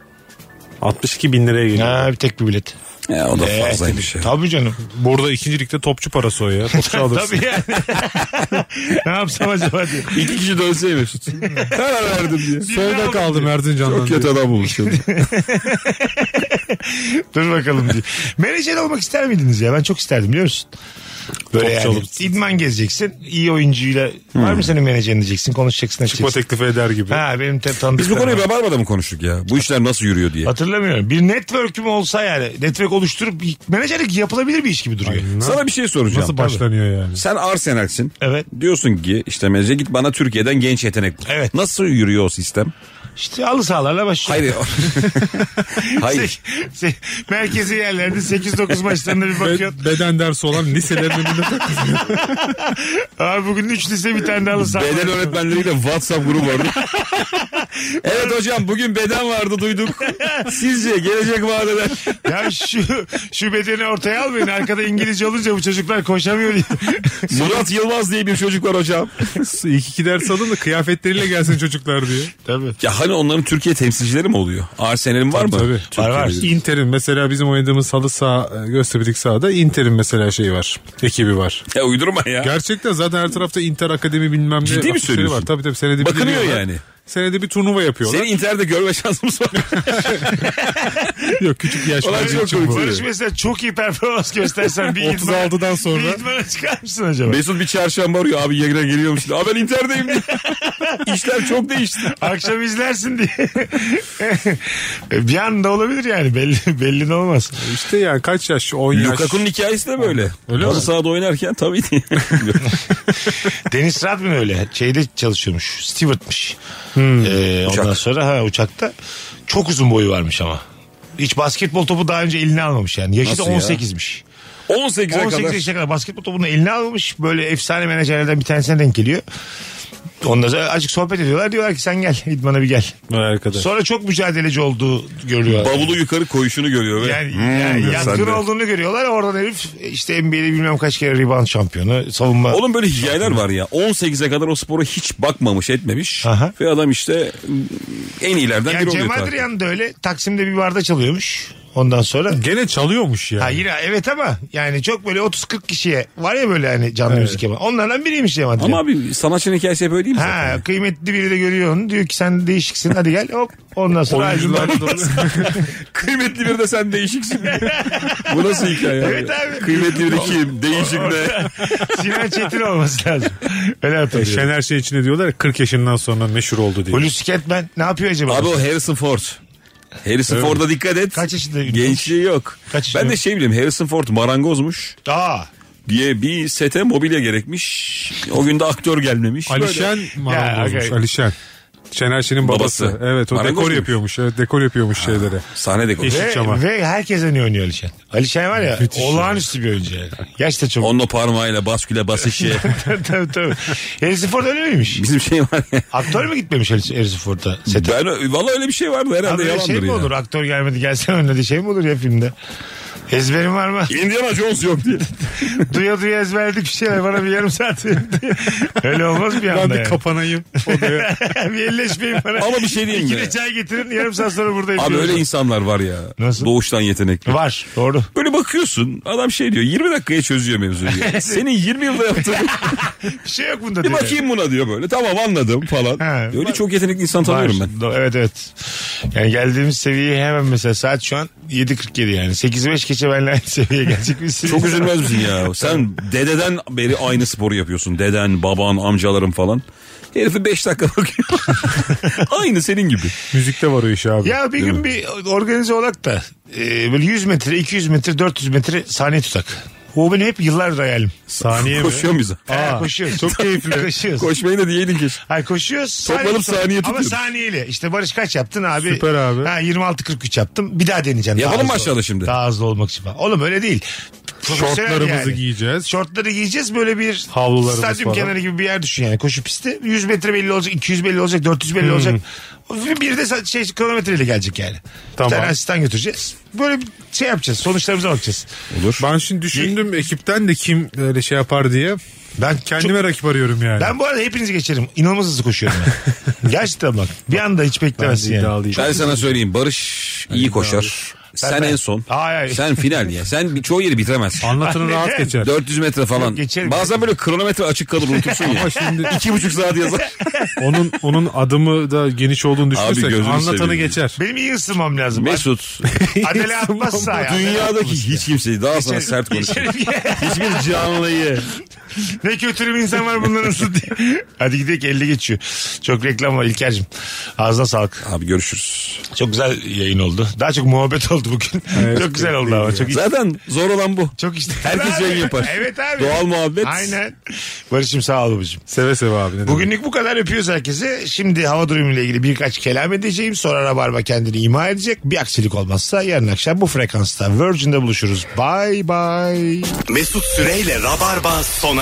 [SPEAKER 5] 62 bin liraya geliyor.
[SPEAKER 3] Ha bir tek bir bilet.
[SPEAKER 4] Ya, o da
[SPEAKER 3] Evet.
[SPEAKER 4] fazlaymış ya.
[SPEAKER 3] Tabii canım.
[SPEAKER 5] Burada ikinci ligde topçu parası o ya. Topçu alırsın.
[SPEAKER 3] Tabii yani. ne yapsam acaba diye.
[SPEAKER 4] İki kişi dönse Mesut. Karar verdim diye.
[SPEAKER 5] Solda kaldım Erzincan'dan.
[SPEAKER 4] Çok
[SPEAKER 5] diye.
[SPEAKER 4] kötü adam bulmuş.
[SPEAKER 3] Dur bakalım diye. Menajer olmak ister miydiniz ya? Ben çok isterdim biliyor musun? Böyle
[SPEAKER 5] Topçu
[SPEAKER 3] yani.
[SPEAKER 5] olup-
[SPEAKER 3] İdman gezeceksin. iyi oyuncuyla. Var
[SPEAKER 4] Hmm.
[SPEAKER 3] mı senin menajerin diyeceksin. Konuşacaksın.
[SPEAKER 5] Çıkma
[SPEAKER 3] edeceksin.
[SPEAKER 5] teklifi eder gibi.
[SPEAKER 3] Ha benim te-
[SPEAKER 4] Biz bu
[SPEAKER 3] tanıdıklarım
[SPEAKER 4] konuyu
[SPEAKER 3] var.
[SPEAKER 4] Rabarba'da mı konuştuk ya? Bu işler nasıl yürüyor diye.
[SPEAKER 3] Hatırlamıyorum. Bir network'üm olsa yani. Network oluşturup menajerlik yapılabilir bir iş gibi duruyor.
[SPEAKER 4] Sana bir şey soracağım.
[SPEAKER 5] Nasıl başlanıyor yani?
[SPEAKER 4] Sen Arsenal'sin.
[SPEAKER 3] Evet.
[SPEAKER 4] Diyorsun ki işte menajer git bana Türkiye'den genç yetenek bul.
[SPEAKER 3] Evet.
[SPEAKER 4] Nasıl yürüyor o sistem?
[SPEAKER 3] İşte alı sağlarla başlıyor.
[SPEAKER 4] Hayır.
[SPEAKER 5] Şey,
[SPEAKER 4] Hayır.
[SPEAKER 3] Se- se- merkezi yerlerde 8-9 maçlarına bir bakıyorsun.
[SPEAKER 5] Be- beden dersi olan liselerin önünde takılıyor.
[SPEAKER 3] Abi bugün 3 lise bir tane de alı sağlar.
[SPEAKER 4] Beden öğretmenleriyle WhatsApp grubu vardı. evet hocam bugün beden vardı duyduk. Sizce gelecek vadeler.
[SPEAKER 3] Ya şu, şu bedeni ortaya almayın. Arkada İngilizce olunca bu çocuklar koşamıyor diye.
[SPEAKER 4] Murat Yılmaz diye bir çocuk var hocam.
[SPEAKER 5] İlk iki ders alın da kıyafetleriyle gelsin çocuklar diye.
[SPEAKER 3] Tabii.
[SPEAKER 4] Ya hani onların Türkiye temsilcileri mi oluyor? Arsenal'in var mı?
[SPEAKER 5] Tabii.
[SPEAKER 4] Türkiye'de.
[SPEAKER 3] Var, var.
[SPEAKER 5] Inter'in mesela bizim oynadığımız halı saha e, Göztepe'lik sahada Inter'in mesela şeyi var. Ekibi var.
[SPEAKER 4] Ya uydurma ya.
[SPEAKER 5] Gerçekten zaten her tarafta Inter Akademi bilmem ne.
[SPEAKER 4] Ciddi mi
[SPEAKER 5] afişleri
[SPEAKER 4] söylüyorsun?
[SPEAKER 5] Var. Tabii tabii senede bir
[SPEAKER 4] Bakınıyor
[SPEAKER 5] geliyorlar.
[SPEAKER 4] yani.
[SPEAKER 5] Senede bir turnuva yapıyorlar.
[SPEAKER 4] Seni internette görme şansımız var.
[SPEAKER 5] Yok küçük yaş
[SPEAKER 4] Olay
[SPEAKER 5] bence
[SPEAKER 4] yok,
[SPEAKER 5] için bu.
[SPEAKER 4] yok.
[SPEAKER 3] Barış mesela çok iyi performans göstersen bir
[SPEAKER 5] 36'dan sonra.
[SPEAKER 3] Bir idmana çıkar mısın acaba?
[SPEAKER 4] Mesut bir çarşamba arıyor abi yayına geliyormuş. Abi ben interdeyim diye. İşler çok değişti.
[SPEAKER 3] Akşam izlersin diye. bir anda olabilir yani belli belli de olmaz.
[SPEAKER 5] İşte yani kaç yaş? 10 yaş.
[SPEAKER 4] Lukaku'nun hikayesi de böyle.
[SPEAKER 5] Öyle
[SPEAKER 4] Öyle
[SPEAKER 5] mi?
[SPEAKER 4] Halı sahada oynarken tabii değil.
[SPEAKER 3] Deniz Radman öyle. Şeyde çalışıyormuş. Steward'mış. Ee, ondan
[SPEAKER 4] Uçak.
[SPEAKER 3] sonra ha uçakta. Çok uzun boyu varmış ama. Hiç basketbol topu daha önce eline almamış yani. Yaşı da
[SPEAKER 4] Nasıl ya?
[SPEAKER 3] 18'miş.
[SPEAKER 4] 18'e
[SPEAKER 3] 18
[SPEAKER 4] kadar.
[SPEAKER 3] yaşına kadar basketbol topunu eline almamış. Böyle efsane menajerlerden bir tanesine denk geliyor. Ondan sonra azıcık sohbet ediyorlar. Diyorlar ki sen gel idmana bir gel.
[SPEAKER 5] Arkada.
[SPEAKER 3] Sonra çok mücadeleci olduğu görüyorlar.
[SPEAKER 4] Bavulu yukarı koyuşunu görüyor. ve,
[SPEAKER 3] Yani,
[SPEAKER 4] "Hmm,"
[SPEAKER 3] yani
[SPEAKER 4] diyor
[SPEAKER 3] yatkın
[SPEAKER 4] sen de.
[SPEAKER 3] olduğunu görüyorlar. Oradan herif işte NBA'de bilmem kaç kere rebound şampiyonu. Savunma.
[SPEAKER 4] Oğlum böyle hikayeler var ya. 18'e kadar o spora hiç bakmamış etmemiş.
[SPEAKER 3] Aha.
[SPEAKER 4] Ve adam işte en iyilerden biri
[SPEAKER 3] Yani
[SPEAKER 4] oluyor.
[SPEAKER 3] Cemal
[SPEAKER 4] tabii.
[SPEAKER 3] Adrian da öyle Taksim'de bir barda çalıyormuş. Ondan sonra
[SPEAKER 5] Gene çalıyormuş ya.
[SPEAKER 3] Ha yine evet ama yani çok böyle 30-40 kişiye var ya böyle hani canlı müzik yapan. Onlardan biriymiş Cemal Adrian.
[SPEAKER 4] Ama abi sanatçının hikayesi hep öyle değil mi?
[SPEAKER 3] Ha
[SPEAKER 4] zaten?
[SPEAKER 3] kıymetli biri de görüyor onu. Diyor ki sen değişiksin hadi gel hop. Ondan sonra
[SPEAKER 5] Oyuncular
[SPEAKER 3] ayrıldı.
[SPEAKER 5] da-
[SPEAKER 4] Kıymetli bir de sen değişiksin. Bu nasıl hikaye?
[SPEAKER 3] Evet abi.
[SPEAKER 4] Kıymetli bir de kim? Değişik ne?
[SPEAKER 3] Sinan Çetin olması lazım. Öyle hatırlıyorum.
[SPEAKER 5] Şener şey içinde diyorlar ya 40 yaşından sonra meşhur oldu diye.
[SPEAKER 3] Hulusi Ketmen ne yapıyor acaba?
[SPEAKER 4] Abi o Harrison Ford. Harrison Ford'a dikkat et.
[SPEAKER 3] Kaç yaşında?
[SPEAKER 4] Gençliği yok.
[SPEAKER 3] Kaç yaşında?
[SPEAKER 4] ben de şey bileyim Harrison Ford marangozmuş
[SPEAKER 3] Aa.
[SPEAKER 4] diye bir sete mobilya gerekmiş. O gün de aktör gelmemiş. Böyle.
[SPEAKER 5] Alişen marangozmuş.
[SPEAKER 3] okay.
[SPEAKER 5] Alişen. Şener Şen'in babası.
[SPEAKER 4] Babası.
[SPEAKER 5] Evet o
[SPEAKER 4] Marangoz
[SPEAKER 5] dekor
[SPEAKER 4] muymuş?
[SPEAKER 5] yapıyormuş. Evet, dekor yapıyormuş
[SPEAKER 3] Ah.
[SPEAKER 5] şeylere.
[SPEAKER 4] Sahne de konuş.
[SPEAKER 5] Eşi-
[SPEAKER 3] Ve,
[SPEAKER 5] Çama.
[SPEAKER 3] ve herkes en iyi oynuyor Alişen. Alişen var ya
[SPEAKER 5] Müthiş ya.
[SPEAKER 3] olağanüstü bir oyuncu yani. Yaş da çok.
[SPEAKER 4] Onun o parmağıyla basküle basışı.
[SPEAKER 3] tabii tabii. Harrison Ford öyle miymiş?
[SPEAKER 4] Bizim şey var ya.
[SPEAKER 3] Aktör mü gitmemiş Harrison Ford'a? Sete?
[SPEAKER 4] Ben ö- valla öyle bir şey vardı herhalde
[SPEAKER 3] Abi öyle
[SPEAKER 4] yalandır
[SPEAKER 3] şey mi
[SPEAKER 4] ya.
[SPEAKER 3] olur? Aktör gelmedi gelsen önüne diye şey mi olur ya filmde? Ezberim var mı?
[SPEAKER 4] Indiana Jones yok diye.
[SPEAKER 3] duya duya ezberledik bir şeyler bana bir yarım saat verin diye. Öyle olmaz bir anda
[SPEAKER 5] Ben bir
[SPEAKER 3] yani.
[SPEAKER 5] kapanayım odaya.
[SPEAKER 3] bir elleşmeyin bana.
[SPEAKER 4] Ama bir şey diyeyim
[SPEAKER 3] İki
[SPEAKER 4] mi?
[SPEAKER 3] de çay getirin yarım saat sonra buradayım.
[SPEAKER 4] Abi
[SPEAKER 3] diyoruz.
[SPEAKER 4] öyle insanlar var ya.
[SPEAKER 3] Nasıl?
[SPEAKER 4] Doğuştan yetenekli.
[SPEAKER 3] Var doğru.
[SPEAKER 4] Böyle bakıyorsun adam şey diyor 20 dakikaya çözüyor mevzuyu. ya. Senin 20 yılda yaptığın
[SPEAKER 3] Bir şey yok bunda.
[SPEAKER 4] bir
[SPEAKER 3] diye.
[SPEAKER 4] bakayım buna diyor böyle. Tamam anladım falan.
[SPEAKER 3] Ha,
[SPEAKER 4] Öyle çok yetenekli insan
[SPEAKER 3] Var.
[SPEAKER 4] tanıyorum ben.
[SPEAKER 3] Do- Evet evet. Yani geldiğimiz seviyeye hemen mesela saat şu an 7.47 yani. 8.05 geçe benle aynı seviyeye gelecek misiniz?
[SPEAKER 4] Çok üzülmez misin ya? Sen dededen beri aynı sporu yapıyorsun. Deden, baban, amcaların falan. Herifi 5 dakika bakıyor. aynı senin gibi.
[SPEAKER 5] Müzikte var o iş abi.
[SPEAKER 3] Ya bir gün bir organize olak da e, böyle 100 metre, 200 metre, 400 metre saniye tutak. O benim hep yıllardır hayalim.
[SPEAKER 5] Saniye mi?
[SPEAKER 4] Koşuyor muyuz?
[SPEAKER 3] Ha, koşuyoruz. Çok keyifli. koşuyoruz.
[SPEAKER 4] Koşmayı da diyeydin keşke.
[SPEAKER 3] Hayır koşuyoruz.
[SPEAKER 4] Toplanıp saniye
[SPEAKER 3] Ama
[SPEAKER 4] tutuyoruz.
[SPEAKER 3] saniyeli. İşte Barış kaç yaptın abi?
[SPEAKER 5] Süper abi.
[SPEAKER 3] Ha 26.43 yaptım. Bir daha deneyeceğim. Daha
[SPEAKER 4] Yapalım mı
[SPEAKER 3] hızlı ol-
[SPEAKER 4] aşağıda şimdi?
[SPEAKER 3] Daha hızlı olmak için. falan. Oğlum öyle değil. Profesyonel
[SPEAKER 5] Şortlarımızı
[SPEAKER 3] şey yani.
[SPEAKER 5] giyeceğiz.
[SPEAKER 3] Şortları giyeceğiz böyle bir
[SPEAKER 5] Havlularımız
[SPEAKER 3] stadyum
[SPEAKER 5] falan.
[SPEAKER 3] kenarı gibi bir yer düşün yani koşu pisti. 100 metre belli olacak, 200 belli olacak, 400
[SPEAKER 5] Hmm.
[SPEAKER 3] belli olacak. Bir de sa- şey kilometreyle gelecek yani.
[SPEAKER 5] Tamam.
[SPEAKER 3] Bir tane asistan götüreceğiz. Böyle bir şey yapacağız. Sonuçlarımıza bakacağız.
[SPEAKER 5] Ben şimdi düşündüm ekipten de kim öyle şey yapar diye. Ben kendime rakip arıyorum yani.
[SPEAKER 3] Ben bu arada hepinizi geçerim. İnanılmaz hızlı koşuyorum ben. Gerçekten bak. Bir anda hiç beklemezsin yani.
[SPEAKER 5] iddialıyım.
[SPEAKER 4] Ben sana söyleyeyim Barış iyi koşar. Sen
[SPEAKER 3] Ben-
[SPEAKER 4] en son.
[SPEAKER 3] Hayır, hayır.
[SPEAKER 4] Sen final ya. Sen bir- çoğu yeri bitiremezsin.
[SPEAKER 5] Anlatını rahat geçer.
[SPEAKER 4] 400 metre falan.
[SPEAKER 3] Geçerim.
[SPEAKER 4] Bazen böyle kronometre açık kalır unutursun ya.
[SPEAKER 5] Ama şimdi
[SPEAKER 4] İki buçuk saat yazar.
[SPEAKER 5] onun onun adımı da geniş olduğunu düşünürsek
[SPEAKER 4] gözünü
[SPEAKER 5] anlatanı
[SPEAKER 4] seveyim.
[SPEAKER 5] geçer.
[SPEAKER 3] Benim iyi ısınmam lazım.
[SPEAKER 4] Mesut.
[SPEAKER 3] Adele atmazsa ya. şey-
[SPEAKER 4] Dünyadaki hiç kimseyi daha sana sert konuşuyor. Hiçbir canlıyı.
[SPEAKER 3] ne kötü bir insan var bunların nasıl diye. Hadi gidelim 50 geçiyor. Çok reklam var İlker'cim. Ağzına sağlık.
[SPEAKER 4] Abi görüşürüz.
[SPEAKER 3] Çok güzel yayın oldu. Daha çok muhabbet oldu bugün. çok güzel oldu ama. Çok
[SPEAKER 4] Zaten zor olan bu.
[SPEAKER 3] Çok işte.
[SPEAKER 4] Herkes
[SPEAKER 3] Abi.
[SPEAKER 4] yayın yapar.
[SPEAKER 3] Evet abi.
[SPEAKER 4] Doğal muhabbet.
[SPEAKER 3] Aynen. Barış'ım sağ ol babacığım.
[SPEAKER 5] Seve seve abi. ne demek.
[SPEAKER 3] Bugünlük bu kadar öpüyoruz herkese. Şimdi hava durumuyla ilgili birkaç kelam edeceğim. Sonra Rabarba kendini ima edecek. Bir aksilik olmazsa yarın akşam bu frekansta Virgin'de buluşuruz. Bye bye.
[SPEAKER 2] Mesut Süreyle Rabarba sona